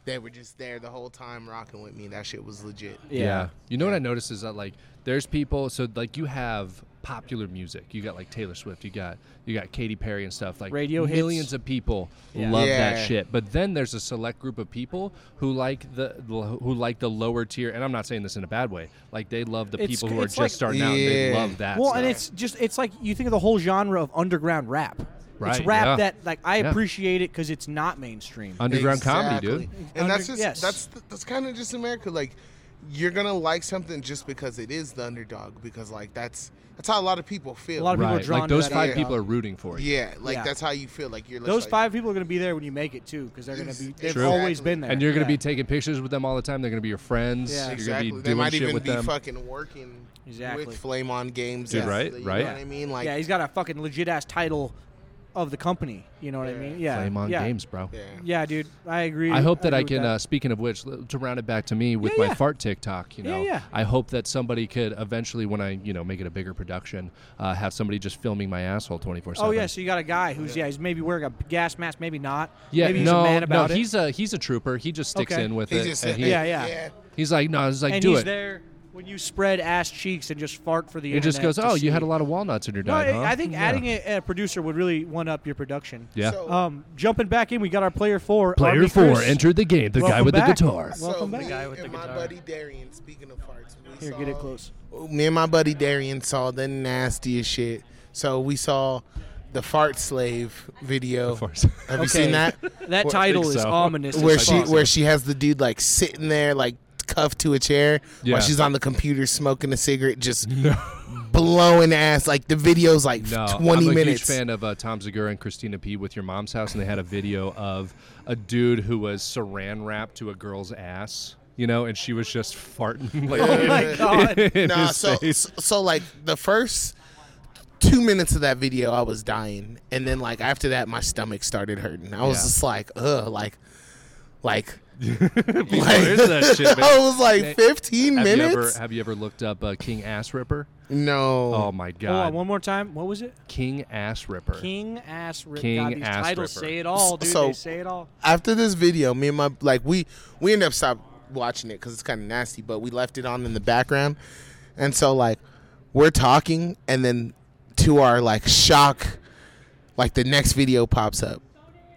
[SPEAKER 3] They were just there the whole time rocking with me. That shit was legit.
[SPEAKER 12] You know what I noticed is that like there's people so like you have popular music. You got like Taylor Swift, you got you got Katy Perry and stuff like
[SPEAKER 1] Radio hits.
[SPEAKER 12] millions of people
[SPEAKER 1] Yeah.
[SPEAKER 12] love
[SPEAKER 1] Yeah.
[SPEAKER 12] that shit. But then there's a select group of people who like the who like the lower tier and I'm not saying this in a bad way. Like they love the people who are just starting out and they love that.
[SPEAKER 1] Well,
[SPEAKER 12] stuff.
[SPEAKER 1] and it's just it's like you think of the whole genre of underground rap.
[SPEAKER 12] Right,
[SPEAKER 1] It's rap
[SPEAKER 12] yeah.
[SPEAKER 1] that like I
[SPEAKER 12] Yeah.
[SPEAKER 1] appreciate it because it's not mainstream.
[SPEAKER 12] Underground comedy, dude.
[SPEAKER 3] And
[SPEAKER 1] Under-
[SPEAKER 3] that's just
[SPEAKER 1] yes.
[SPEAKER 3] that's th- that's kind of just America. Like you're gonna like something just because it is the underdog. Because like that's that's how a lot of people feel.
[SPEAKER 1] A lot of people are
[SPEAKER 12] Right,
[SPEAKER 1] drawn
[SPEAKER 12] like
[SPEAKER 1] to
[SPEAKER 12] those
[SPEAKER 1] that
[SPEAKER 12] five
[SPEAKER 1] underdog.
[SPEAKER 12] people are rooting for you.
[SPEAKER 3] Yeah, like that's how you feel. Like you're just
[SPEAKER 1] Those
[SPEAKER 3] like,
[SPEAKER 1] five people are going to be there when you make it too, because they're going to be. They've always been there.
[SPEAKER 12] And you're going to
[SPEAKER 1] Yeah.
[SPEAKER 12] be taking pictures with them all the time. They're going to be your friends.
[SPEAKER 1] Yeah.
[SPEAKER 12] You're
[SPEAKER 1] Exactly.
[SPEAKER 12] going to
[SPEAKER 3] They
[SPEAKER 12] be doing
[SPEAKER 3] might
[SPEAKER 12] shit
[SPEAKER 3] even
[SPEAKER 12] with
[SPEAKER 3] be
[SPEAKER 12] them.
[SPEAKER 3] fucking working
[SPEAKER 1] Exactly.
[SPEAKER 3] with Flame on games.
[SPEAKER 12] Dude,
[SPEAKER 3] and
[SPEAKER 12] right,
[SPEAKER 3] You
[SPEAKER 12] right.
[SPEAKER 3] Know what I mean, like
[SPEAKER 1] yeah, he's got a fucking legit ass title of the company. You know what I mean? Yeah.
[SPEAKER 12] Flame on
[SPEAKER 1] yeah.
[SPEAKER 12] games, bro.
[SPEAKER 3] Yeah.
[SPEAKER 1] Yeah, dude. I agree.
[SPEAKER 12] I hope that I,
[SPEAKER 1] agree
[SPEAKER 12] can.
[SPEAKER 1] with
[SPEAKER 12] Uh, speaking of which, l- to round it back to me with
[SPEAKER 1] Yeah,
[SPEAKER 12] my
[SPEAKER 1] yeah.
[SPEAKER 12] fart TikTok, you
[SPEAKER 1] Yeah,
[SPEAKER 12] know,
[SPEAKER 1] yeah.
[SPEAKER 12] I hope that somebody could eventually, when I you know make it a bigger production, uh, have somebody just filming my asshole twenty four seven.
[SPEAKER 1] Oh yeah, so you got a guy who's yeah, he's maybe wearing a gas mask, maybe not.
[SPEAKER 12] Yeah,
[SPEAKER 1] maybe he's
[SPEAKER 12] no,
[SPEAKER 1] a man about
[SPEAKER 12] no,
[SPEAKER 1] it.
[SPEAKER 12] he's a he's a trooper. He just sticks
[SPEAKER 1] Okay.
[SPEAKER 12] in with
[SPEAKER 1] He
[SPEAKER 12] it.
[SPEAKER 1] just-
[SPEAKER 12] and he-
[SPEAKER 1] yeah, yeah. Yeah.
[SPEAKER 12] He's like, no, it's like
[SPEAKER 1] and
[SPEAKER 12] do
[SPEAKER 1] he's
[SPEAKER 12] it.
[SPEAKER 1] there when you spread ass cheeks and just fart for the.
[SPEAKER 12] It just
[SPEAKER 1] internet
[SPEAKER 12] goes,
[SPEAKER 1] to
[SPEAKER 12] oh, you had
[SPEAKER 1] see."
[SPEAKER 12] a lot of walnuts in your
[SPEAKER 1] No,
[SPEAKER 12] diet,
[SPEAKER 1] I-
[SPEAKER 12] huh?
[SPEAKER 1] I think
[SPEAKER 12] Yeah.
[SPEAKER 1] adding a, a producer would really one up your production.
[SPEAKER 12] Yeah.
[SPEAKER 1] um, jumping back in, we got our player four.
[SPEAKER 12] Player
[SPEAKER 1] Army
[SPEAKER 12] four
[SPEAKER 1] Chris.
[SPEAKER 12] entered the game, the guy
[SPEAKER 1] Welcome
[SPEAKER 12] with the
[SPEAKER 1] back.
[SPEAKER 12] guitar.
[SPEAKER 1] Welcome
[SPEAKER 3] so
[SPEAKER 1] back.
[SPEAKER 3] me
[SPEAKER 1] guy with the
[SPEAKER 3] and my
[SPEAKER 1] guitar.
[SPEAKER 3] buddy Darian. Speaking of farts, we
[SPEAKER 1] Here,
[SPEAKER 3] saw,
[SPEAKER 1] get it close.
[SPEAKER 3] Me and my buddy Darian saw the nastiest shit. So we saw the fart slave video. Have
[SPEAKER 1] Okay.
[SPEAKER 3] you seen that?
[SPEAKER 1] That
[SPEAKER 3] Where-
[SPEAKER 1] title is ominous
[SPEAKER 3] Where
[SPEAKER 1] as
[SPEAKER 3] she
[SPEAKER 1] fuck.
[SPEAKER 3] where she has the dude like sitting there like cuffed to a chair
[SPEAKER 12] Yeah.
[SPEAKER 3] while she's on the computer smoking a cigarette, just blowing ass. Like the video's like
[SPEAKER 12] No,
[SPEAKER 3] 20
[SPEAKER 12] I'm a
[SPEAKER 3] minutes.
[SPEAKER 12] huge fan of uh, Tom Zagura and Christina P. with Your Mom's House, and they had a video of a dude who was saran wrapped to a girl's ass. You know, and she was just farting. Like, in- in
[SPEAKER 3] Nah,
[SPEAKER 12] his
[SPEAKER 3] so,
[SPEAKER 12] face.
[SPEAKER 3] so so, like the first two minutes of that video, I was dying, and then like after that, my stomach started hurting. I was
[SPEAKER 12] Yeah.
[SPEAKER 3] just like, ugh, like, like. like
[SPEAKER 12] There's that shit, man.
[SPEAKER 3] I was like
[SPEAKER 12] Hey,
[SPEAKER 3] 15
[SPEAKER 12] have
[SPEAKER 3] minutes.
[SPEAKER 12] You ever, have you ever looked up uh, King Ass Ripper?
[SPEAKER 3] No.
[SPEAKER 12] Oh my God.
[SPEAKER 1] Hold on, one more time. What was it?
[SPEAKER 12] King Ass Ripper.
[SPEAKER 1] King ass rip.
[SPEAKER 12] King
[SPEAKER 1] God, these
[SPEAKER 12] ass
[SPEAKER 1] titles
[SPEAKER 12] ripper.
[SPEAKER 1] say it all, dude.
[SPEAKER 3] So-
[SPEAKER 1] they say it all.
[SPEAKER 3] after this video, me and my like we we ended up stop watching it because it's kind of nasty, but we left it on in the background, and so like we're talking, and then to our like shock, like the next video pops up,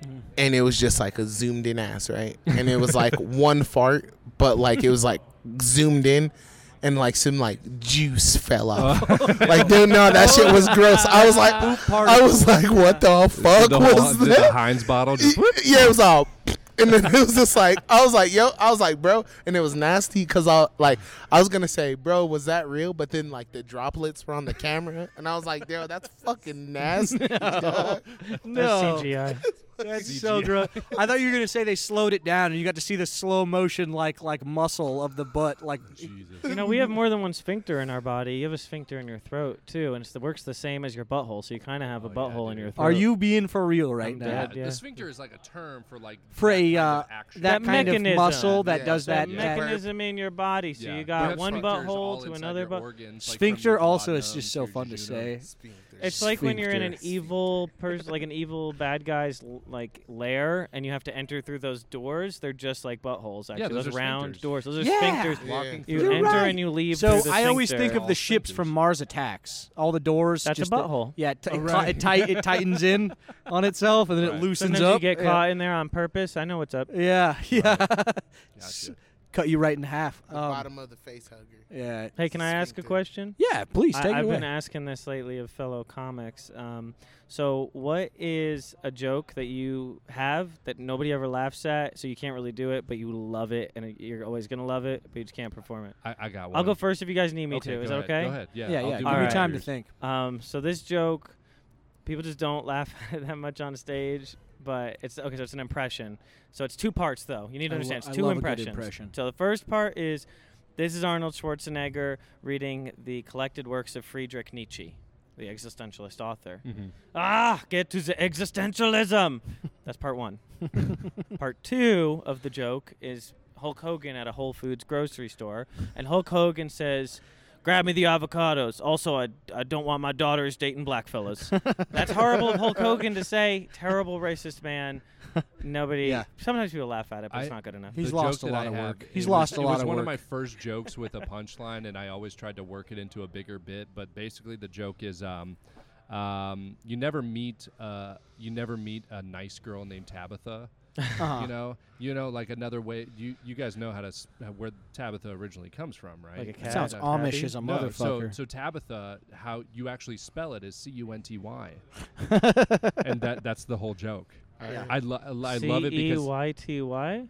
[SPEAKER 1] Mm.
[SPEAKER 3] and it was just like a zoomed in ass, right? And it was like one fart, but like it was like zoomed in. And like some like juice fell off,
[SPEAKER 1] Oh.
[SPEAKER 3] like dude, no, that shit was gross. I was like, I was like, what the fuck
[SPEAKER 12] the,
[SPEAKER 3] was
[SPEAKER 12] whole-
[SPEAKER 3] that?
[SPEAKER 12] the Heinz bottle. Just,
[SPEAKER 3] yeah, it was all. And then it was just like I was like, yo, I was like, bro, and it was nasty because I like I was gonna say, bro, was that real? But then like the droplets were on the camera, and I was like, yo, that's fucking nasty. dog.
[SPEAKER 1] No.
[SPEAKER 4] CGI.
[SPEAKER 1] That's so gross. I thought you were gonna say they slowed it down and you got to see the slow motion like like muscle of the butt like
[SPEAKER 4] You know, we have more than one sphincter in our body. You have a sphincter in your throat too, and it's, it works the same as your butthole. So you kind of have
[SPEAKER 8] Oh,
[SPEAKER 4] a butthole in your throat.
[SPEAKER 1] Are you being for real right now?
[SPEAKER 4] dead,
[SPEAKER 12] The sphincter is like a term for like
[SPEAKER 1] For a
[SPEAKER 12] that kind
[SPEAKER 1] uh,
[SPEAKER 12] of action.
[SPEAKER 1] that, kind of
[SPEAKER 4] mechanism.
[SPEAKER 1] muscle that
[SPEAKER 4] Yeah,
[SPEAKER 1] does
[SPEAKER 4] that
[SPEAKER 1] that,
[SPEAKER 4] mechanism in your body. So
[SPEAKER 1] Yeah.
[SPEAKER 4] you
[SPEAKER 1] We
[SPEAKER 4] got
[SPEAKER 1] have
[SPEAKER 4] one
[SPEAKER 1] sphincters all
[SPEAKER 4] butthole to
[SPEAKER 1] inside
[SPEAKER 4] another
[SPEAKER 1] your
[SPEAKER 4] butthole.
[SPEAKER 1] that sphincter also is just so fun to say.
[SPEAKER 16] It's like when you're in an E, evil person, like an evil bad guy's l- like lair, and you have to enter through those doors. They're just like buttholes. Actually,
[SPEAKER 12] those
[SPEAKER 16] those,
[SPEAKER 12] are
[SPEAKER 16] round
[SPEAKER 12] sphincters.
[SPEAKER 16] doors. Those are
[SPEAKER 1] Yeah.
[SPEAKER 16] sphincters.
[SPEAKER 1] Yeah.
[SPEAKER 16] You
[SPEAKER 1] You're
[SPEAKER 16] enter
[SPEAKER 1] right.
[SPEAKER 16] and you leave.
[SPEAKER 1] So
[SPEAKER 16] through the
[SPEAKER 1] I always think
[SPEAKER 16] sphincter.
[SPEAKER 1] of the ships from Mars Attacks. All the doors.
[SPEAKER 16] That's a
[SPEAKER 1] just the-
[SPEAKER 16] butthole.
[SPEAKER 1] yeah, it, t-
[SPEAKER 16] Oh,
[SPEAKER 1] it cl-
[SPEAKER 16] right.
[SPEAKER 1] it, tight, it tightens in on itself and then it loosens
[SPEAKER 16] Sometimes
[SPEAKER 1] up.
[SPEAKER 16] You get
[SPEAKER 1] Yeah.
[SPEAKER 16] caught in there on purpose. I know what's up.
[SPEAKER 1] Yeah, yeah. S- Cut you right in half.
[SPEAKER 3] The
[SPEAKER 1] Um,
[SPEAKER 3] bottom of the face hugger.
[SPEAKER 1] Yeah.
[SPEAKER 16] Hey, can I ask a question?
[SPEAKER 1] Yeah, please,
[SPEAKER 16] I,
[SPEAKER 1] take it
[SPEAKER 16] I've been
[SPEAKER 1] away.
[SPEAKER 16] asking this lately of fellow comics. Um, so, what is a joke that you have that nobody ever laughs at, so you can't really do it, but you love it, and it- you're always gonna love it, but you just can't perform it?
[SPEAKER 12] I, I got
[SPEAKER 16] I'll
[SPEAKER 12] one.
[SPEAKER 16] go first if you guys need me
[SPEAKER 12] Okay,
[SPEAKER 16] to. Is
[SPEAKER 12] go ahead.
[SPEAKER 16] that okay?
[SPEAKER 12] Go ahead. Yeah, Yeah, I'll yeah, do give me
[SPEAKER 16] All right.
[SPEAKER 12] time to think.
[SPEAKER 16] Um, so this joke, people just don't laugh at it that much on stage, but it's okay. So it's an impression. So it's two parts though. You need to
[SPEAKER 1] I lo-
[SPEAKER 16] understand.
[SPEAKER 1] I
[SPEAKER 16] it's two
[SPEAKER 1] love a good
[SPEAKER 16] impressions.
[SPEAKER 1] impression.
[SPEAKER 16] So the first part is, this is Arnold Schwarzenegger reading the collected works of Friedrich Nietzsche, the existentialist author.
[SPEAKER 12] Mhm.
[SPEAKER 16] Ah, get to the existentialism. That's part one. part two of the joke is Hulk Hogan at a Whole Foods grocery store, and Hulk Hogan says, "Grab me the avocados." Also, I, I don't want my daughters dating black fellas. That's horrible of Hulk Hogan to say. Terrible racist man. Nobody.
[SPEAKER 1] Yeah.
[SPEAKER 16] Sometimes people laugh at it, but
[SPEAKER 12] I-
[SPEAKER 16] it's not good enough.
[SPEAKER 1] He's
[SPEAKER 12] the
[SPEAKER 1] lost
[SPEAKER 12] joke
[SPEAKER 1] a
[SPEAKER 12] that
[SPEAKER 1] lot
[SPEAKER 12] I
[SPEAKER 1] of
[SPEAKER 12] have,
[SPEAKER 1] work.
[SPEAKER 12] it
[SPEAKER 1] He's
[SPEAKER 12] was-
[SPEAKER 1] lost a lot
[SPEAKER 12] It was
[SPEAKER 1] of
[SPEAKER 12] one
[SPEAKER 1] work.
[SPEAKER 12] of my first jokes with a punchline, and I always tried to work it into a bigger bit. But basically, the joke is, um, um, you never meet, uh, you never meet a nice girl named Tabitha.
[SPEAKER 1] Uh-huh.
[SPEAKER 12] You know, you know, like another way. You you guys know how to s- uh, where Tabitha originally comes from, right?
[SPEAKER 1] Like a cat, Sounds a Amish tabby? as a
[SPEAKER 12] No, so-
[SPEAKER 1] motherfucker.
[SPEAKER 12] so Tabitha, how you actually spell it is C U N T Y, and that that's the whole joke.
[SPEAKER 16] Yeah.
[SPEAKER 12] I, lo- I lo- I love it
[SPEAKER 16] E
[SPEAKER 12] because
[SPEAKER 16] C-E-Y-T-Y?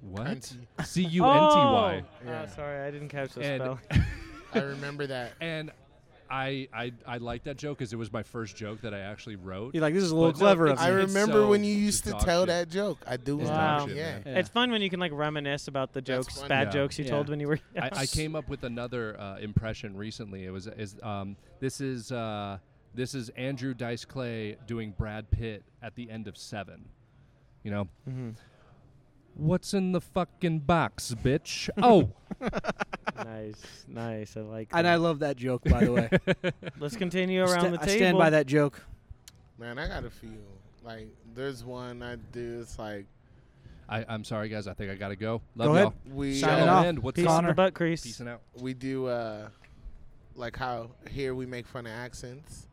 [SPEAKER 12] what? C U N T Y.
[SPEAKER 16] Oh, oh, sorry, I didn't catch the
[SPEAKER 12] And-
[SPEAKER 16] spell.
[SPEAKER 3] I remember that.
[SPEAKER 12] And I I I like that joke because it was my first joke that I actually wrote.
[SPEAKER 1] You're like, this is a little clever of
[SPEAKER 3] I remember when you used to tell that joke. I do
[SPEAKER 16] Wow.
[SPEAKER 3] remember. yeah.
[SPEAKER 16] It's fun when you can like reminisce about the jokes,
[SPEAKER 3] funny.
[SPEAKER 16] bad
[SPEAKER 12] Yeah.
[SPEAKER 16] jokes you
[SPEAKER 12] Yeah.
[SPEAKER 16] told when you were.
[SPEAKER 12] I, I came up with another uh, impression recently. It was is um this is uh this is Andrew Dice Clay doing Brad Pitt at the end of Seven. You know.
[SPEAKER 1] Mm-hmm.
[SPEAKER 12] What's in the fucking box, bitch? Oh.
[SPEAKER 16] nice, nice. I like.
[SPEAKER 1] And
[SPEAKER 16] that.
[SPEAKER 1] I love that joke, by the way.
[SPEAKER 16] Let's continue around
[SPEAKER 1] Sta-
[SPEAKER 16] the table.
[SPEAKER 1] I stand by that joke.
[SPEAKER 3] Man, I got a few. Like, there's one I do. It's like,
[SPEAKER 12] I, I'm sorry, guys. I think I gotta go.
[SPEAKER 1] Go
[SPEAKER 12] Love
[SPEAKER 1] ahead.
[SPEAKER 12] y'all.
[SPEAKER 3] We uh,
[SPEAKER 12] Shout out Land. What's up? Peacing out.
[SPEAKER 3] We do uh, like how here we make fun of accents.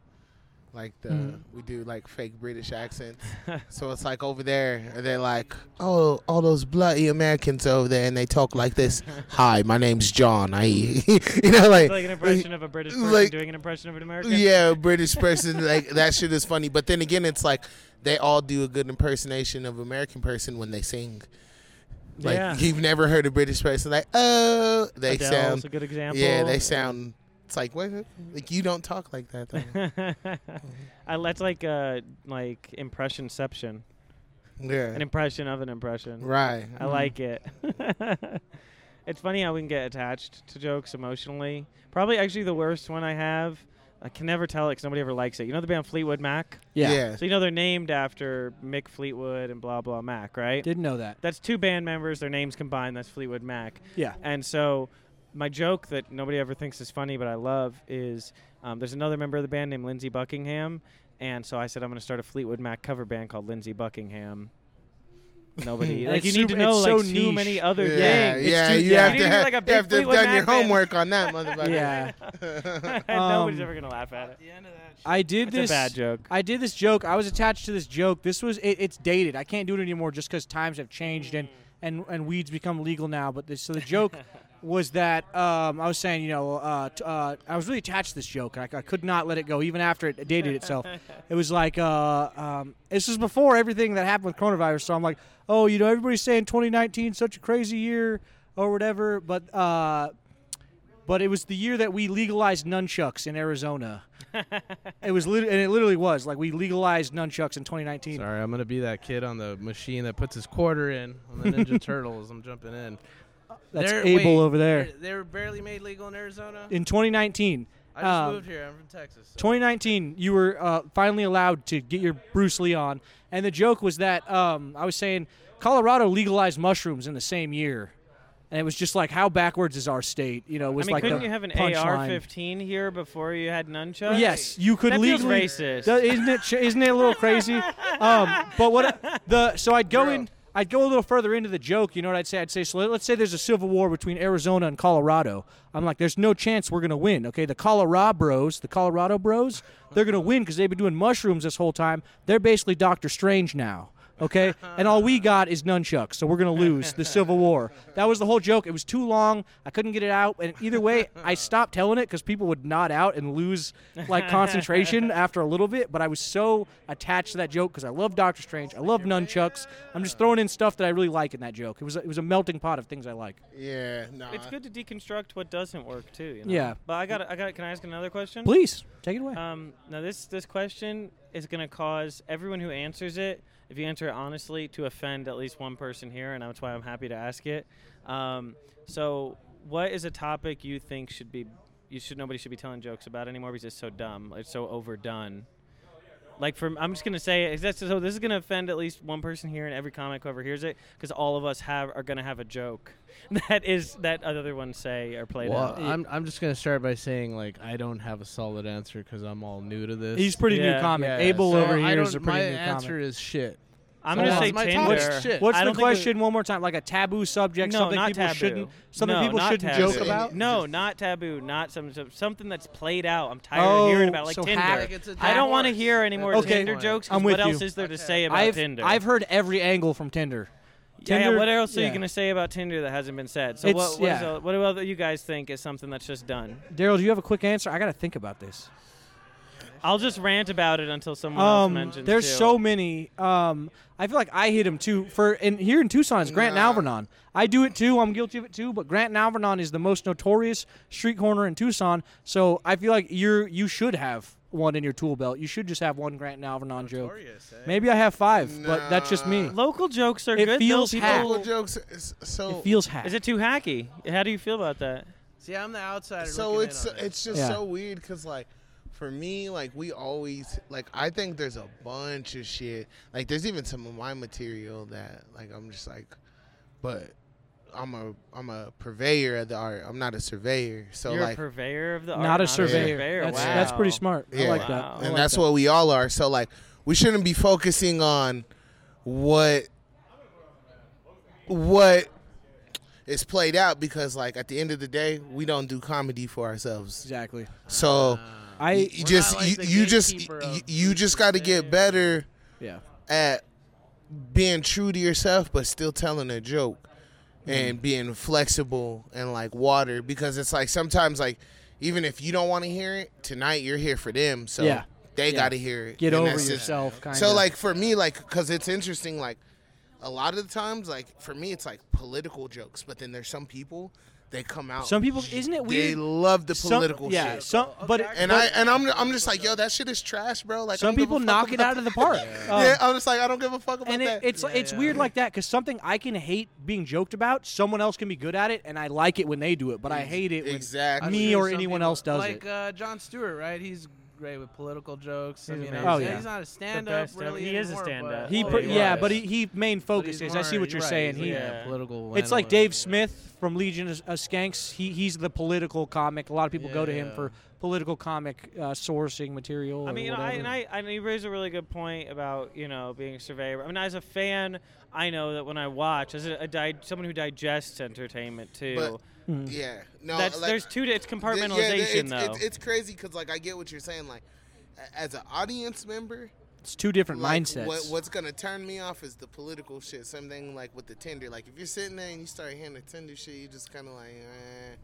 [SPEAKER 3] Like the
[SPEAKER 16] Hmm.
[SPEAKER 5] Mhm.
[SPEAKER 3] we do like fake British accents. so it's like over there they're like, Oh, all those bloody Americans over there and they talk like this. Hi, my name's John. I you know like,
[SPEAKER 16] It's like an impression of a British person doing an impression of an American.
[SPEAKER 3] Yeah, British person like that shit is funny. But then again it's like they all do a good impersonation of American person when they sing. Like
[SPEAKER 16] Yeah.
[SPEAKER 3] you've never heard a British person like, oh, they
[SPEAKER 16] Adele's
[SPEAKER 3] sound
[SPEAKER 16] a good example.
[SPEAKER 3] Yeah, they sound. It's like what? Like you don't talk like that. Though.
[SPEAKER 16] I, that's like uh like impressionception.
[SPEAKER 3] Yeah.
[SPEAKER 16] An impression of an impression.
[SPEAKER 3] Right.
[SPEAKER 12] Mm-hmm.
[SPEAKER 16] I
[SPEAKER 3] Mhm.
[SPEAKER 16] like it. it's funny how we can get attached to jokes emotionally. Probably actually the worst one I have. I can never tell it 'cause nobody ever likes it. You know the band Fleetwood Mac?
[SPEAKER 1] Yeah. Yeah.
[SPEAKER 16] So you know they're named after Mick Fleetwood and blah blah Mac, right?
[SPEAKER 1] Didn't know that.
[SPEAKER 16] That's two band members. Their names combined. That's Fleetwood Mac.
[SPEAKER 1] Yeah.
[SPEAKER 16] And so my joke that nobody ever thinks is funny, but I love is um, there's another member of the band named Lindsey Buckingham, and so I said I'm going to start a Fleetwood Mac cover band called Lindsey Buckingham. Nobody
[SPEAKER 1] And
[SPEAKER 16] like you
[SPEAKER 1] it's
[SPEAKER 16] need to
[SPEAKER 1] super-
[SPEAKER 16] know
[SPEAKER 1] it's
[SPEAKER 16] like
[SPEAKER 1] so
[SPEAKER 16] too
[SPEAKER 1] niche.
[SPEAKER 16] many other
[SPEAKER 3] yeah,
[SPEAKER 16] things.
[SPEAKER 3] yeah.
[SPEAKER 16] It's too-
[SPEAKER 3] you have
[SPEAKER 16] need
[SPEAKER 3] to
[SPEAKER 16] do,
[SPEAKER 3] have,
[SPEAKER 16] like, a
[SPEAKER 3] you have
[SPEAKER 16] big
[SPEAKER 3] to have
[SPEAKER 16] Fleetwood
[SPEAKER 3] done your
[SPEAKER 16] Mac band.
[SPEAKER 3] homework on that motherfucker.
[SPEAKER 1] Yeah.
[SPEAKER 16] Nobody's
[SPEAKER 1] Um,
[SPEAKER 16] ever gonna laugh at it.
[SPEAKER 1] I did
[SPEAKER 16] That's a
[SPEAKER 1] this
[SPEAKER 16] bad joke.
[SPEAKER 1] I did this joke. I was attached to this joke. This was it, it's dated. I can't do it anymore just because times have changed
[SPEAKER 16] Mm.
[SPEAKER 1] and and and weeds become legal now. But this, so the joke was that um, I was saying, you know, uh, t- uh, I was really attached to this joke. I, I could not let it go even after it dated itself. it was like uh, um, this was before everything that happened with coronavirus. So I'm like, oh, you know, everybody's saying 2019 such a crazy year or whatever, but. Uh, but it was the year that we legalized nunchucks in Arizona. it was lit- and it literally was like we legalized nunchucks in 2019.
[SPEAKER 14] Sorry, I'm gonna be that kid on the machine that puts his quarter in on the Ninja Turtles. I'm jumping in.
[SPEAKER 1] That's Abel over there.
[SPEAKER 14] They they were barely made legal in Arizona.
[SPEAKER 1] In 2019.
[SPEAKER 14] I just
[SPEAKER 1] um,
[SPEAKER 14] moved here. I'm from Texas. so-
[SPEAKER 1] 2019, you were uh, finally allowed to get your Bruce Lee on, and the joke was that um, I was saying Colorado legalized mushrooms in the same year, and it was just like, how backwards is our state? You know, it was
[SPEAKER 16] I mean,
[SPEAKER 1] like
[SPEAKER 16] couldn't
[SPEAKER 1] the
[SPEAKER 16] you have an
[SPEAKER 1] punchline.
[SPEAKER 16] AR-15 here before you had nunchucks?
[SPEAKER 1] Yes, you could
[SPEAKER 16] that
[SPEAKER 1] legally.
[SPEAKER 16] Feels racist.
[SPEAKER 1] Th- isn't it? ch- Isn't it a little crazy? Um, but what the? So I'd go in. I'd go a little further into the joke. You know what I'd say? I'd say, so let, us say there's a civil war between Arizona and Colorado. I'm like, there's no chance we're gonna win. Okay, the Colorado Bros, the Colorado Bros, they're gonna win because they've been doing mushrooms this whole time. They're basically Doctor Strange now. Okay, and all we got is nunchucks, so we're gonna lose the Civil War. That was the whole joke. It was too long. I couldn't get it out, and either way, I stopped telling it because people would nod out and lose like concentration after a little bit. But I was so attached to that joke because I love Doctor Strange. I love nunchucks. I'm just throwing in stuff that I really like in that joke. It was it was a melting pot of things I like.
[SPEAKER 3] Yeah, no.
[SPEAKER 16] It's good to deconstruct what doesn't work too. You know?
[SPEAKER 1] Yeah.
[SPEAKER 16] But I got. I got. Can I ask another question?
[SPEAKER 1] Please, take it away.
[SPEAKER 16] Um, now this this question is going to cause everyone who answers it, if you answer it honestly, to offend at least one person here, and that's why I'm happy to ask it. Um, so what is a topic you think should be you should nobody should be telling jokes about anymore because it's so dumb, it's so overdone. Like from, I'm just gonna say it, that's, so. This is gonna offend at least one person here, and every comic whoever hears it, because all of us have are gonna have a joke that is that other ones say or played
[SPEAKER 14] Well,
[SPEAKER 16] out.
[SPEAKER 14] I'm, I'm just gonna start by saying like I don't have a solid answer because I'm all new to this.
[SPEAKER 1] He's pretty new Yeah. comic. Abel over here is a pretty
[SPEAKER 14] my
[SPEAKER 1] new comic.
[SPEAKER 14] answer is shit.
[SPEAKER 1] I'm
[SPEAKER 14] So
[SPEAKER 1] gonna
[SPEAKER 14] that's
[SPEAKER 1] say
[SPEAKER 14] my
[SPEAKER 1] Tinder.
[SPEAKER 14] topic is shit.
[SPEAKER 1] What's
[SPEAKER 14] I
[SPEAKER 1] the
[SPEAKER 14] don't think we-
[SPEAKER 1] question one more time? Like a taboo subject,
[SPEAKER 16] No,
[SPEAKER 1] something
[SPEAKER 16] not
[SPEAKER 1] people
[SPEAKER 16] taboo.
[SPEAKER 1] shouldn't, something
[SPEAKER 16] No,
[SPEAKER 1] people
[SPEAKER 16] not
[SPEAKER 1] shouldn't
[SPEAKER 16] taboo.
[SPEAKER 1] joke about.
[SPEAKER 16] No, not taboo. Not some, some- something that's played out. I'm tired
[SPEAKER 1] Oh,
[SPEAKER 16] of hearing about like
[SPEAKER 1] so
[SPEAKER 16] Tinder.
[SPEAKER 1] hack-
[SPEAKER 14] Like it's a
[SPEAKER 16] I
[SPEAKER 14] dead
[SPEAKER 16] don't want to
[SPEAKER 14] horse.
[SPEAKER 16] hear any more
[SPEAKER 1] Okay.
[SPEAKER 16] Tinder jokes. 'cause
[SPEAKER 1] I'm
[SPEAKER 16] what
[SPEAKER 1] with
[SPEAKER 16] else
[SPEAKER 1] you.
[SPEAKER 16] is there to say about
[SPEAKER 1] I've,
[SPEAKER 16] Tinder?
[SPEAKER 1] I've heard every angle from Tinder.
[SPEAKER 16] Yeah, yeah,
[SPEAKER 1] Tinder-
[SPEAKER 16] what else are
[SPEAKER 1] yeah.
[SPEAKER 16] you gonna say about Tinder that hasn't been said? So
[SPEAKER 1] It's-
[SPEAKER 16] what? What, is
[SPEAKER 1] yeah.
[SPEAKER 16] a- what about that you guys think is something that's just done?
[SPEAKER 1] Daryl, do you have a quick answer? I gotta think about this.
[SPEAKER 16] I'll just rant about it until someone else mentions.
[SPEAKER 1] there's
[SPEAKER 16] too.
[SPEAKER 1] Um, so many. Um, I feel like I hit him too. For and here in Tucson, it's Grant and Alvernon. I do it too. I'm guilty of it too. But Grant and Alvernon is the most notorious street corner in Tucson. So I feel like you're you should have one in your tool belt. You should just have one Grant and Alvernon joke. Maybe I have five, but that's just me.
[SPEAKER 16] Local jokes are
[SPEAKER 1] it
[SPEAKER 16] good. though.
[SPEAKER 1] Feels
[SPEAKER 16] People-
[SPEAKER 1] hacked.
[SPEAKER 3] Local jokes. Is, so
[SPEAKER 1] It feels hacked.
[SPEAKER 16] Is it too hacky? How do you feel about that?
[SPEAKER 14] See, I'm the outsider.
[SPEAKER 3] So
[SPEAKER 14] looking in
[SPEAKER 3] it's
[SPEAKER 14] on it.
[SPEAKER 3] it's just
[SPEAKER 16] Yeah.
[SPEAKER 3] so weird because like for me like we always like I think there's a bunch of shit like there's even some of my material that like I'm just like, but I'm a I'm a purveyor of the art. I'm not a surveyor. So
[SPEAKER 16] You're
[SPEAKER 3] like
[SPEAKER 16] a purveyor of the art,
[SPEAKER 1] Not a surveyor. That's- that's pretty
[SPEAKER 16] wow.
[SPEAKER 1] smart. I
[SPEAKER 3] Yeah.
[SPEAKER 1] like that. I
[SPEAKER 3] And
[SPEAKER 1] like
[SPEAKER 3] that's
[SPEAKER 1] that.
[SPEAKER 3] what we all are. So like we shouldn't be focusing on what what is played out because like at the end of the day we don't do comedy for ourselves.
[SPEAKER 1] Exactly. Uh,
[SPEAKER 3] So
[SPEAKER 1] I-
[SPEAKER 3] I
[SPEAKER 1] We're
[SPEAKER 3] just
[SPEAKER 1] not like the
[SPEAKER 3] you, you just
[SPEAKER 1] gatekeeper
[SPEAKER 3] you,
[SPEAKER 1] of
[SPEAKER 3] you just got to get better
[SPEAKER 1] Yeah.
[SPEAKER 3] at being true to yourself but still telling a joke
[SPEAKER 1] Mm-hmm.
[SPEAKER 3] and being flexible and like water because it's like sometimes like even if you don't want to hear it tonight you're here for them so
[SPEAKER 1] Yeah.
[SPEAKER 3] they
[SPEAKER 1] Yeah.
[SPEAKER 3] got to hear it
[SPEAKER 1] Get
[SPEAKER 3] And
[SPEAKER 1] over
[SPEAKER 3] that's just-
[SPEAKER 1] yourself,
[SPEAKER 3] so
[SPEAKER 1] kinda.
[SPEAKER 3] like for me like because it's interesting like a lot of the times like for me it's like political jokes but then there's some people they come out
[SPEAKER 1] Some people- isn't it
[SPEAKER 3] they
[SPEAKER 1] weird?
[SPEAKER 3] love the
[SPEAKER 1] Some-
[SPEAKER 3] political
[SPEAKER 1] yeah,
[SPEAKER 3] shit
[SPEAKER 1] some- but-
[SPEAKER 3] and
[SPEAKER 1] but-
[SPEAKER 3] i and i'm i'm just like yo that shit is trash bro like I
[SPEAKER 1] Some
[SPEAKER 3] don't give
[SPEAKER 1] people
[SPEAKER 3] a fuck
[SPEAKER 1] knock it
[SPEAKER 3] about
[SPEAKER 1] out of the park. Um,
[SPEAKER 3] yeah i'm just like i don't give a fuck about
[SPEAKER 1] and it,
[SPEAKER 3] that
[SPEAKER 1] it's it's weird like that because something I can hate being joked about, someone else can be good at it, and I like it when they do it, but I hate it when
[SPEAKER 3] exactly.
[SPEAKER 1] me or anyone else does
[SPEAKER 14] like
[SPEAKER 1] it.
[SPEAKER 14] uh, John Stewart, right? He's great with political jokes. I
[SPEAKER 1] He's
[SPEAKER 14] mean,
[SPEAKER 1] amazing. Oh,
[SPEAKER 14] he's,
[SPEAKER 1] yeah.
[SPEAKER 14] he's not a
[SPEAKER 16] The
[SPEAKER 14] stand-up
[SPEAKER 16] best
[SPEAKER 14] really.
[SPEAKER 16] ever. He is a
[SPEAKER 14] anymore,
[SPEAKER 16] stand-up.
[SPEAKER 14] but-
[SPEAKER 1] He,
[SPEAKER 14] Oh,
[SPEAKER 1] put, yeah,
[SPEAKER 14] was.
[SPEAKER 1] but he, he main focus is. I
[SPEAKER 14] more-
[SPEAKER 1] see what
[SPEAKER 14] you're
[SPEAKER 1] you're
[SPEAKER 14] right,
[SPEAKER 1] saying.
[SPEAKER 14] he's
[SPEAKER 1] He
[SPEAKER 14] like a Yeah. political
[SPEAKER 1] It's like
[SPEAKER 14] analyst.
[SPEAKER 1] Dave Smith from Legion of of Skanks. He he's the political comic. A lot of people go to him
[SPEAKER 16] Yeah.
[SPEAKER 1] for political comic uh, sourcing material.
[SPEAKER 16] I
[SPEAKER 1] or
[SPEAKER 16] mean, you know, I,
[SPEAKER 1] whatever.
[SPEAKER 16] and I, I know you raised a really good point about you know being a surveyor. I mean, as a fan, I know that when I watch, as a, a di- someone who digests entertainment too,
[SPEAKER 3] But,
[SPEAKER 1] Hmm.
[SPEAKER 3] Mhm. yeah, no,
[SPEAKER 16] that's,
[SPEAKER 3] like-
[SPEAKER 16] there's two. It's
[SPEAKER 3] Th- yeah,
[SPEAKER 16] compartmentalization
[SPEAKER 3] th- it's,
[SPEAKER 16] though.
[SPEAKER 3] It's, it's crazy because like I get what you're saying. Like a- as an audience member,
[SPEAKER 1] it's two different
[SPEAKER 3] like,
[SPEAKER 1] mindsets.
[SPEAKER 3] What, what's gonna turn me off is the political shit. Something like with the Tinder. Like if you're sitting there and you start hearing the Tinder shit, you just kind of like, eh,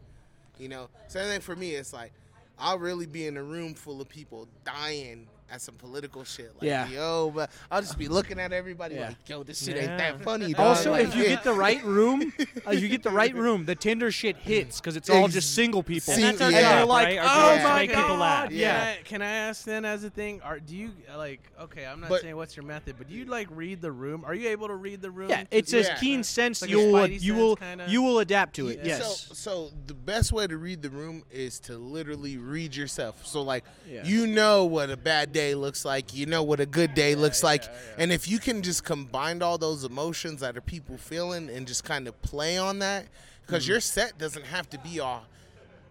[SPEAKER 3] you know. Same thing for me. It's like I'll really be in a room full of people dying at some political shit. Like,
[SPEAKER 1] Yeah.
[SPEAKER 3] Yo, but I'll just be looking at everybody like, yo, this shit ain't that funny. Dog.
[SPEAKER 1] Also,
[SPEAKER 3] Like,
[SPEAKER 1] if you
[SPEAKER 3] yeah.
[SPEAKER 1] get the right room, uh, you get the right room. The Tinder shit hits because it's all just single people.
[SPEAKER 3] And that's our
[SPEAKER 1] they're
[SPEAKER 3] job,
[SPEAKER 1] like,
[SPEAKER 3] right? Our
[SPEAKER 1] oh
[SPEAKER 3] job is to
[SPEAKER 1] my
[SPEAKER 3] make
[SPEAKER 1] god,
[SPEAKER 3] people laugh.
[SPEAKER 1] yeah.
[SPEAKER 14] Can I, can I ask then as a thing? Are do you like? Okay, I'm not
[SPEAKER 1] But-
[SPEAKER 14] saying what's your method, but do you like read the room? Are you able to read the room?
[SPEAKER 1] Yeah,
[SPEAKER 14] to
[SPEAKER 1] it's
[SPEAKER 14] see-
[SPEAKER 1] a keen sense
[SPEAKER 14] Like a
[SPEAKER 1] you'll
[SPEAKER 14] spidey
[SPEAKER 1] you
[SPEAKER 14] sense
[SPEAKER 1] will
[SPEAKER 14] kinda?
[SPEAKER 1] you will adapt to it.
[SPEAKER 3] Yeah.
[SPEAKER 1] Yes.
[SPEAKER 3] So, so the best way to read the room is to literally read yourself. So like
[SPEAKER 1] Yeah.
[SPEAKER 3] you know what a bad day looks like, you know what a good day looks like, and if you can just combine all those emotions that are people feeling and just kind of play on that, because
[SPEAKER 14] Mm-hmm.
[SPEAKER 3] your set doesn't have to be all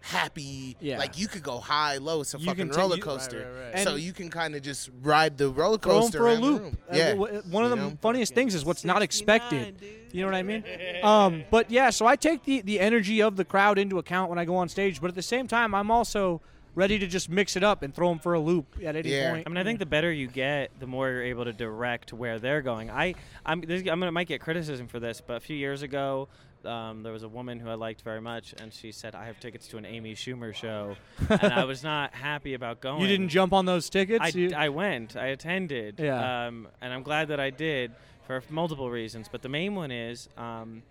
[SPEAKER 3] happy.
[SPEAKER 14] Yeah.
[SPEAKER 3] Like you could go high, low. It's a
[SPEAKER 14] You
[SPEAKER 3] fucking
[SPEAKER 14] can take-
[SPEAKER 3] roller
[SPEAKER 14] you-
[SPEAKER 3] coaster.
[SPEAKER 14] right, right,
[SPEAKER 1] right.
[SPEAKER 3] So
[SPEAKER 1] And-
[SPEAKER 3] you can kind of just ride the roller
[SPEAKER 1] Throw 'em
[SPEAKER 3] coaster
[SPEAKER 1] for a
[SPEAKER 3] around the
[SPEAKER 1] loop.
[SPEAKER 3] room.
[SPEAKER 1] Uh,
[SPEAKER 3] Yeah.
[SPEAKER 1] w- one of the funniest things is what's not expected. You know what I mean? Um, but yeah, so I take the the energy of the crowd into account when I go on stage, but at the same time, I'm also ready to just mix it up and throw them for a loop at any point.
[SPEAKER 16] I mean, I think the better you get, the more you're able to direct where they're going. I, I'm, this, I'm gonna might get criticism for this, but a few years ago, um, there was a woman who I liked very much, and she said, "I have tickets to an Amy Schumer show," and I was not happy about going.
[SPEAKER 1] You didn't jump on those tickets.
[SPEAKER 16] I,
[SPEAKER 1] You-
[SPEAKER 16] I went. I attended.
[SPEAKER 1] Yeah.
[SPEAKER 16] Um, and I'm glad that I did for multiple reasons. But the main one is um,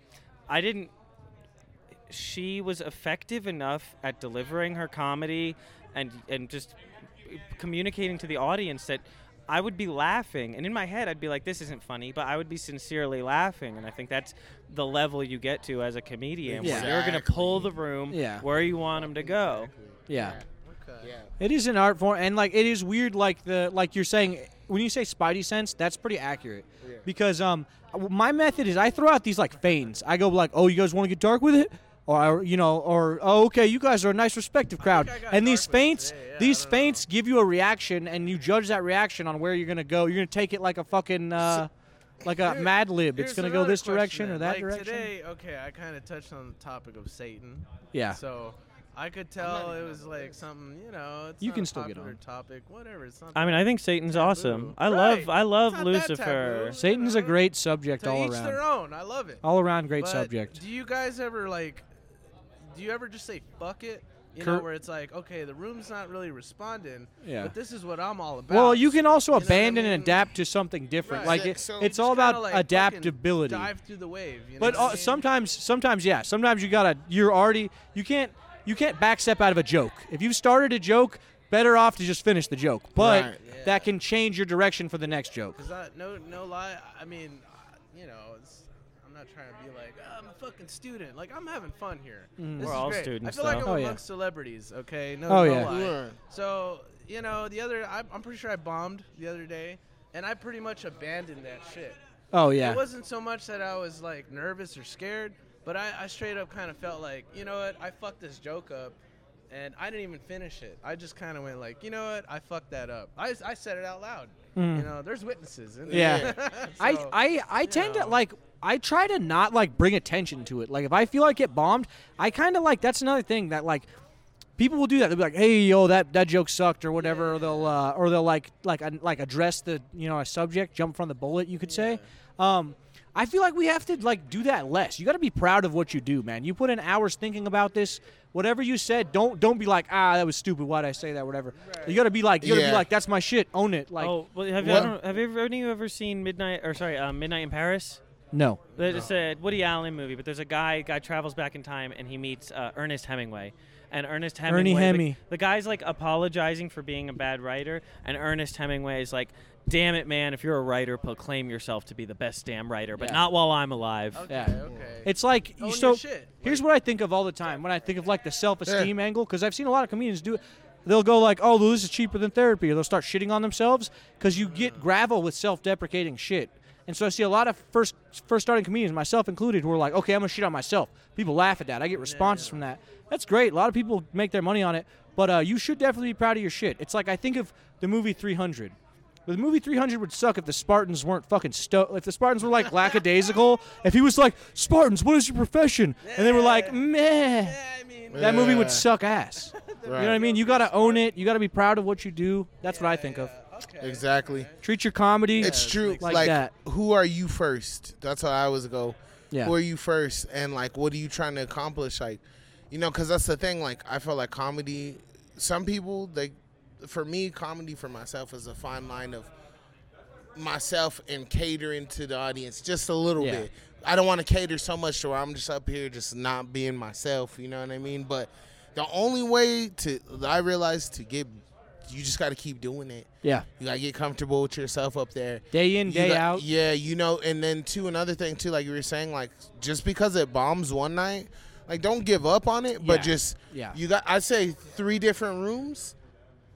[SPEAKER 16] I didn't. She was effective enough at delivering her comedy and and just communicating to the audience that I would be laughing. And in my head, I'd be like, "This isn't funny," but I would be sincerely laughing. And I think that's the level you get to as a comedian. Where you're going to pull the room
[SPEAKER 1] Yeah.
[SPEAKER 16] where you want them to go.
[SPEAKER 1] yeah.
[SPEAKER 3] Yeah.
[SPEAKER 1] It is an art form, and like it is weird, like the like you're saying when you say Spidey sense, that's pretty accurate. Because um, w- my method is I throw out these like feigns. I go like, oh, you guys want to get dark with it, or you know, or oh, okay, you guys are a nice, respective crowd. And these feints, these feints give you a reaction, and you judge that reaction on where you're gonna go. You're gonna take it like a fucking uh, like a Mad Lib. It's
[SPEAKER 14] Here's
[SPEAKER 1] gonna go
[SPEAKER 14] another
[SPEAKER 1] this
[SPEAKER 14] question
[SPEAKER 1] direction or
[SPEAKER 14] then.
[SPEAKER 1] that
[SPEAKER 14] like
[SPEAKER 1] direction.
[SPEAKER 14] Today, okay, I kind of touched on the topic of Satan.
[SPEAKER 1] Yeah.
[SPEAKER 14] So I could tell it was like something, you know, it's
[SPEAKER 1] You
[SPEAKER 14] not
[SPEAKER 1] can
[SPEAKER 14] a
[SPEAKER 1] still get
[SPEAKER 14] popular topic, whatever. It's not
[SPEAKER 16] I mean, I think Satan's awesome. I love, I love Lucifer.
[SPEAKER 1] Satan's a great subject
[SPEAKER 14] to
[SPEAKER 1] all
[SPEAKER 14] each
[SPEAKER 1] around.
[SPEAKER 14] their own. I love it.
[SPEAKER 1] All around great
[SPEAKER 14] But
[SPEAKER 1] subject.
[SPEAKER 14] Do you guys ever like? Do you ever just say "fuck it"? You know,
[SPEAKER 1] Cur-
[SPEAKER 14] where it's like, okay, the room's not really responding.
[SPEAKER 1] Yeah.
[SPEAKER 14] But this is what I'm all about.
[SPEAKER 1] Well, you can also
[SPEAKER 14] You know what I
[SPEAKER 1] abandon
[SPEAKER 14] mean?
[SPEAKER 1] and adapt to something different.
[SPEAKER 14] Right.
[SPEAKER 1] Like it,
[SPEAKER 14] So
[SPEAKER 1] it's
[SPEAKER 14] just
[SPEAKER 1] all
[SPEAKER 14] kinda,
[SPEAKER 1] about
[SPEAKER 14] like, fucking
[SPEAKER 1] adaptability.
[SPEAKER 14] Dive through the wave. You know
[SPEAKER 1] but
[SPEAKER 14] what I
[SPEAKER 1] uh, sometimes, sometimes, yeah, sometimes you gotta. You're already. You can't. You can't backstep out of a joke. If you've started a joke, better off to just finish the joke. But
[SPEAKER 14] Right.
[SPEAKER 1] that can change your direction for the next joke.
[SPEAKER 14] Cause I, no, no lie. I mean, you know, it's, I'm not trying to be like "Oh, I'm a fucking student. Like I'm having fun here.
[SPEAKER 16] Mm.
[SPEAKER 14] This
[SPEAKER 16] We're
[SPEAKER 14] is
[SPEAKER 16] all
[SPEAKER 14] great.
[SPEAKER 16] students,
[SPEAKER 14] I feel like
[SPEAKER 16] though.
[SPEAKER 14] I'm
[SPEAKER 16] Oh, yeah.
[SPEAKER 14] among celebrities. Okay, no, no
[SPEAKER 16] Oh, yeah.
[SPEAKER 14] lie.
[SPEAKER 16] You are.
[SPEAKER 14] So you know, the other, I'm, I'm pretty sure I bombed the other day, and I pretty much abandoned that shit.
[SPEAKER 1] Oh, yeah.
[SPEAKER 14] It wasn't so much that I was like nervous or scared, but I, I straight up kind of felt like, you know what, I fucked this joke up. And I didn't even finish it. I just kind of went like, you know what? I fucked that up. I, I said it out loud.
[SPEAKER 1] Mm.
[SPEAKER 14] You know, there's witnesses. In
[SPEAKER 1] Yeah.
[SPEAKER 14] there. So-
[SPEAKER 1] I, I, I tend to like I try to not like bring attention to it. Like if I feel like it bombed, I kind of like that's another thing that like people will do that. They'll be like, "Hey, yo, that that joke sucked" or whatever. Or they'll uh, or they'll like like uh, like address the you know a subject, jump from the bullet, you could say. Um, I feel like we have to like do that less. You got to be proud of what you do, man. You put in hours thinking about this. Whatever you said, don't don't be like, ah, that was stupid. Why'd I say that? Whatever. You got to be like, you got to
[SPEAKER 16] Yeah.
[SPEAKER 1] be like, that's my shit. Own it. Like,
[SPEAKER 16] oh, well, have, you, I don't, have you ever, any of you ever seen Midnight or sorry, uh, Midnight in Paris?
[SPEAKER 1] No.
[SPEAKER 16] There's it's a Woody Allen movie, but there's a guy. Guy travels back in time and he meets uh, Ernest Hemingway, and Ernest Hemingway.
[SPEAKER 1] Ernie
[SPEAKER 16] the-
[SPEAKER 1] Hemmy.
[SPEAKER 16] The, guy's like apologizing for being a bad writer, and Ernest Hemingway is like. Damn it, man! If you're a writer, proclaim yourself to be the best damn writer, but
[SPEAKER 1] Yeah.
[SPEAKER 16] not while I'm alive.
[SPEAKER 1] Yeah. It's like you so. Here's what I think of all the time when I think of like the self-esteem angle, because I've seen a lot of comedians do it. They'll go like, "Oh, well, this is cheaper than therapy," or they'll start shitting on themselves because you get gravel with self-deprecating shit. And so I see a lot of first first starting comedians, myself included, who are like, "Okay, I'm gonna shit on myself." People laugh at that. I get responses from that. That's great. A lot of people make their money on it, but uh, you should definitely be proud of your shit. It's like I think of the movie 300. The movie 300 would suck if the Spartans weren't fucking sto. If the Spartans were like lackadaisical, if he was like Spartans, what is your profession? And they were like, meh. that movie
[SPEAKER 3] Yeah.
[SPEAKER 1] would suck ass. You know what I mean? You gotta own it. You gotta be proud of what you do. That's what I think of.
[SPEAKER 3] Exactly.
[SPEAKER 1] Treat your comedy.
[SPEAKER 3] It's true.
[SPEAKER 1] Like,
[SPEAKER 3] Like,
[SPEAKER 1] that.
[SPEAKER 3] who are you first? That's how I always go.
[SPEAKER 1] Yeah.
[SPEAKER 3] Who are you first? And like, what are you trying to accomplish? Like, you know, because that's the thing. Like, I feel like comedy. Some people, they, for me, comedy for myself is a fine line of myself and catering to the audience just a little
[SPEAKER 17] Yeah.
[SPEAKER 3] bit. I don't want to cater so much to where I'm just up here just not being myself. You know what I mean? But the only way to that I realized to get, you just got to keep doing it.
[SPEAKER 1] Yeah.
[SPEAKER 3] You gotta get comfortable with yourself up there,
[SPEAKER 1] day in,
[SPEAKER 3] You
[SPEAKER 1] day
[SPEAKER 3] got-
[SPEAKER 1] out.
[SPEAKER 3] Yeah, you know. And then too, another thing too, like you were saying, like just because it bombs one night, like don't give up on it,
[SPEAKER 1] Yeah.
[SPEAKER 3] but just
[SPEAKER 1] Yeah.
[SPEAKER 3] You got I say three different rooms,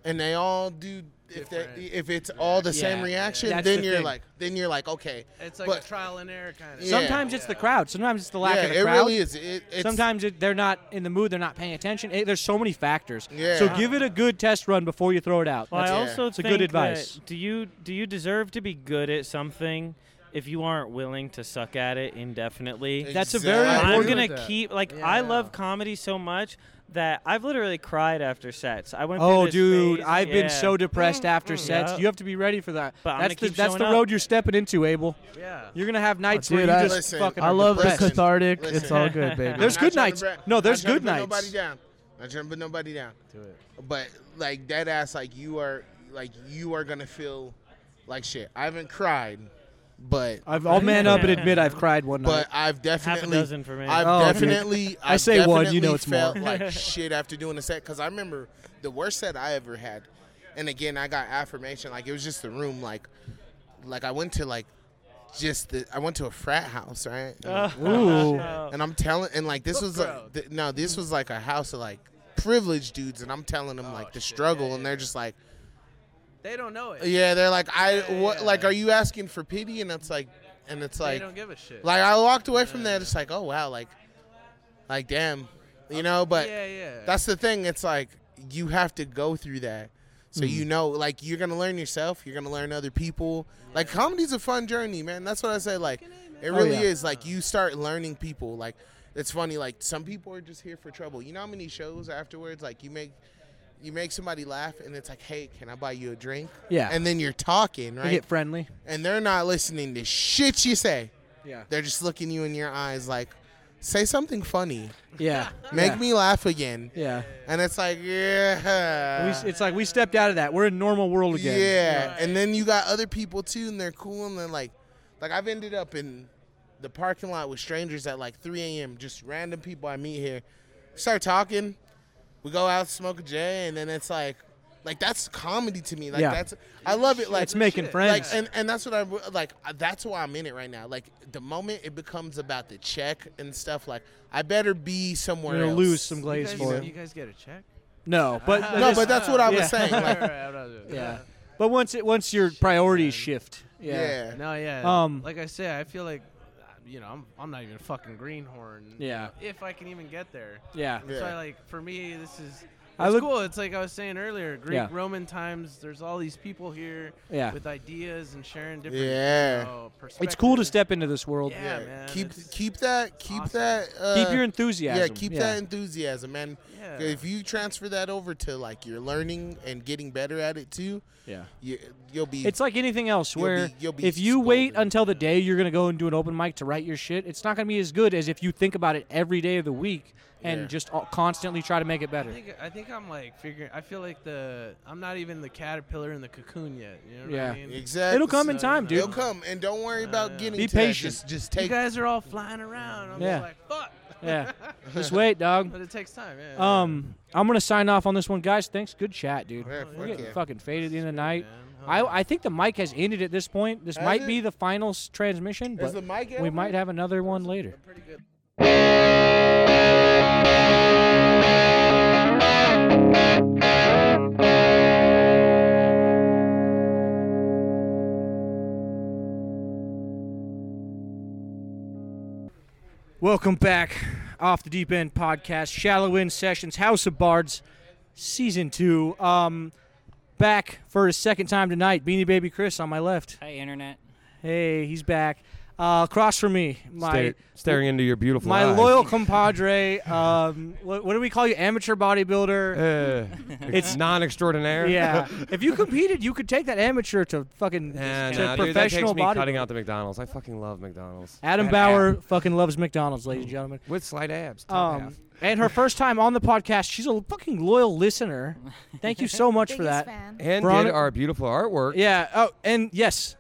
[SPEAKER 3] and they all do if they if it's all the same
[SPEAKER 1] Yeah,
[SPEAKER 3] reaction,
[SPEAKER 1] that's
[SPEAKER 3] then
[SPEAKER 1] the
[SPEAKER 3] you're
[SPEAKER 1] thing.
[SPEAKER 3] like then you're like okay.
[SPEAKER 14] It's like
[SPEAKER 3] but
[SPEAKER 14] a trial and error kind of.
[SPEAKER 1] Sometimes it's the crowd. Sometimes it's the lack
[SPEAKER 3] Yeah,
[SPEAKER 1] of the
[SPEAKER 3] it
[SPEAKER 1] crowd.
[SPEAKER 3] really is. It- it's-
[SPEAKER 1] Sometimes it, they're not in the mood. They're not paying attention. It- there's so many factors.
[SPEAKER 3] Yeah.
[SPEAKER 1] So give it a good test run before you throw it out.
[SPEAKER 16] Well, I
[SPEAKER 1] That's-
[SPEAKER 16] also
[SPEAKER 1] it's a
[SPEAKER 16] think
[SPEAKER 1] good advice.
[SPEAKER 16] that- do you do you deserve to be good at something if you aren't willing to suck at it indefinitely?
[SPEAKER 1] That's a very Exactly.
[SPEAKER 16] I'm
[SPEAKER 1] important-
[SPEAKER 16] gonna
[SPEAKER 1] with that.
[SPEAKER 16] keep like I love comedy so much that I've literally cried after sets. I went. through
[SPEAKER 1] Oh,
[SPEAKER 16] this
[SPEAKER 1] dude,
[SPEAKER 16] phase-
[SPEAKER 1] I've
[SPEAKER 16] yeah.
[SPEAKER 1] been so
[SPEAKER 14] Mm,
[SPEAKER 1] depressed after sets.
[SPEAKER 16] Yeah.
[SPEAKER 1] You have to be ready for that.
[SPEAKER 16] But I'm
[SPEAKER 1] that's
[SPEAKER 16] gonna
[SPEAKER 1] the
[SPEAKER 16] keep
[SPEAKER 1] that's the
[SPEAKER 16] showing
[SPEAKER 1] road
[SPEAKER 16] up.
[SPEAKER 1] you're stepping into, Abel.
[SPEAKER 14] Yeah.
[SPEAKER 1] You're gonna have nights
[SPEAKER 3] Oh,
[SPEAKER 8] dude,
[SPEAKER 1] where you
[SPEAKER 8] I-
[SPEAKER 1] just
[SPEAKER 8] Listen,
[SPEAKER 1] fucking.
[SPEAKER 8] I
[SPEAKER 1] are
[SPEAKER 8] love the
[SPEAKER 1] depressed.
[SPEAKER 8] cathartic. It's Listen. all good, baby.
[SPEAKER 1] There's
[SPEAKER 3] Not
[SPEAKER 1] good
[SPEAKER 3] trying to
[SPEAKER 1] nights.
[SPEAKER 3] bra-
[SPEAKER 1] No, there's
[SPEAKER 3] not trying
[SPEAKER 1] good
[SPEAKER 3] to put
[SPEAKER 1] nights.
[SPEAKER 3] Nobody down. Not trying to put nobody down.
[SPEAKER 14] Do it.
[SPEAKER 3] But like that ass, like you are, like you are gonna feel like shit. I haven't cried, but
[SPEAKER 1] I've, I'll man up and admit I've cried one night.
[SPEAKER 3] But I've definitely,
[SPEAKER 1] dozen for me.
[SPEAKER 3] I've
[SPEAKER 1] Oh, dude.
[SPEAKER 3] definitely,
[SPEAKER 1] I
[SPEAKER 3] I've
[SPEAKER 1] say one, you
[SPEAKER 3] definitely
[SPEAKER 1] know it's more.
[SPEAKER 3] felt like shit after doing a set because I remember the worst set I ever had, and again I got affirmation. Like it was just the room. Like, like I went to like just the I went to a frat house, right? And,
[SPEAKER 1] Ooh.
[SPEAKER 3] and I'm telling, and like this
[SPEAKER 1] Book
[SPEAKER 3] was like th- no, this was like a house of like privileged dudes, and I'm telling them like
[SPEAKER 1] Oh,
[SPEAKER 3] the struggle, and they're just like.
[SPEAKER 14] They don't know it.
[SPEAKER 3] Yeah, they're like, I
[SPEAKER 14] Yeah,
[SPEAKER 3] what?
[SPEAKER 14] yeah.
[SPEAKER 3] Like, are you asking for pity? And it's like, and it's
[SPEAKER 14] They
[SPEAKER 3] like,
[SPEAKER 14] don't give a shit.
[SPEAKER 3] Like, I walked away from that. It's like, oh wow, like, like damn, you know. But
[SPEAKER 14] yeah, yeah.
[SPEAKER 3] That's the thing. It's like you have to go through that, so
[SPEAKER 14] Mhm.
[SPEAKER 1] Mm.
[SPEAKER 3] you know, like, you're gonna learn yourself. You're gonna learn other people. Like, comedy's a fun journey, man. That's what I say. Like, it
[SPEAKER 1] Oh,
[SPEAKER 3] really
[SPEAKER 1] yeah.
[SPEAKER 3] is. Like, you start learning people. Like, it's funny. Like, some people are just here for trouble. You know how many shows afterwards? Like, you make. You make somebody laugh, and it's like, "Hey, can I buy you a drink?"
[SPEAKER 1] Yeah.
[SPEAKER 3] and then you're talking,
[SPEAKER 1] They
[SPEAKER 3] right?
[SPEAKER 1] get friendly.
[SPEAKER 3] and they're not listening to shit you say.
[SPEAKER 1] Yeah.
[SPEAKER 3] They're just looking you in your eyes like, say something funny.
[SPEAKER 1] Yeah.
[SPEAKER 3] Make
[SPEAKER 1] Yeah.
[SPEAKER 3] me laugh again.
[SPEAKER 1] Yeah.
[SPEAKER 3] And it's like, yeah.
[SPEAKER 1] We s- it's like we stepped out of that. We're in normal world again.
[SPEAKER 3] Yeah. And then you got other people too, and they're cool, and then like, like I've ended up in the parking lot with strangers at like 3 a.m. Just random people I meet here, start talking. We go out smoke a J, and then it's like, like that's comedy to me. Like
[SPEAKER 1] Yeah.
[SPEAKER 3] that's I love it. Like
[SPEAKER 1] It's making
[SPEAKER 3] like,
[SPEAKER 1] friends.
[SPEAKER 3] and and that's what I like. uh, That's why I'm in it right now. Like the moment it becomes about the check and stuff, like I better be somewhere.
[SPEAKER 1] You're gonna
[SPEAKER 3] else.
[SPEAKER 1] lose some glaze
[SPEAKER 14] you
[SPEAKER 1] for
[SPEAKER 14] guys,
[SPEAKER 1] it.
[SPEAKER 14] you guys get a check?
[SPEAKER 1] No, but
[SPEAKER 14] Ah.
[SPEAKER 3] No, but that's what I was
[SPEAKER 1] Yeah.
[SPEAKER 3] saying, like- Right,
[SPEAKER 14] right, right, right.
[SPEAKER 1] yeah, but once it once your priorities shift,
[SPEAKER 3] Yeah.
[SPEAKER 14] No, yeah.
[SPEAKER 1] Um,
[SPEAKER 14] like I say, I feel like, uh, you know, I'm, I'm not even a fucking greenhorn.
[SPEAKER 1] Yeah.
[SPEAKER 14] If I can even get there.
[SPEAKER 1] Yeah.
[SPEAKER 14] So I
[SPEAKER 1] Yeah.
[SPEAKER 14] like for me, this is.
[SPEAKER 1] I
[SPEAKER 14] It's
[SPEAKER 1] look-
[SPEAKER 14] cool. It's like I was saying earlier, Greek
[SPEAKER 1] Yeah.
[SPEAKER 14] Roman times. There's all these people here
[SPEAKER 1] Yeah.
[SPEAKER 14] with ideas and sharing different you know,
[SPEAKER 1] it's cool to step into this world.
[SPEAKER 14] Yeah, Yeah. man,
[SPEAKER 3] keep keep that keep that uh,
[SPEAKER 1] Keep your enthusiasm,
[SPEAKER 3] Yeah, keep
[SPEAKER 1] yeah.
[SPEAKER 3] that enthusiasm, man.
[SPEAKER 14] Yeah.
[SPEAKER 3] If you transfer that over to like your learning and getting better at it too,
[SPEAKER 1] Yeah.
[SPEAKER 3] you, you'll be.
[SPEAKER 1] It's like anything else
[SPEAKER 3] you'll
[SPEAKER 1] where
[SPEAKER 3] be- you'll be
[SPEAKER 1] if you wait until the day you're going to go and do an open mic to write your shit, it's not going to be as good as if you think about it every day of the week and
[SPEAKER 14] Yeah.
[SPEAKER 1] just all, constantly try to make it better.
[SPEAKER 14] I think I think I'm like figuring. I feel like the I'm not even the caterpillar in the cocoon yet. You know what
[SPEAKER 1] Yeah.
[SPEAKER 14] I mean?
[SPEAKER 3] Exactly.
[SPEAKER 1] It'll come in time, dude.
[SPEAKER 3] It'll come, and don't worry about getting.
[SPEAKER 1] Be
[SPEAKER 3] to that.
[SPEAKER 1] patient.
[SPEAKER 3] Just, just take.
[SPEAKER 14] You guys are all flying around. I'm
[SPEAKER 1] Yeah.
[SPEAKER 14] just like, fuck.
[SPEAKER 1] yeah. Just wait, dog.
[SPEAKER 14] But it takes time. Yeah.
[SPEAKER 1] Um, I'm gonna sign off on this one, guys. Thanks, good chat, dude.
[SPEAKER 3] Yeah,
[SPEAKER 1] We're
[SPEAKER 3] fuck
[SPEAKER 1] getting
[SPEAKER 3] yeah.
[SPEAKER 1] fucking faded at the end of the night. I, I think the mic has ended at this point. This
[SPEAKER 3] Has
[SPEAKER 1] might
[SPEAKER 3] it?
[SPEAKER 1] be the final s- transmission,
[SPEAKER 3] Is
[SPEAKER 1] but
[SPEAKER 3] the mic
[SPEAKER 1] we
[SPEAKER 3] over?
[SPEAKER 1] might have another one later. Welcome back, off the deep end podcast, shallow end sessions, House of Bards, season two. Um, back for his second time tonight. Beanie Baby Chris on my left.
[SPEAKER 2] Hi, internet.
[SPEAKER 1] Hey, he's back. Uh, across from me, my
[SPEAKER 17] Stare- staring into your beautiful
[SPEAKER 1] my
[SPEAKER 17] eyes.
[SPEAKER 1] loyal compadre. Um, what, what do we call you? Amateur bodybuilder.
[SPEAKER 17] Uh, it's non-extraordinaire.
[SPEAKER 1] Yeah. If you competed, you could take that amateur to fucking
[SPEAKER 17] Nah,
[SPEAKER 1] to
[SPEAKER 17] Eh, nah, dude, that
[SPEAKER 1] professional
[SPEAKER 17] takes me
[SPEAKER 1] body.
[SPEAKER 17] cutting out the McDonald's. I fucking love McDonald's. Uh,
[SPEAKER 1] Adam
[SPEAKER 17] That
[SPEAKER 1] Bauer
[SPEAKER 17] app.
[SPEAKER 1] fucking loves McDonald's, ladies and gentlemen.
[SPEAKER 17] With slight abs. top half.
[SPEAKER 1] Um, and her first time on the podcast, she's a fucking loyal listener. Thank you so much for that.
[SPEAKER 17] and
[SPEAKER 1] Veronica-
[SPEAKER 17] did our beautiful artwork.
[SPEAKER 1] yeah. Oh, and yes,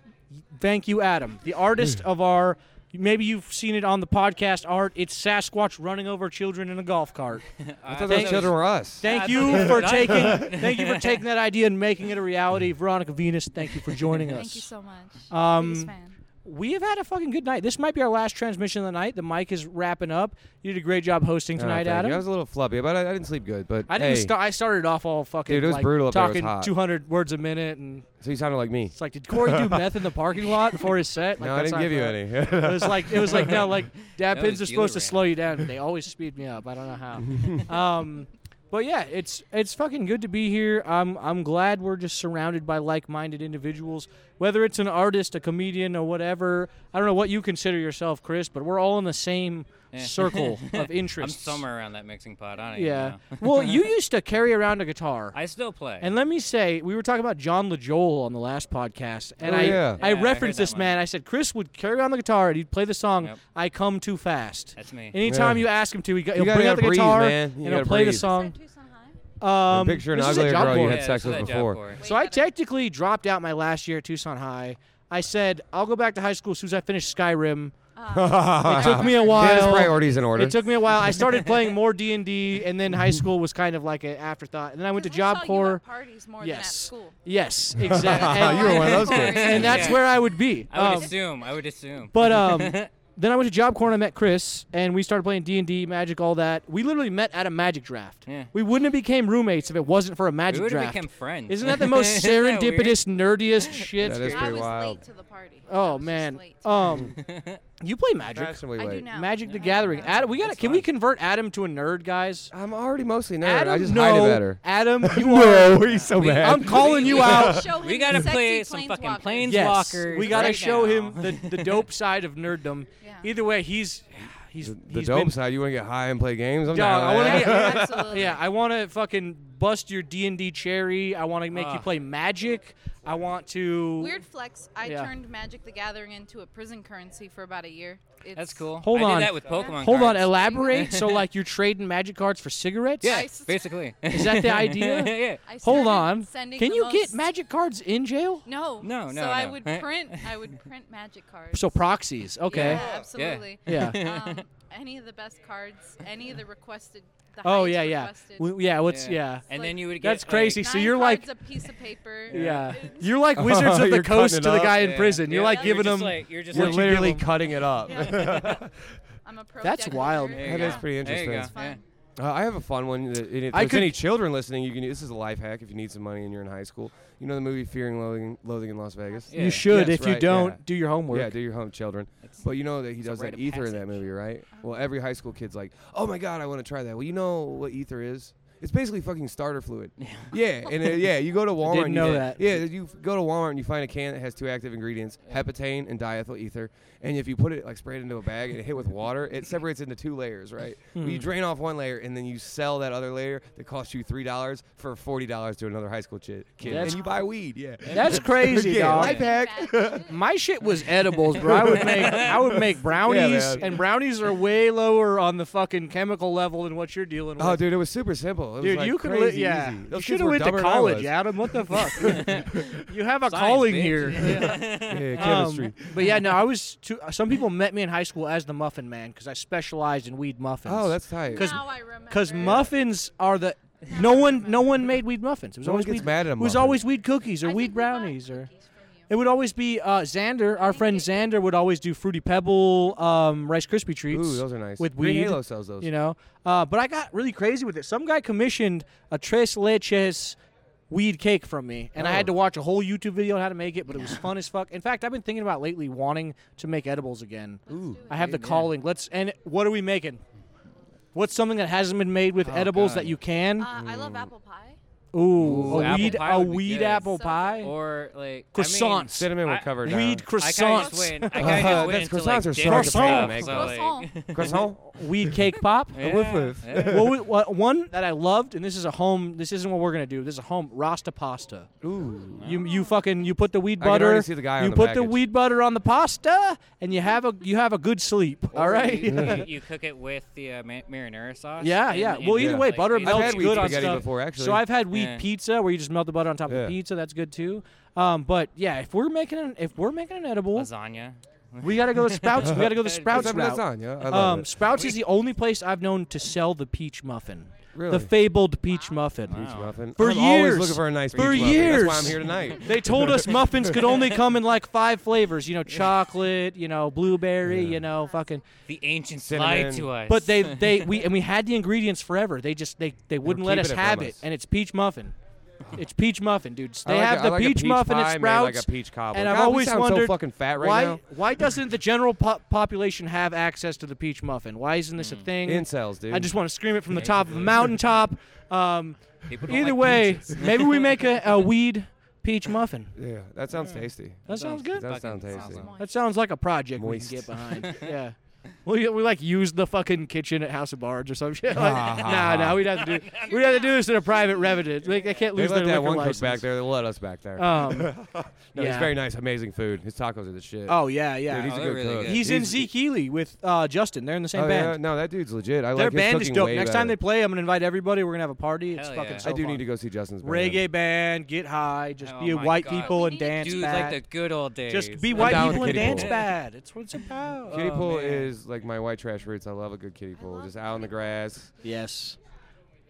[SPEAKER 1] thank you, Adam, the artist
[SPEAKER 17] Mm.
[SPEAKER 1] of our. Maybe you've seen it on the podcast art. It's Sasquatch running over children in a golf cart.
[SPEAKER 17] I thought those children were us.
[SPEAKER 1] Thank
[SPEAKER 17] I
[SPEAKER 1] you
[SPEAKER 17] thought they
[SPEAKER 1] for
[SPEAKER 17] were
[SPEAKER 1] taking.
[SPEAKER 17] us.
[SPEAKER 1] thank you for taking that idea and making it a reality. Veronica Venus, thank you for joining us.
[SPEAKER 18] Thank you so much.
[SPEAKER 1] Um,
[SPEAKER 18] Biggest fan.
[SPEAKER 1] we have had a fucking good night. This might be our last transmission of the night. The mic is wrapping up. You did a great job hosting
[SPEAKER 17] Oh,
[SPEAKER 1] tonight,
[SPEAKER 17] thank you.
[SPEAKER 1] Adam.
[SPEAKER 17] I was a little flubby, but I, I didn't sleep good. But
[SPEAKER 1] I
[SPEAKER 17] hey,
[SPEAKER 1] didn't. St- I started off all fucking.
[SPEAKER 17] Dude, it was
[SPEAKER 1] like,
[SPEAKER 17] brutal up there. It was
[SPEAKER 1] Talking
[SPEAKER 17] hot.
[SPEAKER 1] 200 words a minute, and
[SPEAKER 17] So you sounded like me.
[SPEAKER 1] it's like, did Corey do meth in the parking lot before his set? Like,
[SPEAKER 17] No, I
[SPEAKER 1] that's
[SPEAKER 17] didn't
[SPEAKER 1] how
[SPEAKER 17] give you
[SPEAKER 1] felt.
[SPEAKER 17] any.
[SPEAKER 1] it was like it was like no, like dad
[SPEAKER 17] That
[SPEAKER 1] pins
[SPEAKER 17] was
[SPEAKER 1] are supposed to
[SPEAKER 17] Julie
[SPEAKER 1] slow you down, but they always speed me up. I don't know how. um, but yeah, it's it's fucking good to be here. I'm I'm glad we're just surrounded by like-minded individuals, whether it's an artist, a comedian, or whatever. I don't know what you consider yourself, Chris, but we're all in the same
[SPEAKER 17] Eh.
[SPEAKER 2] Yeah.
[SPEAKER 1] circle of interests.
[SPEAKER 2] I'm somewhere around that mixing pot. I don't
[SPEAKER 1] Yeah.
[SPEAKER 2] Even know.
[SPEAKER 1] well, you used to carry around a guitar.
[SPEAKER 2] I still play.
[SPEAKER 1] And let me say, we were talking about John LaJoel on the last podcast, and
[SPEAKER 2] Oh,
[SPEAKER 1] I
[SPEAKER 2] yeah.
[SPEAKER 1] I
[SPEAKER 2] Yeah, I heard
[SPEAKER 1] referenced
[SPEAKER 2] that
[SPEAKER 1] this man. I said Chris would carry on the guitar and he'd play the song
[SPEAKER 2] Yep.
[SPEAKER 1] "I Come Too Fast."
[SPEAKER 2] That's me.
[SPEAKER 1] Anytime
[SPEAKER 17] Yeah.
[SPEAKER 1] you ask him to, he go,
[SPEAKER 17] You
[SPEAKER 1] he'll
[SPEAKER 17] gotta-
[SPEAKER 1] bring out the
[SPEAKER 17] gotta breathe,
[SPEAKER 1] guitar
[SPEAKER 17] man. You
[SPEAKER 1] and he'll
[SPEAKER 17] gotta
[SPEAKER 1] play the
[SPEAKER 17] breathe.
[SPEAKER 1] song.
[SPEAKER 17] I'm
[SPEAKER 1] Um,
[SPEAKER 17] picturing an
[SPEAKER 1] this is a
[SPEAKER 17] uglier
[SPEAKER 1] job
[SPEAKER 17] girl you
[SPEAKER 1] boy.
[SPEAKER 17] had sex with before.
[SPEAKER 1] So I technically dropped out my last year at Tucson High. I said I'll go back to high school as soon as I finish Skyrim. it took me a
[SPEAKER 17] Get his
[SPEAKER 1] while.
[SPEAKER 17] priorities in order.
[SPEAKER 1] It took me a while. I started playing more D and D, and then high school was kind of like an afterthought. And then I went to Job Corps.
[SPEAKER 18] parties more than at
[SPEAKER 1] yes.
[SPEAKER 18] school.
[SPEAKER 1] Yes, exactly. And-
[SPEAKER 18] You were one of those kids.
[SPEAKER 1] And that's
[SPEAKER 2] Yeah.
[SPEAKER 1] where I would be.
[SPEAKER 2] I would
[SPEAKER 1] Um,
[SPEAKER 2] assume. I would assume.
[SPEAKER 1] but um, then I went to Job Corps and I met Chris, and we started playing D and D, Magic, all that. We literally met at a Magic draft.
[SPEAKER 2] Yeah.
[SPEAKER 1] We wouldn't have became roommates if it wasn't for a Magic
[SPEAKER 2] would've
[SPEAKER 1] draft.
[SPEAKER 2] become friends.
[SPEAKER 1] Isn't that the most
[SPEAKER 2] Isn't that weird?
[SPEAKER 1] serendipitous, nerdiest shit?
[SPEAKER 17] That is pretty I was wild. late
[SPEAKER 18] to the party.
[SPEAKER 1] Oh man. Um, you play Magic?
[SPEAKER 17] Fashionably I do late. now.
[SPEAKER 1] Magic the Gathering. Adam, we got. to Can we convert Adam to a nerd, guys?
[SPEAKER 17] I'm already mostly nerd.
[SPEAKER 1] Adam,
[SPEAKER 17] I just
[SPEAKER 1] no.
[SPEAKER 17] hide it better.
[SPEAKER 1] Adam, you
[SPEAKER 17] No,
[SPEAKER 1] are.
[SPEAKER 17] he's so
[SPEAKER 1] We-
[SPEAKER 17] bad.
[SPEAKER 1] I'm calling you out.
[SPEAKER 2] we gotta play some fucking planeswalkers.
[SPEAKER 1] Yes, we gotta
[SPEAKER 2] right
[SPEAKER 1] show
[SPEAKER 2] now.
[SPEAKER 1] him the, the dope side of nerddom. Either way, he's he's
[SPEAKER 17] The
[SPEAKER 1] he's
[SPEAKER 17] dope
[SPEAKER 1] been-
[SPEAKER 17] side, you want to get high and play games? I'm
[SPEAKER 1] Dog, I
[SPEAKER 17] down
[SPEAKER 1] want
[SPEAKER 17] with
[SPEAKER 1] to
[SPEAKER 17] that.
[SPEAKER 1] get yeah, I want to fucking bust your D and D cherry. I want to make you
[SPEAKER 2] Ugh.
[SPEAKER 1] play Magic. I want to
[SPEAKER 18] Weird flex. I
[SPEAKER 1] Yeah.
[SPEAKER 18] turned Magic the Gathering into a prison currency for about a year. It's
[SPEAKER 2] That's cool.
[SPEAKER 1] Hold
[SPEAKER 2] I
[SPEAKER 1] on.
[SPEAKER 2] Did that with Pokemon.
[SPEAKER 1] Hold on,
[SPEAKER 2] cards.
[SPEAKER 1] elaborate. so like you're trading magic cards for cigarettes?
[SPEAKER 2] Yeah, basically.
[SPEAKER 1] Is that the idea?
[SPEAKER 2] Yeah. I
[SPEAKER 1] Hold
[SPEAKER 18] started
[SPEAKER 1] on.
[SPEAKER 18] sending
[SPEAKER 1] Can
[SPEAKER 18] the
[SPEAKER 1] you get
[SPEAKER 18] most-
[SPEAKER 1] magic cards in jail?
[SPEAKER 18] No.
[SPEAKER 2] No, no,
[SPEAKER 18] So I
[SPEAKER 2] no.
[SPEAKER 18] would print. I would print Magic cards.
[SPEAKER 1] Eh. So proxies. Okay.
[SPEAKER 18] Yeah, absolutely.
[SPEAKER 1] Yeah. Yeah.
[SPEAKER 18] um, any of the best cards. Any of the requested. The
[SPEAKER 1] Oh
[SPEAKER 18] highest
[SPEAKER 1] yeah, yeah.
[SPEAKER 18] requested.
[SPEAKER 1] We, yeah, what's
[SPEAKER 2] Yeah.
[SPEAKER 1] yeah.
[SPEAKER 2] And then you would
[SPEAKER 1] That's
[SPEAKER 2] get, like-
[SPEAKER 1] crazy. so
[SPEAKER 18] Nine
[SPEAKER 1] you're like
[SPEAKER 18] cards, a piece of paper.
[SPEAKER 1] yeah.
[SPEAKER 18] It-
[SPEAKER 1] You're like Wizards of the
[SPEAKER 17] You're cutting
[SPEAKER 1] Coast
[SPEAKER 17] it
[SPEAKER 1] to the
[SPEAKER 17] up.
[SPEAKER 1] guy in
[SPEAKER 17] Yeah.
[SPEAKER 1] prison. You're
[SPEAKER 17] Yeah.
[SPEAKER 1] like
[SPEAKER 17] You're
[SPEAKER 1] giving
[SPEAKER 17] just
[SPEAKER 1] them
[SPEAKER 17] like- you're just You're like- literally cutting it up. Yeah.
[SPEAKER 18] I'm a pro
[SPEAKER 1] That's wild.
[SPEAKER 17] That is pretty interesting. Uh, I have a fun one. That, and if
[SPEAKER 1] I
[SPEAKER 17] there's
[SPEAKER 1] could-
[SPEAKER 17] any children listening, you can. This is a life hack. If you need some money and you're in high school, you know the movie Fear and Loathing, Loathing in Las Vegas.
[SPEAKER 1] You should.
[SPEAKER 17] Yes,
[SPEAKER 1] If you
[SPEAKER 17] right,
[SPEAKER 1] don't,
[SPEAKER 17] yeah.
[SPEAKER 1] do your homework.
[SPEAKER 17] Yeah, do your home, children. but you know that he
[SPEAKER 1] it's a
[SPEAKER 17] does
[SPEAKER 1] rite
[SPEAKER 17] that
[SPEAKER 1] of Uh-huh.
[SPEAKER 17] ether in that movie, right? Well, every high school kid's like, "Oh my god, I want to try that." Well, you know what ether is? It's basically fucking starter fluid. yeah, and uh, yeah, you go to Walmart.
[SPEAKER 1] didn't
[SPEAKER 17] and
[SPEAKER 1] know
[SPEAKER 17] you,
[SPEAKER 1] that.
[SPEAKER 17] Yeah, you f- go to Walmart and you find a can that has two active ingredients, hepatane and diethyl ether. And if you put it like spray it into a bag and hit with water, it separates into two layers, right? Well, you
[SPEAKER 1] Hmm.
[SPEAKER 17] drain off one layer and then you sell that other layer that costs you three dollars for forty dollars to another high school chi- kid,
[SPEAKER 1] That's-
[SPEAKER 17] and you buy weed. Yeah,
[SPEAKER 1] That's crazy,
[SPEAKER 17] yeah,
[SPEAKER 1] dog.
[SPEAKER 17] life hack.
[SPEAKER 1] My shit was edibles, bro. I would make I would make brownies,
[SPEAKER 17] man.
[SPEAKER 1] and brownies are way lower on the fucking chemical level than what you're dealing with.
[SPEAKER 17] Oh, dude, it was super simple. It was,
[SPEAKER 1] Dude,
[SPEAKER 17] like,
[SPEAKER 1] you could
[SPEAKER 17] crazy
[SPEAKER 1] li- yeah.
[SPEAKER 17] easy.
[SPEAKER 1] You
[SPEAKER 17] Those kids
[SPEAKER 1] shoulda
[SPEAKER 17] were
[SPEAKER 1] went to
[SPEAKER 17] dumber than I
[SPEAKER 1] college,
[SPEAKER 17] was.
[SPEAKER 1] Adam. What the fuck? You have a
[SPEAKER 17] Science,
[SPEAKER 1] calling
[SPEAKER 17] bitch.
[SPEAKER 1] here. Um,
[SPEAKER 17] Yeah. Yeah, chemistry.
[SPEAKER 1] but yeah, no, I was. Too, some people met me in high school as the Muffin Man because I specialized in weed muffins.
[SPEAKER 17] Oh, that's tight.
[SPEAKER 1] Because
[SPEAKER 17] Now I
[SPEAKER 1] muffins are the no one no one made weed muffins. It was
[SPEAKER 17] No one
[SPEAKER 1] always
[SPEAKER 17] gets
[SPEAKER 1] weed,
[SPEAKER 17] mad at a
[SPEAKER 1] It was
[SPEAKER 17] muffin.
[SPEAKER 1] always weed cookies or weed brownies or. It would always be uh, Xander. Our friend Xander would always do fruity pebble, um, rice crispy treats.
[SPEAKER 17] Ooh, those are nice.
[SPEAKER 1] With
[SPEAKER 17] Green
[SPEAKER 1] weed,
[SPEAKER 17] Halo sells those.
[SPEAKER 1] You know, uh, but I got really crazy with it. Some guy commissioned a tres leches weed cake from me, and I had
[SPEAKER 18] Oh.
[SPEAKER 1] to watch a whole YouTube video on how to make it. But it was fun as fuck. In fact, I've been thinking about lately wanting to make edibles again. Ooh, I have the calling. Let's and what are we making? What's something that hasn't been made with
[SPEAKER 18] Oh,
[SPEAKER 1] edibles
[SPEAKER 18] God.
[SPEAKER 1] that you can?
[SPEAKER 18] Uh, I love apple pie.
[SPEAKER 1] Ooh,
[SPEAKER 2] Ooh,
[SPEAKER 1] a
[SPEAKER 2] apple
[SPEAKER 1] weed,
[SPEAKER 2] pie
[SPEAKER 1] a
[SPEAKER 2] would be
[SPEAKER 1] weed
[SPEAKER 2] good.
[SPEAKER 1] apple
[SPEAKER 2] So
[SPEAKER 1] pie,
[SPEAKER 2] or like
[SPEAKER 1] croissants.
[SPEAKER 2] I mean, Cinnamon would I- cover it
[SPEAKER 1] Weed
[SPEAKER 2] down. I kinda just
[SPEAKER 1] croissants.
[SPEAKER 2] went- I kinda just went into, like, different stuff, so, like- Croissant. Croissant?
[SPEAKER 1] Weed cake pop.
[SPEAKER 2] Yeah, Woof woof. yeah.
[SPEAKER 1] What was- what- one that I loved, and this is a home. This isn't what we're gonna do. This is a home Rasta pasta.
[SPEAKER 17] Ooh.
[SPEAKER 1] You you fucking you put the weed
[SPEAKER 17] I can already
[SPEAKER 1] butter.
[SPEAKER 17] see the guy on
[SPEAKER 1] you
[SPEAKER 17] the
[SPEAKER 1] put the
[SPEAKER 17] package.
[SPEAKER 1] weed butter on the pasta, and you have a you have a good sleep. all
[SPEAKER 2] Or
[SPEAKER 1] right.
[SPEAKER 2] You, you- you cook it with the uh, ma- marinara sauce.
[SPEAKER 1] Yeah,
[SPEAKER 2] and-
[SPEAKER 1] yeah.
[SPEAKER 2] and
[SPEAKER 1] Well,
[SPEAKER 2] do,
[SPEAKER 1] either way,
[SPEAKER 2] like,
[SPEAKER 1] butter
[SPEAKER 2] these-
[SPEAKER 1] melts good on
[SPEAKER 17] spaghetti
[SPEAKER 1] stuff.
[SPEAKER 17] before, actually.
[SPEAKER 1] So I've had wheat
[SPEAKER 17] Yeah.
[SPEAKER 1] pizza where you just melt the butter on top of the pizza. That's good too. Um, but yeah, if we're making an if we're making an edible
[SPEAKER 2] Lasagna.
[SPEAKER 1] We gotta go to Sprouts. we gotta go to
[SPEAKER 17] It's
[SPEAKER 1] Sprouts
[SPEAKER 17] up in the
[SPEAKER 1] route.
[SPEAKER 17] sun, yeah, I love
[SPEAKER 1] um,
[SPEAKER 17] it.
[SPEAKER 1] Sprouts is the only place I've known to sell the peach muffin.
[SPEAKER 17] Really?
[SPEAKER 1] The fabled peach muffin.
[SPEAKER 17] Peach Wow. muffin.
[SPEAKER 1] For
[SPEAKER 17] I'm
[SPEAKER 1] years.
[SPEAKER 17] always looking for a nice
[SPEAKER 1] for
[SPEAKER 17] peach muffin. That's why
[SPEAKER 1] years.
[SPEAKER 17] I'm here tonight.
[SPEAKER 1] they told us muffins could only come in like five flavors. You know, chocolate. You know, blueberry. You know, fucking.
[SPEAKER 2] The ancients lied to us.
[SPEAKER 1] But they, they, we, and we had the ingredients forever. They just, they, they wouldn't let us
[SPEAKER 17] keeping it from
[SPEAKER 1] have it.
[SPEAKER 17] us.
[SPEAKER 1] And it's peach muffin. It's peach muffin, dude.
[SPEAKER 17] I
[SPEAKER 1] They
[SPEAKER 17] like
[SPEAKER 1] have
[SPEAKER 17] a- I
[SPEAKER 1] the
[SPEAKER 17] like a
[SPEAKER 1] peach,
[SPEAKER 17] peach
[SPEAKER 1] muffin at
[SPEAKER 17] pie made
[SPEAKER 1] Sprouts,
[SPEAKER 17] like a peach cobbler.
[SPEAKER 1] and
[SPEAKER 17] God,
[SPEAKER 1] I've
[SPEAKER 17] we
[SPEAKER 1] always
[SPEAKER 17] sound so
[SPEAKER 1] wondered
[SPEAKER 17] fucking fat right
[SPEAKER 1] why
[SPEAKER 17] now.
[SPEAKER 1] why doesn't the general po- population have access to the peach muffin? Why isn't this a thing?
[SPEAKER 17] Mm. Incels, dude.
[SPEAKER 1] I just want to scream it from the top of a mountaintop. Um,
[SPEAKER 17] People don't
[SPEAKER 1] either
[SPEAKER 17] like
[SPEAKER 1] way,
[SPEAKER 17] peaches.
[SPEAKER 1] maybe we make a, a weed peach muffin.
[SPEAKER 17] Yeah, that sounds tasty.
[SPEAKER 1] That sounds good.
[SPEAKER 17] That sounds tasty.
[SPEAKER 1] That sounds like a project we can get behind. yeah. We, we like use the fucking kitchen at House of Bards or some shit. Like,
[SPEAKER 17] Ah.
[SPEAKER 1] nah, nah, we'd have to do we'd have to do this in a private revenant. Like, they can't
[SPEAKER 17] They
[SPEAKER 1] lose
[SPEAKER 17] let
[SPEAKER 1] their
[SPEAKER 17] that
[SPEAKER 1] liquor
[SPEAKER 17] one
[SPEAKER 1] license.
[SPEAKER 17] cook back there. They let us back there.
[SPEAKER 1] Um,
[SPEAKER 17] no, he's
[SPEAKER 1] yeah.
[SPEAKER 17] very nice, amazing food. His tacos are the shit.
[SPEAKER 1] Oh yeah, yeah.
[SPEAKER 17] Dude, he's a good cook.
[SPEAKER 1] He's, in Zeke Healy with uh, Justin. They're in the same
[SPEAKER 17] oh,
[SPEAKER 1] band.
[SPEAKER 17] Yeah? No, that dude's legit. I
[SPEAKER 1] Their
[SPEAKER 17] like his
[SPEAKER 1] band is
[SPEAKER 17] cooking
[SPEAKER 1] dope.
[SPEAKER 17] way
[SPEAKER 1] Next
[SPEAKER 17] better.
[SPEAKER 1] time they play, I'm gonna invite everybody. We're gonna have a party. It's
[SPEAKER 17] Hell
[SPEAKER 1] fucking
[SPEAKER 17] yeah.
[SPEAKER 1] so
[SPEAKER 17] I do
[SPEAKER 1] fun.
[SPEAKER 17] need to go see Justin's band.
[SPEAKER 1] reggae band. Get high. Just
[SPEAKER 2] Oh
[SPEAKER 1] be
[SPEAKER 2] my
[SPEAKER 1] white
[SPEAKER 2] God.
[SPEAKER 1] people
[SPEAKER 2] We
[SPEAKER 1] and
[SPEAKER 2] need to
[SPEAKER 1] dance
[SPEAKER 2] do, like,
[SPEAKER 1] bad.
[SPEAKER 2] the good old days.
[SPEAKER 1] Just be
[SPEAKER 2] I'm
[SPEAKER 1] white
[SPEAKER 17] down with
[SPEAKER 1] people and
[SPEAKER 17] kiddie
[SPEAKER 1] dance
[SPEAKER 17] pool.
[SPEAKER 1] bad. It's what it's about.
[SPEAKER 17] Kiddie
[SPEAKER 1] Oh,
[SPEAKER 17] pool
[SPEAKER 1] man.
[SPEAKER 17] is like my white trash roots. I love a good kiddie pool. Just out in the grass.
[SPEAKER 1] Yes.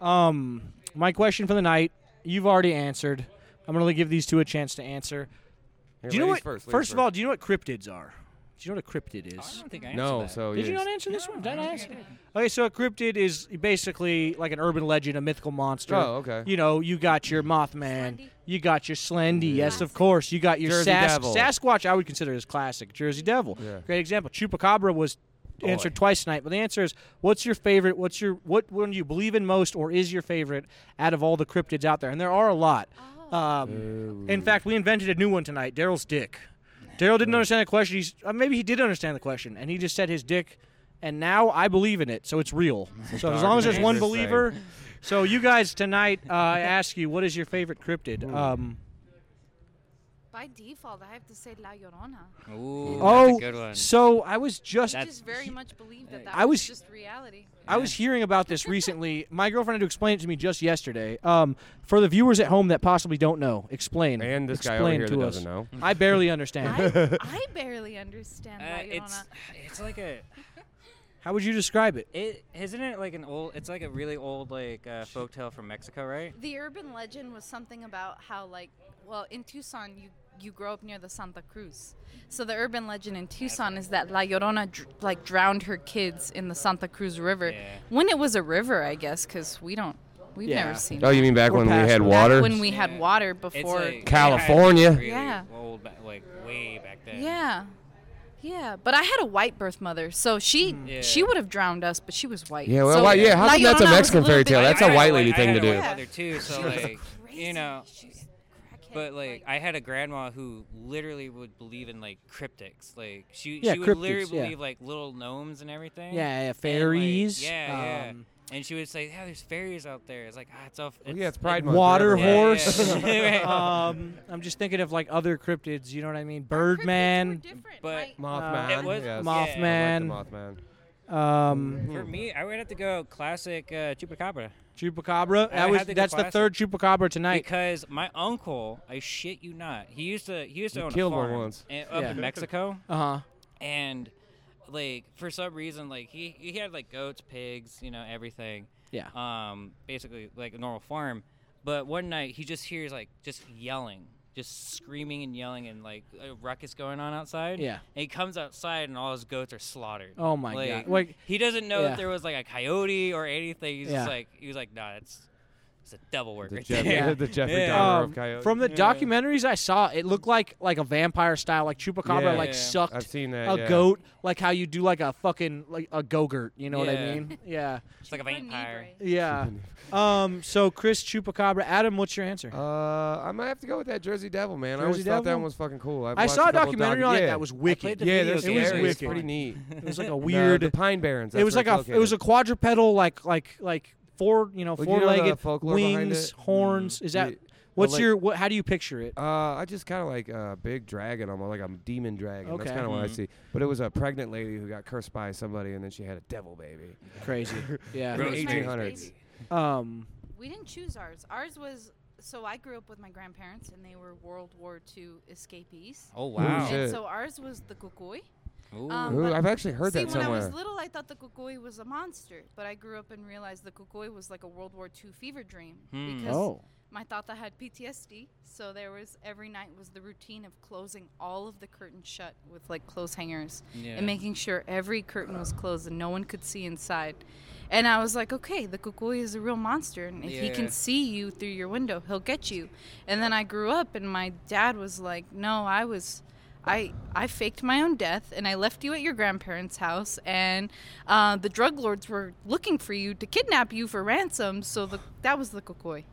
[SPEAKER 1] Um, my question for the night, you've already answered. I'm gonna give these two a chance to answer.
[SPEAKER 17] Here,
[SPEAKER 1] do you know
[SPEAKER 17] ladies
[SPEAKER 1] what?
[SPEAKER 17] first, ladies
[SPEAKER 1] of all, do you know what cryptids are? Do you know what a cryptid is? I don't
[SPEAKER 2] think I
[SPEAKER 17] No, so
[SPEAKER 1] Did
[SPEAKER 17] yeah,
[SPEAKER 1] you not
[SPEAKER 17] it's-
[SPEAKER 1] answer this one? Did I answer? Okay, so a cryptid is basically like an urban legend, a mythical monster.
[SPEAKER 17] Oh, okay.
[SPEAKER 1] You know, you got your Mothman, you got your Slendy, yes, of course. You got your
[SPEAKER 17] Jersey
[SPEAKER 1] Sas-
[SPEAKER 17] Devil.
[SPEAKER 1] Sasquatch, I would consider as classic. Jersey Devil.
[SPEAKER 17] Yeah.
[SPEAKER 1] Great example. Chupacabra was answered twice tonight, but the answer is what's your favorite? What's your what one do you believe in most or is your favorite out of all the cryptids out there? And there are a lot. Um, in fact, we invented a new one tonight, Daryl's dick. Daryl didn't understand the question. He's, uh, maybe he did understand the question, and he just said his dick. And now I believe in it, so it's real. So as long as there's one
[SPEAKER 17] Interesting.
[SPEAKER 1] believer. So you guys tonight, uh, I ask you, what is your favorite cryptid? Um,
[SPEAKER 18] By default, I have to say La Llorona.
[SPEAKER 2] Ooh, that's
[SPEAKER 1] oh,
[SPEAKER 2] a good one.
[SPEAKER 1] so I was just
[SPEAKER 18] I just very much believe that that
[SPEAKER 1] I
[SPEAKER 18] was
[SPEAKER 1] was-
[SPEAKER 18] just reality.
[SPEAKER 1] I was hearing about this recently. My girlfriend had to explain it to me just yesterday. Um, for the viewers at home that possibly don't know, explain.
[SPEAKER 17] And this guy
[SPEAKER 1] explain
[SPEAKER 17] over here
[SPEAKER 1] to
[SPEAKER 17] that
[SPEAKER 1] us.
[SPEAKER 17] doesn't know.
[SPEAKER 1] I barely understand.
[SPEAKER 18] I barely understand
[SPEAKER 2] Uh,
[SPEAKER 18] La Llorona.
[SPEAKER 2] it's it's like a
[SPEAKER 1] How would you describe it?
[SPEAKER 2] it isn't it like an old it's like a really old like uh, folktale from Mexico, right?
[SPEAKER 18] The urban legend was something about how, like, well, in Tucson, you you grow up near the Santa Cruz. So the urban legend in Tucson is that La Llorona dr- like drowned her kids in the Santa Cruz River when it was a river, I guess, because we don't we've
[SPEAKER 17] Yeah.
[SPEAKER 18] never seen.
[SPEAKER 17] Oh, you mean back We're when we past had that. water?
[SPEAKER 18] Back when we had water
[SPEAKER 2] It's
[SPEAKER 18] before
[SPEAKER 2] like-
[SPEAKER 17] California.
[SPEAKER 2] Really
[SPEAKER 18] Yeah.
[SPEAKER 2] Old, ba- like way back then.
[SPEAKER 18] Yeah. Yeah, but I had a white birth mother, so she
[SPEAKER 2] Yeah.
[SPEAKER 18] she would have drowned us, but she was white.
[SPEAKER 17] Yeah, well,
[SPEAKER 18] So
[SPEAKER 17] why- yeah, how
[SPEAKER 18] La
[SPEAKER 17] come that's a
[SPEAKER 18] Llorona was
[SPEAKER 17] Mexican
[SPEAKER 18] little
[SPEAKER 17] fairy
[SPEAKER 18] bit
[SPEAKER 17] tale?
[SPEAKER 18] like
[SPEAKER 17] That's a
[SPEAKER 18] that.
[SPEAKER 2] I had
[SPEAKER 17] white lady
[SPEAKER 2] I
[SPEAKER 17] thing
[SPEAKER 2] had
[SPEAKER 17] to
[SPEAKER 2] a
[SPEAKER 17] do.
[SPEAKER 2] white mother too, so like you know. But like I had a grandma who literally would believe in like cryptics. Like she
[SPEAKER 1] Yeah,
[SPEAKER 2] she would literally
[SPEAKER 1] cryptids, yeah.
[SPEAKER 2] believe like little gnomes and everything.
[SPEAKER 1] Yeah, yeah,
[SPEAKER 2] And, like,
[SPEAKER 1] fairies,
[SPEAKER 2] yeah,
[SPEAKER 1] um,
[SPEAKER 2] yeah. And she would say, "Yeah, there's fairies out there." It's like, ah, it's off.
[SPEAKER 17] yeah, it's Pride Month.
[SPEAKER 1] Water
[SPEAKER 2] Yeah, yeah,
[SPEAKER 1] horse.
[SPEAKER 2] yeah.
[SPEAKER 1] um, I'm just thinking of like other cryptids. You know what I mean? Birdman. Uh,
[SPEAKER 2] but
[SPEAKER 17] Mothman,
[SPEAKER 2] It was
[SPEAKER 17] yes. I
[SPEAKER 1] Mothman.
[SPEAKER 17] like the Mothman.
[SPEAKER 1] Um,
[SPEAKER 2] For me, I would have to go classic uh, chupacabra.
[SPEAKER 1] Chupacabra.
[SPEAKER 2] I
[SPEAKER 1] That
[SPEAKER 2] would
[SPEAKER 1] was
[SPEAKER 2] have to go
[SPEAKER 1] that's the
[SPEAKER 2] classic.
[SPEAKER 1] third chupacabra tonight.
[SPEAKER 2] Because my uncle, I shit you not, he used to he used to
[SPEAKER 17] You
[SPEAKER 2] own
[SPEAKER 17] killed
[SPEAKER 2] a
[SPEAKER 17] one
[SPEAKER 2] farm
[SPEAKER 17] once.
[SPEAKER 2] in- up
[SPEAKER 17] Yeah.
[SPEAKER 2] in Mexico.
[SPEAKER 1] Uh-huh.
[SPEAKER 2] And like for some reason, like he he had like goats, pigs, you know, everything.
[SPEAKER 1] Yeah.
[SPEAKER 2] Um, basically like a normal farm. But one night he just hears like just yelling, just screaming and yelling, and like a ruckus going on outside.
[SPEAKER 1] Yeah.
[SPEAKER 2] And he comes outside, and all his goats are slaughtered.
[SPEAKER 1] Oh my
[SPEAKER 2] Like,
[SPEAKER 1] God. Like-
[SPEAKER 2] he doesn't know
[SPEAKER 1] yeah.
[SPEAKER 2] if there was like a coyote or anything. He's
[SPEAKER 1] Yeah.
[SPEAKER 2] just like he was like, nah, it's it's a devil work. right
[SPEAKER 17] Jeff-
[SPEAKER 2] there.
[SPEAKER 17] the Jeffrey Dahmer of coyotes.
[SPEAKER 1] Um, From the
[SPEAKER 17] Yeah.
[SPEAKER 1] documentaries I saw, it looked like like a vampire style, like chupacabra,
[SPEAKER 17] Yeah.
[SPEAKER 1] like
[SPEAKER 17] Yeah.
[SPEAKER 1] sucked
[SPEAKER 17] I've seen that,
[SPEAKER 1] a
[SPEAKER 17] yeah.
[SPEAKER 1] goat, like how you do like a fucking like a go-gurt. You know what I mean? Yeah.
[SPEAKER 2] It's like a vampire.
[SPEAKER 1] Yeah. um. So Chris Chupacabra, Adam, what's your answer?
[SPEAKER 17] Uh, I might have to go with that Jersey Devil, man. I
[SPEAKER 1] Jersey
[SPEAKER 17] always thought that
[SPEAKER 1] Devil?
[SPEAKER 17] one was fucking cool. I've
[SPEAKER 1] I
[SPEAKER 17] watched
[SPEAKER 1] saw a
[SPEAKER 17] couple
[SPEAKER 1] documentary
[SPEAKER 17] docu-
[SPEAKER 1] on it
[SPEAKER 17] yeah.
[SPEAKER 1] that was wicked.
[SPEAKER 17] yeah, there's
[SPEAKER 1] it was
[SPEAKER 17] scary. It's
[SPEAKER 1] wicked.
[SPEAKER 17] pretty neat.
[SPEAKER 1] It was like a
[SPEAKER 17] No,
[SPEAKER 1] weird
[SPEAKER 17] the Pine Barrens.
[SPEAKER 1] It
[SPEAKER 17] that's
[SPEAKER 1] was
[SPEAKER 17] where
[SPEAKER 1] like a
[SPEAKER 17] it's
[SPEAKER 1] it was a
[SPEAKER 17] located.
[SPEAKER 1] quadrupedal like like like four you know
[SPEAKER 17] Well,
[SPEAKER 1] four
[SPEAKER 17] you know the
[SPEAKER 1] legged
[SPEAKER 17] folklore behind
[SPEAKER 1] wings
[SPEAKER 17] it?
[SPEAKER 1] horns. Is
[SPEAKER 17] Yeah.
[SPEAKER 1] that
[SPEAKER 17] Well,
[SPEAKER 1] what's
[SPEAKER 17] like-
[SPEAKER 1] your what? How do you picture it?
[SPEAKER 17] Uh, I just kind of like a big dragon, almost like a demon dragon.
[SPEAKER 1] Okay.
[SPEAKER 17] That's kind of what I
[SPEAKER 2] Mm-hmm.
[SPEAKER 1] Mhm.
[SPEAKER 17] see. But it was a pregnant lady who got cursed by somebody, and then she had a devil baby.
[SPEAKER 1] Crazy. Yeah.
[SPEAKER 17] In the
[SPEAKER 1] Rosemary's
[SPEAKER 17] 1800s.
[SPEAKER 18] Baby.
[SPEAKER 1] Um.
[SPEAKER 18] We didn't choose ours. Ours was so I grew up with my grandparents and they were World War II escapees.
[SPEAKER 2] Oh, wow.
[SPEAKER 18] And
[SPEAKER 2] shit.
[SPEAKER 18] so ours was the Kukui. Um,
[SPEAKER 17] Ooh,
[SPEAKER 18] but-
[SPEAKER 17] I've actually heard
[SPEAKER 18] see,
[SPEAKER 17] that
[SPEAKER 18] when I
[SPEAKER 17] somewhere.
[SPEAKER 18] was little, I thought the kukui was a monster, but I grew up and realized the kukui was like a World War II fever dream
[SPEAKER 17] Hmm.
[SPEAKER 18] because
[SPEAKER 17] Oh.
[SPEAKER 18] my tata had PTSD. So there was every night was the routine of closing all of the curtains shut with like clothes hangers
[SPEAKER 15] Yeah.
[SPEAKER 18] and making sure every curtain was closed and no one could see inside. And I was like, okay, the kukui is a real monster, and if he
[SPEAKER 15] Yeah.
[SPEAKER 18] can see you through your window, he'll get you. And then I grew up, and my dad was like, no, I was. I, I faked my own death and I left you at your grandparents' house and uh, the drug lords were looking for you to kidnap you for ransom so the, that was the kukui.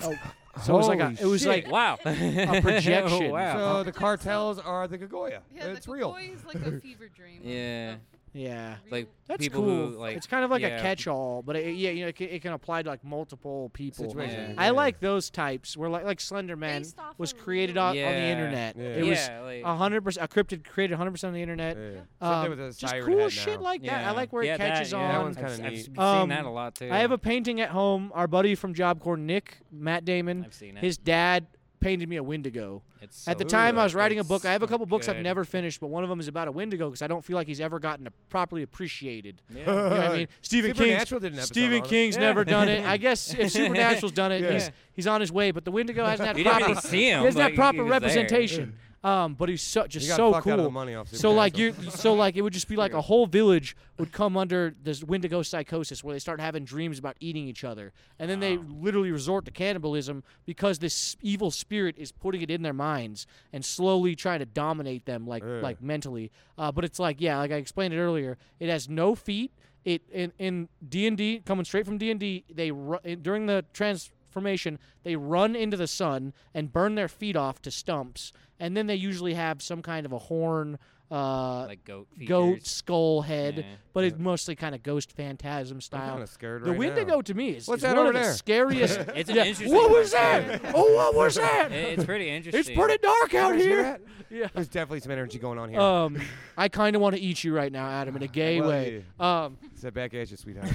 [SPEAKER 1] So it was like a,
[SPEAKER 17] Holy
[SPEAKER 1] it was
[SPEAKER 17] shit.
[SPEAKER 1] like a projection.
[SPEAKER 17] So the cartels are the Gogoya.
[SPEAKER 18] Yeah,
[SPEAKER 17] it's real.
[SPEAKER 18] like a fever dream.
[SPEAKER 2] Yeah.
[SPEAKER 1] Yeah.
[SPEAKER 2] Like
[SPEAKER 1] That's
[SPEAKER 2] people
[SPEAKER 1] cool.
[SPEAKER 2] who like
[SPEAKER 1] it's kind of like
[SPEAKER 2] yeah.
[SPEAKER 1] a catch-all, but it, yeah, you know, it can, it can apply to like multiple people.
[SPEAKER 2] Situations,
[SPEAKER 1] I
[SPEAKER 2] yeah.
[SPEAKER 1] like those types where like like Slender Man was created on, on the
[SPEAKER 2] Yeah.
[SPEAKER 1] internet.
[SPEAKER 2] Yeah.
[SPEAKER 1] It was
[SPEAKER 2] Yeah, like-
[SPEAKER 1] hundred percent a cryptid created hundred percent on the internet.
[SPEAKER 17] Something
[SPEAKER 1] Um,
[SPEAKER 17] with a
[SPEAKER 1] just
[SPEAKER 17] siren
[SPEAKER 1] cool
[SPEAKER 17] head
[SPEAKER 1] shit
[SPEAKER 17] now.
[SPEAKER 1] like that. I
[SPEAKER 17] Yeah.
[SPEAKER 1] like where
[SPEAKER 17] Yeah,
[SPEAKER 1] it
[SPEAKER 17] that-
[SPEAKER 1] catches
[SPEAKER 17] yeah,
[SPEAKER 1] on.
[SPEAKER 17] that one's kinda
[SPEAKER 2] I've- I've
[SPEAKER 17] neat.
[SPEAKER 2] seen
[SPEAKER 1] Um,
[SPEAKER 2] that a lot too.
[SPEAKER 1] I have a painting at home. Our buddy from Job Corps, Nick Matt Damon.
[SPEAKER 2] I've seen it.
[SPEAKER 1] His dad painted me a Wendigo.
[SPEAKER 2] It's
[SPEAKER 1] at the
[SPEAKER 2] so
[SPEAKER 1] time, I
[SPEAKER 2] good.
[SPEAKER 1] was writing a
[SPEAKER 2] It's
[SPEAKER 1] book. I have a
[SPEAKER 2] so
[SPEAKER 1] couple books I've
[SPEAKER 2] good.
[SPEAKER 1] never finished, but one of them is about a Wendigo because I don't feel like he's ever gotten a- properly appreciated.
[SPEAKER 2] Yeah.
[SPEAKER 1] You know what I mean, Stephen King's,
[SPEAKER 17] Supernatural did an episode
[SPEAKER 1] Stephen
[SPEAKER 17] on it.
[SPEAKER 1] King's
[SPEAKER 17] Yeah.
[SPEAKER 1] never done it. I guess if Supernatural's done it,
[SPEAKER 17] Yeah.
[SPEAKER 1] he's he's on his way. But the Wendigo hasn't had
[SPEAKER 17] You didn't
[SPEAKER 1] proper,
[SPEAKER 17] really see him,
[SPEAKER 1] he hasn't had
[SPEAKER 17] but
[SPEAKER 1] proper
[SPEAKER 17] he was there.
[SPEAKER 1] representation. Um, but he's so, just
[SPEAKER 17] got
[SPEAKER 1] so
[SPEAKER 17] fucked
[SPEAKER 1] cool.
[SPEAKER 17] out of the money off
[SPEAKER 1] so like you, so like it would just be like a whole village would come under this Wendigo psychosis where they start having dreams about eating each other, and then they literally resort to cannibalism because this evil spirit is putting it in their minds and slowly trying to dominate them, like like mentally. Uh, but it's like yeah, like I explained it earlier, it has no feet. It in in D and D coming straight from D and D, they ru- during the trans formation, they run into the sun and burn their feet off to stumps, and then they usually have some kind of a horn, uh,
[SPEAKER 2] Like goat
[SPEAKER 1] goat
[SPEAKER 2] feeders.
[SPEAKER 1] skull head,
[SPEAKER 2] Yeah.
[SPEAKER 1] but it's mostly kind of ghost phantasm style.
[SPEAKER 17] kinda scared
[SPEAKER 1] the
[SPEAKER 17] right
[SPEAKER 1] Wendigo
[SPEAKER 17] now.
[SPEAKER 1] to me is,
[SPEAKER 17] What's
[SPEAKER 1] is
[SPEAKER 17] that
[SPEAKER 1] one of
[SPEAKER 17] over
[SPEAKER 1] the
[SPEAKER 17] there?
[SPEAKER 1] scariest.
[SPEAKER 2] It's an
[SPEAKER 1] Yeah,
[SPEAKER 2] interesting
[SPEAKER 1] What was
[SPEAKER 2] question.
[SPEAKER 1] that? Oh, what was that?
[SPEAKER 2] It- it's pretty
[SPEAKER 1] It's
[SPEAKER 2] interesting.
[SPEAKER 1] pretty dark out
[SPEAKER 17] Did you hear
[SPEAKER 1] here.
[SPEAKER 17] that?
[SPEAKER 1] Yeah.
[SPEAKER 17] There's definitely some energy going on here.
[SPEAKER 1] Um, I kind of want to eat you right now, Adam, in a gay
[SPEAKER 17] Well,
[SPEAKER 1] way.
[SPEAKER 17] yeah.
[SPEAKER 1] Um,
[SPEAKER 17] Sit back at you, sweetheart.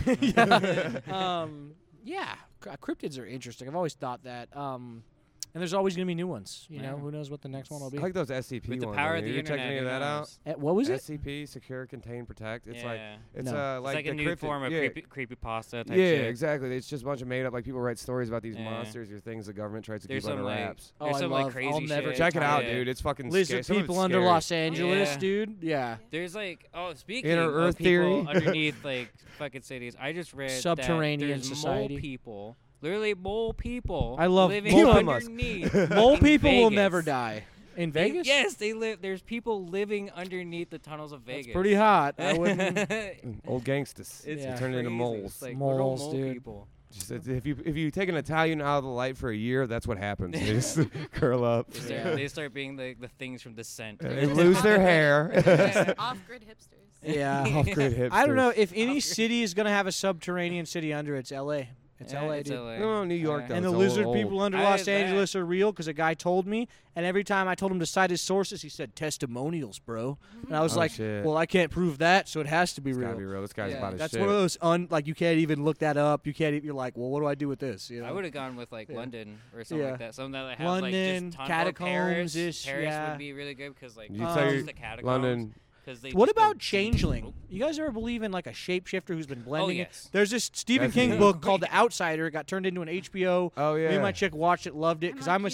[SPEAKER 1] um, yeah, c- uh, cryptids are interesting. I've always thought that. Um, and there's always going to be new ones. You know,
[SPEAKER 17] Yeah.
[SPEAKER 1] who knows what the next one will be.
[SPEAKER 17] I like those SCP
[SPEAKER 2] With the
[SPEAKER 17] ones.
[SPEAKER 2] power
[SPEAKER 17] on
[SPEAKER 2] of the
[SPEAKER 17] there. you checked
[SPEAKER 2] internet,
[SPEAKER 17] any of
[SPEAKER 2] who
[SPEAKER 17] that out?
[SPEAKER 2] knows?
[SPEAKER 1] Eh, what was it?
[SPEAKER 17] SCP, secure, contain, protect. It's like
[SPEAKER 2] Yeah.
[SPEAKER 17] it's
[SPEAKER 2] No.
[SPEAKER 17] uh,
[SPEAKER 2] It's
[SPEAKER 17] like,
[SPEAKER 2] like a
[SPEAKER 17] the
[SPEAKER 2] new
[SPEAKER 17] cryptid-
[SPEAKER 2] form of
[SPEAKER 17] yeah.
[SPEAKER 2] creepy- creepypasta type
[SPEAKER 17] Yeah,
[SPEAKER 2] shit.
[SPEAKER 17] exactly. It's just a bunch of made up. Like people write stories about these
[SPEAKER 2] Yeah.
[SPEAKER 17] monsters or things the government tries to
[SPEAKER 2] There's
[SPEAKER 17] keep under
[SPEAKER 2] some, like-
[SPEAKER 17] wraps.
[SPEAKER 2] there's Oh, I some, like, love- crazy I'll never shit.
[SPEAKER 17] Check it out,
[SPEAKER 2] Yeah.
[SPEAKER 17] dude. It's fucking
[SPEAKER 1] Lizard
[SPEAKER 17] scary.
[SPEAKER 1] people under Los Angeles, dude. Yeah.
[SPEAKER 2] There's like oh speaking
[SPEAKER 17] Inner
[SPEAKER 2] of
[SPEAKER 17] Earth
[SPEAKER 2] people
[SPEAKER 17] theory.
[SPEAKER 2] underneath like fucking cities. I just read that
[SPEAKER 1] Subterranean
[SPEAKER 2] there's
[SPEAKER 1] society.
[SPEAKER 2] Mole people, literally mole people.
[SPEAKER 1] I love
[SPEAKER 2] living
[SPEAKER 1] mole people.
[SPEAKER 2] underneath.
[SPEAKER 1] Mole
[SPEAKER 2] in
[SPEAKER 1] people will
[SPEAKER 2] Vegas.
[SPEAKER 1] never die. In
[SPEAKER 2] They-
[SPEAKER 1] Vegas?
[SPEAKER 2] yes, they live. There's people living underneath the tunnels of Vegas. Mm,
[SPEAKER 1] pretty hot. I wouldn't-
[SPEAKER 17] Mm, Old gangsters.
[SPEAKER 2] It's
[SPEAKER 17] They turn into
[SPEAKER 2] crazy.
[SPEAKER 17] moles.
[SPEAKER 2] It's like little
[SPEAKER 1] Moles,
[SPEAKER 2] mole
[SPEAKER 1] dude.
[SPEAKER 2] people.
[SPEAKER 17] Just, uh, if you if you take an Italian out of the light for a year, that's what happens. They just curl up.
[SPEAKER 2] They start, they start being the, the things from Descent.
[SPEAKER 17] They lose their hair.
[SPEAKER 2] Yeah,
[SPEAKER 18] off-grid hipsters.
[SPEAKER 1] Yeah.
[SPEAKER 17] Off-grid
[SPEAKER 1] I don't know
[SPEAKER 17] hipsters.
[SPEAKER 1] if any city is going to have a subterranean city under it's LA. It's
[SPEAKER 2] Yeah,
[SPEAKER 1] LA,
[SPEAKER 2] it's
[SPEAKER 1] dude.
[SPEAKER 2] LA.
[SPEAKER 17] No, New York does.
[SPEAKER 1] And the
[SPEAKER 17] It's all
[SPEAKER 1] lizard
[SPEAKER 17] old.
[SPEAKER 1] people under
[SPEAKER 17] I-
[SPEAKER 1] Los
[SPEAKER 17] that-
[SPEAKER 1] Angeles are real because a guy told me. And every time I told him to cite his sources, he said testimonials, bro. And I was
[SPEAKER 17] Oh,
[SPEAKER 1] like,
[SPEAKER 17] shit.
[SPEAKER 1] well, I can't prove that, so it has to be real.
[SPEAKER 17] gotta be real. This guy's about his
[SPEAKER 1] That's
[SPEAKER 17] shit.
[SPEAKER 1] one of those un like you can't even look that up. You can't. e- You're like, well, what do I do with this? You know?
[SPEAKER 2] I would have gone with like
[SPEAKER 1] Yeah.
[SPEAKER 2] London or something
[SPEAKER 1] Yeah.
[SPEAKER 2] like that. Something that has
[SPEAKER 1] London,
[SPEAKER 2] like just ton- or
[SPEAKER 1] catacombs
[SPEAKER 2] Paris.
[SPEAKER 1] ish.
[SPEAKER 2] Paris
[SPEAKER 1] yeah.
[SPEAKER 2] would be really good because like
[SPEAKER 17] You
[SPEAKER 2] it's
[SPEAKER 17] tell
[SPEAKER 2] just
[SPEAKER 17] your-
[SPEAKER 2] the catacombs.
[SPEAKER 17] London-
[SPEAKER 2] 'cause they
[SPEAKER 1] What
[SPEAKER 2] just
[SPEAKER 1] about changeling? You guys ever believe in like a shapeshifter who's been blending? in?
[SPEAKER 2] Oh, yes.
[SPEAKER 1] There's this Stephen
[SPEAKER 17] That's
[SPEAKER 1] King
[SPEAKER 17] me.
[SPEAKER 1] book called The Outsider. It got turned into an HBO.
[SPEAKER 17] Oh,
[SPEAKER 1] Me
[SPEAKER 17] yeah.
[SPEAKER 1] and my chick watched it, loved it because I'm, a.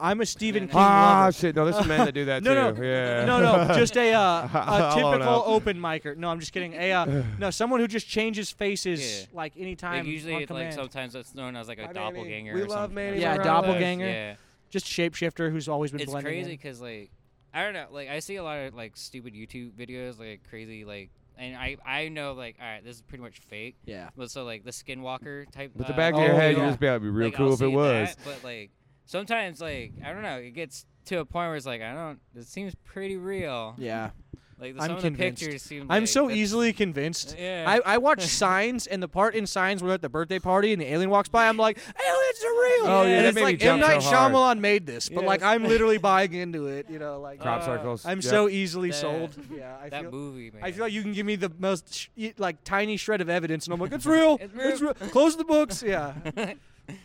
[SPEAKER 1] am a Stephen King.
[SPEAKER 17] Ah,
[SPEAKER 1] lover.
[SPEAKER 17] shit, no, there's some men that do that
[SPEAKER 1] no,
[SPEAKER 17] too,
[SPEAKER 1] No,
[SPEAKER 17] yeah.
[SPEAKER 1] no, no, just a uh, a
[SPEAKER 17] I'll own
[SPEAKER 1] typical
[SPEAKER 17] up.
[SPEAKER 1] open micer. No, I'm just kidding. A uh, no, someone who just changes faces like anytime.
[SPEAKER 2] Like usually,
[SPEAKER 1] on
[SPEAKER 2] it's like
[SPEAKER 1] command.
[SPEAKER 2] sometimes it's known as like a doppelganger.
[SPEAKER 17] We
[SPEAKER 2] or
[SPEAKER 17] love
[SPEAKER 2] something.
[SPEAKER 17] Manny
[SPEAKER 1] Yeah,
[SPEAKER 17] Morales.
[SPEAKER 1] doppelganger.
[SPEAKER 2] Yeah.
[SPEAKER 1] Just shapeshifter who's always been
[SPEAKER 2] it's
[SPEAKER 1] blending.
[SPEAKER 2] crazy
[SPEAKER 1] in.
[SPEAKER 2] because like i don't know like i see a lot of like stupid youtube videos like crazy like and I, I know like all right this is pretty much fake
[SPEAKER 1] yeah
[SPEAKER 2] but so like the skinwalker type
[SPEAKER 17] But the
[SPEAKER 2] uh,
[SPEAKER 17] back of your head,
[SPEAKER 2] yeah.
[SPEAKER 17] you just be like, "It'd be real
[SPEAKER 2] Like,
[SPEAKER 17] cool
[SPEAKER 2] I'll
[SPEAKER 17] if it
[SPEAKER 2] see
[SPEAKER 17] was."
[SPEAKER 2] that, but like sometimes like i don't know it gets to a point where it's like i don't it seems pretty real
[SPEAKER 1] Yeah.
[SPEAKER 2] like the,
[SPEAKER 1] I'm
[SPEAKER 2] some of the
[SPEAKER 1] convinced.
[SPEAKER 2] pictures seem
[SPEAKER 1] I'm
[SPEAKER 2] like
[SPEAKER 1] so e-
[SPEAKER 2] that's-
[SPEAKER 1] easily convinced.
[SPEAKER 2] Yeah.
[SPEAKER 1] I, I watch Signs, and the part in Signs where they're at the birthday party and the alien walks by, I'm like, aliens are real.
[SPEAKER 17] Oh, yeah,
[SPEAKER 1] and
[SPEAKER 17] that
[SPEAKER 1] it's
[SPEAKER 17] made me
[SPEAKER 1] like M
[SPEAKER 17] jump
[SPEAKER 1] Night
[SPEAKER 17] so hard.
[SPEAKER 1] Shyamalan made this, but like
[SPEAKER 2] Yes.
[SPEAKER 1] I'm literally buying into it. You know, like
[SPEAKER 17] Crop circles,
[SPEAKER 1] I'm
[SPEAKER 17] yep.
[SPEAKER 1] so easily
[SPEAKER 2] Uh, that-
[SPEAKER 1] sold. Yeah, I
[SPEAKER 2] that
[SPEAKER 1] feel,
[SPEAKER 2] movie man
[SPEAKER 1] I feel like you can give me the most sh- y- like tiny shred of evidence, and I'm like, it's real. it's, real. Close the books. Yeah.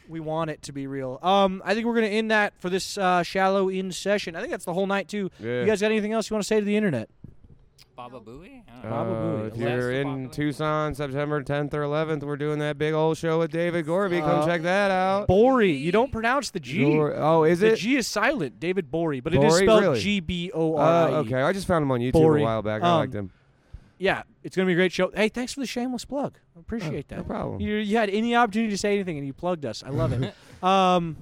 [SPEAKER 1] We want it to be real. Um, I think we're gonna end that for this uh, shallow in session. I think that's the whole night too.
[SPEAKER 17] Yeah.
[SPEAKER 1] You guys got anything else you want to say to the internet?
[SPEAKER 2] Baba Booey? I don't know.
[SPEAKER 17] Uh, if you're
[SPEAKER 2] Last
[SPEAKER 17] in Tucson, September 10th or 11th, we're doing that big old show with David Gorby. Come
[SPEAKER 1] Uh,
[SPEAKER 17] check that out.
[SPEAKER 1] Bory, you don't pronounce the G.
[SPEAKER 17] Gor- oh, is
[SPEAKER 1] the
[SPEAKER 17] it?
[SPEAKER 1] G is silent, David Bory, but it is
[SPEAKER 17] Bory?
[SPEAKER 1] spelled
[SPEAKER 17] Really?
[SPEAKER 1] G B O R I. E.
[SPEAKER 17] Uh, okay, I just found him on YouTube a while back. I liked him.
[SPEAKER 1] Yeah, it's gonna be a great show. Hey, thanks for the shameless plug. I appreciate
[SPEAKER 17] Oh,
[SPEAKER 1] that.
[SPEAKER 17] no problem.
[SPEAKER 1] You, you had any opportunity to say anything and you plugged us. I love it. um,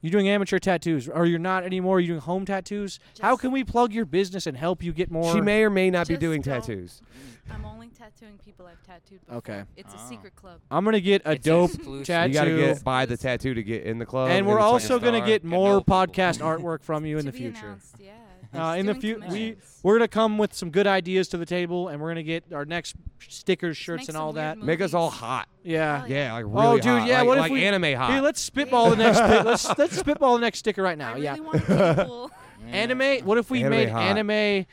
[SPEAKER 1] you're doing amateur tattoos, or you're not anymore. You're doing home tattoos. How can we plug your business and help you get more?
[SPEAKER 17] She may or may not be doing tattoos.
[SPEAKER 18] I'm only tattooing people I've tattooed. Before.
[SPEAKER 1] Um, Okay.
[SPEAKER 18] It's
[SPEAKER 5] Oh.
[SPEAKER 18] a
[SPEAKER 2] Ah.
[SPEAKER 18] secret club.
[SPEAKER 1] I'm gonna get a dope tattoo.
[SPEAKER 17] You gotta get buy the tattoo to get in the club.
[SPEAKER 1] and we're
[SPEAKER 17] it's like
[SPEAKER 1] also
[SPEAKER 17] a
[SPEAKER 1] going to
[SPEAKER 17] star.
[SPEAKER 1] get more podcast artwork from you in the future. Uh, in the future, we we're going to come with some good ideas to the table, and we're going to get our next stickers, shirts, and all that.
[SPEAKER 17] Make us all hot.
[SPEAKER 1] Yeah.
[SPEAKER 17] Yeah, like really
[SPEAKER 1] oh, dude,
[SPEAKER 17] hot.
[SPEAKER 1] yeah.
[SPEAKER 17] Like,
[SPEAKER 1] what
[SPEAKER 17] like
[SPEAKER 1] if we
[SPEAKER 17] anime hot?
[SPEAKER 1] Hey, let's spitball the next. sti- let's let's spitball the next sticker right now. yeah. Anime. What if we
[SPEAKER 17] Anime
[SPEAKER 1] made
[SPEAKER 17] hot.
[SPEAKER 1] anime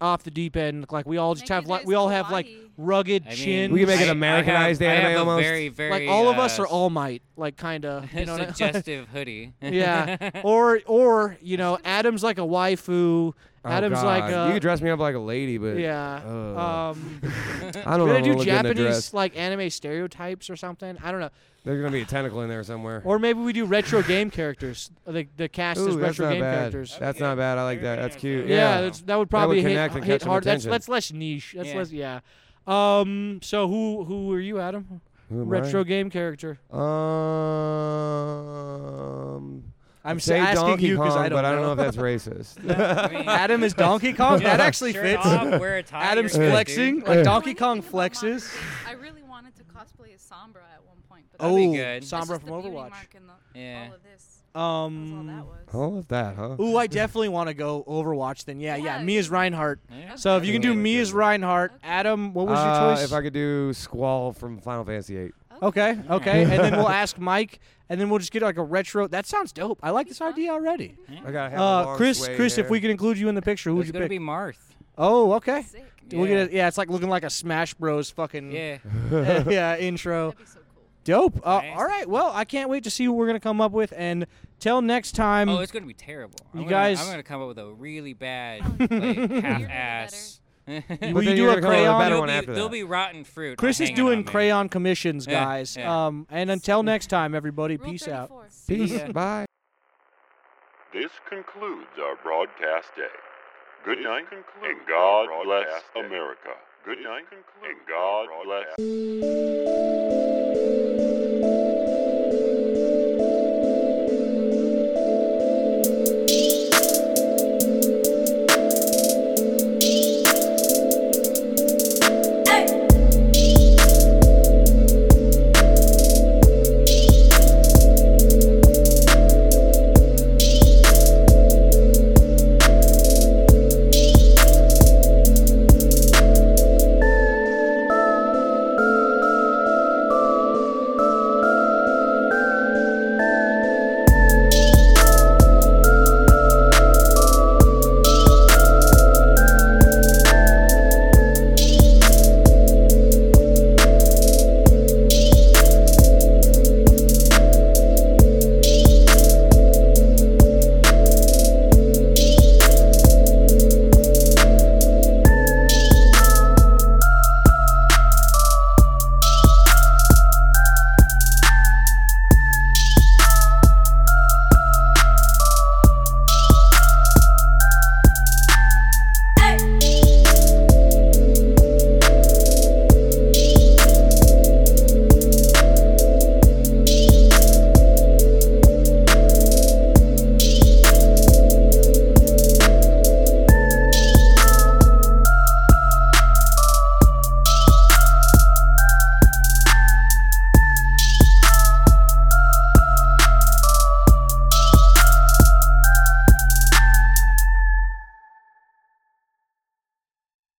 [SPEAKER 1] off the deep end? Like we all just have like we all have like rugged
[SPEAKER 2] mean,
[SPEAKER 1] chins.
[SPEAKER 17] We can make it
[SPEAKER 2] I- I
[SPEAKER 17] Americanized
[SPEAKER 2] have- I have
[SPEAKER 17] anime
[SPEAKER 2] a
[SPEAKER 17] almost.
[SPEAKER 2] very,
[SPEAKER 1] like
[SPEAKER 2] very,
[SPEAKER 1] all of us
[SPEAKER 2] uh,
[SPEAKER 1] are all might. Like kind of you know what I-
[SPEAKER 2] suggestive hoodie.
[SPEAKER 1] yeah. Or or you know Adam's like a waifu.
[SPEAKER 17] Oh,
[SPEAKER 1] Adam's
[SPEAKER 17] God.
[SPEAKER 1] like a
[SPEAKER 17] you could dress me up like a lady, but
[SPEAKER 1] yeah.
[SPEAKER 17] Ugh.
[SPEAKER 1] Um,
[SPEAKER 17] I don't know
[SPEAKER 1] we're gonna
[SPEAKER 17] if I'm
[SPEAKER 1] do
[SPEAKER 17] gonna get in a
[SPEAKER 1] Japanese
[SPEAKER 17] dress.
[SPEAKER 1] like anime stereotypes or something. I don't know.
[SPEAKER 17] There's gonna be a tentacle in there somewhere.
[SPEAKER 1] Or maybe we do retro game characters. The the cast is
[SPEAKER 17] Ooh, that's
[SPEAKER 1] retro
[SPEAKER 17] not
[SPEAKER 1] game
[SPEAKER 17] bad.
[SPEAKER 1] characters.
[SPEAKER 17] That's not bad. I like that. That's cute.
[SPEAKER 1] Yeah,
[SPEAKER 17] Yeah,
[SPEAKER 1] That's, that would probably
[SPEAKER 17] connect
[SPEAKER 1] hit,
[SPEAKER 17] and
[SPEAKER 1] hit
[SPEAKER 17] catch some
[SPEAKER 1] hard. That's
[SPEAKER 17] attention.
[SPEAKER 1] that's less niche. That's
[SPEAKER 2] Yeah.
[SPEAKER 1] less yeah. Um. So who who are you, Adam?
[SPEAKER 17] Who am
[SPEAKER 1] retro
[SPEAKER 17] I? Uh,
[SPEAKER 1] game character.
[SPEAKER 17] Um,
[SPEAKER 1] I'm
[SPEAKER 17] I'd
[SPEAKER 1] s-
[SPEAKER 17] say
[SPEAKER 1] asking
[SPEAKER 17] Donkey
[SPEAKER 1] you 'cause
[SPEAKER 17] Kong,
[SPEAKER 1] I don't
[SPEAKER 17] but I don't
[SPEAKER 1] know.
[SPEAKER 17] know if that's racist.
[SPEAKER 1] Adam is Donkey Kong. That actually
[SPEAKER 2] Shirt
[SPEAKER 1] fits.
[SPEAKER 2] off, wear a tie,
[SPEAKER 1] Adam's
[SPEAKER 2] you're good,
[SPEAKER 1] flexing
[SPEAKER 2] dude.
[SPEAKER 1] like
[SPEAKER 2] Yeah.
[SPEAKER 1] Donkey Kong flexes.
[SPEAKER 18] I really wanted to cosplay as Sombra at one point, but
[SPEAKER 1] Oh,
[SPEAKER 18] that's just
[SPEAKER 1] Sombra
[SPEAKER 18] the
[SPEAKER 1] from
[SPEAKER 18] beauty
[SPEAKER 1] Overwatch.
[SPEAKER 18] mark and the-
[SPEAKER 2] Yeah.
[SPEAKER 18] All of this.
[SPEAKER 1] Um,
[SPEAKER 17] all of that, huh?
[SPEAKER 1] Ooh, I definitely want to go Overwatch. Then yeah, yeah, me as Reinhardt.
[SPEAKER 2] Yeah.
[SPEAKER 1] So if you can do me as Reinhardt, Adam, what was your
[SPEAKER 17] Uh,
[SPEAKER 1] choice?
[SPEAKER 17] If I could do Squall from Final Fantasy VIII.
[SPEAKER 1] okay, okay, and then we'll ask Mike, and then we'll just get like a retro. That sounds dope. I like this idea already.
[SPEAKER 17] I gotta have a
[SPEAKER 1] Uh,
[SPEAKER 17] long
[SPEAKER 1] Chris,
[SPEAKER 17] sway
[SPEAKER 1] Chris, if
[SPEAKER 17] hair.
[SPEAKER 1] we can include you in the picture, who would
[SPEAKER 2] It's
[SPEAKER 1] you
[SPEAKER 2] gonna
[SPEAKER 1] pick?
[SPEAKER 2] be Marth.
[SPEAKER 1] oh, okay. We'll
[SPEAKER 2] Yeah.
[SPEAKER 1] get a- yeah, it's like looking like a Smash Bros. fucking
[SPEAKER 2] Yeah.
[SPEAKER 1] yeah intro. Dope. Uh, All right. Well, I can't wait to see what we're gonna come up with, and till next time.
[SPEAKER 2] oh, it's gonna be terrible. I'm
[SPEAKER 1] you
[SPEAKER 2] gonna,
[SPEAKER 1] guys-
[SPEAKER 2] I'm gonna come up with a really bad, like, half-ass.
[SPEAKER 1] Will you do a crayon?
[SPEAKER 2] There'll be- There'll be rotten fruit.
[SPEAKER 1] Chris is
[SPEAKER 2] hanging on
[SPEAKER 1] doing
[SPEAKER 2] me.
[SPEAKER 1] crayon commissions,
[SPEAKER 2] Yeah,
[SPEAKER 1] guys.
[SPEAKER 2] yeah.
[SPEAKER 1] Um, and until next time, everybody, peace out.
[SPEAKER 17] Peace. Yeah. Bye.
[SPEAKER 19] This concludes our broadcast day. Good night and God bless America. Good night and God bless.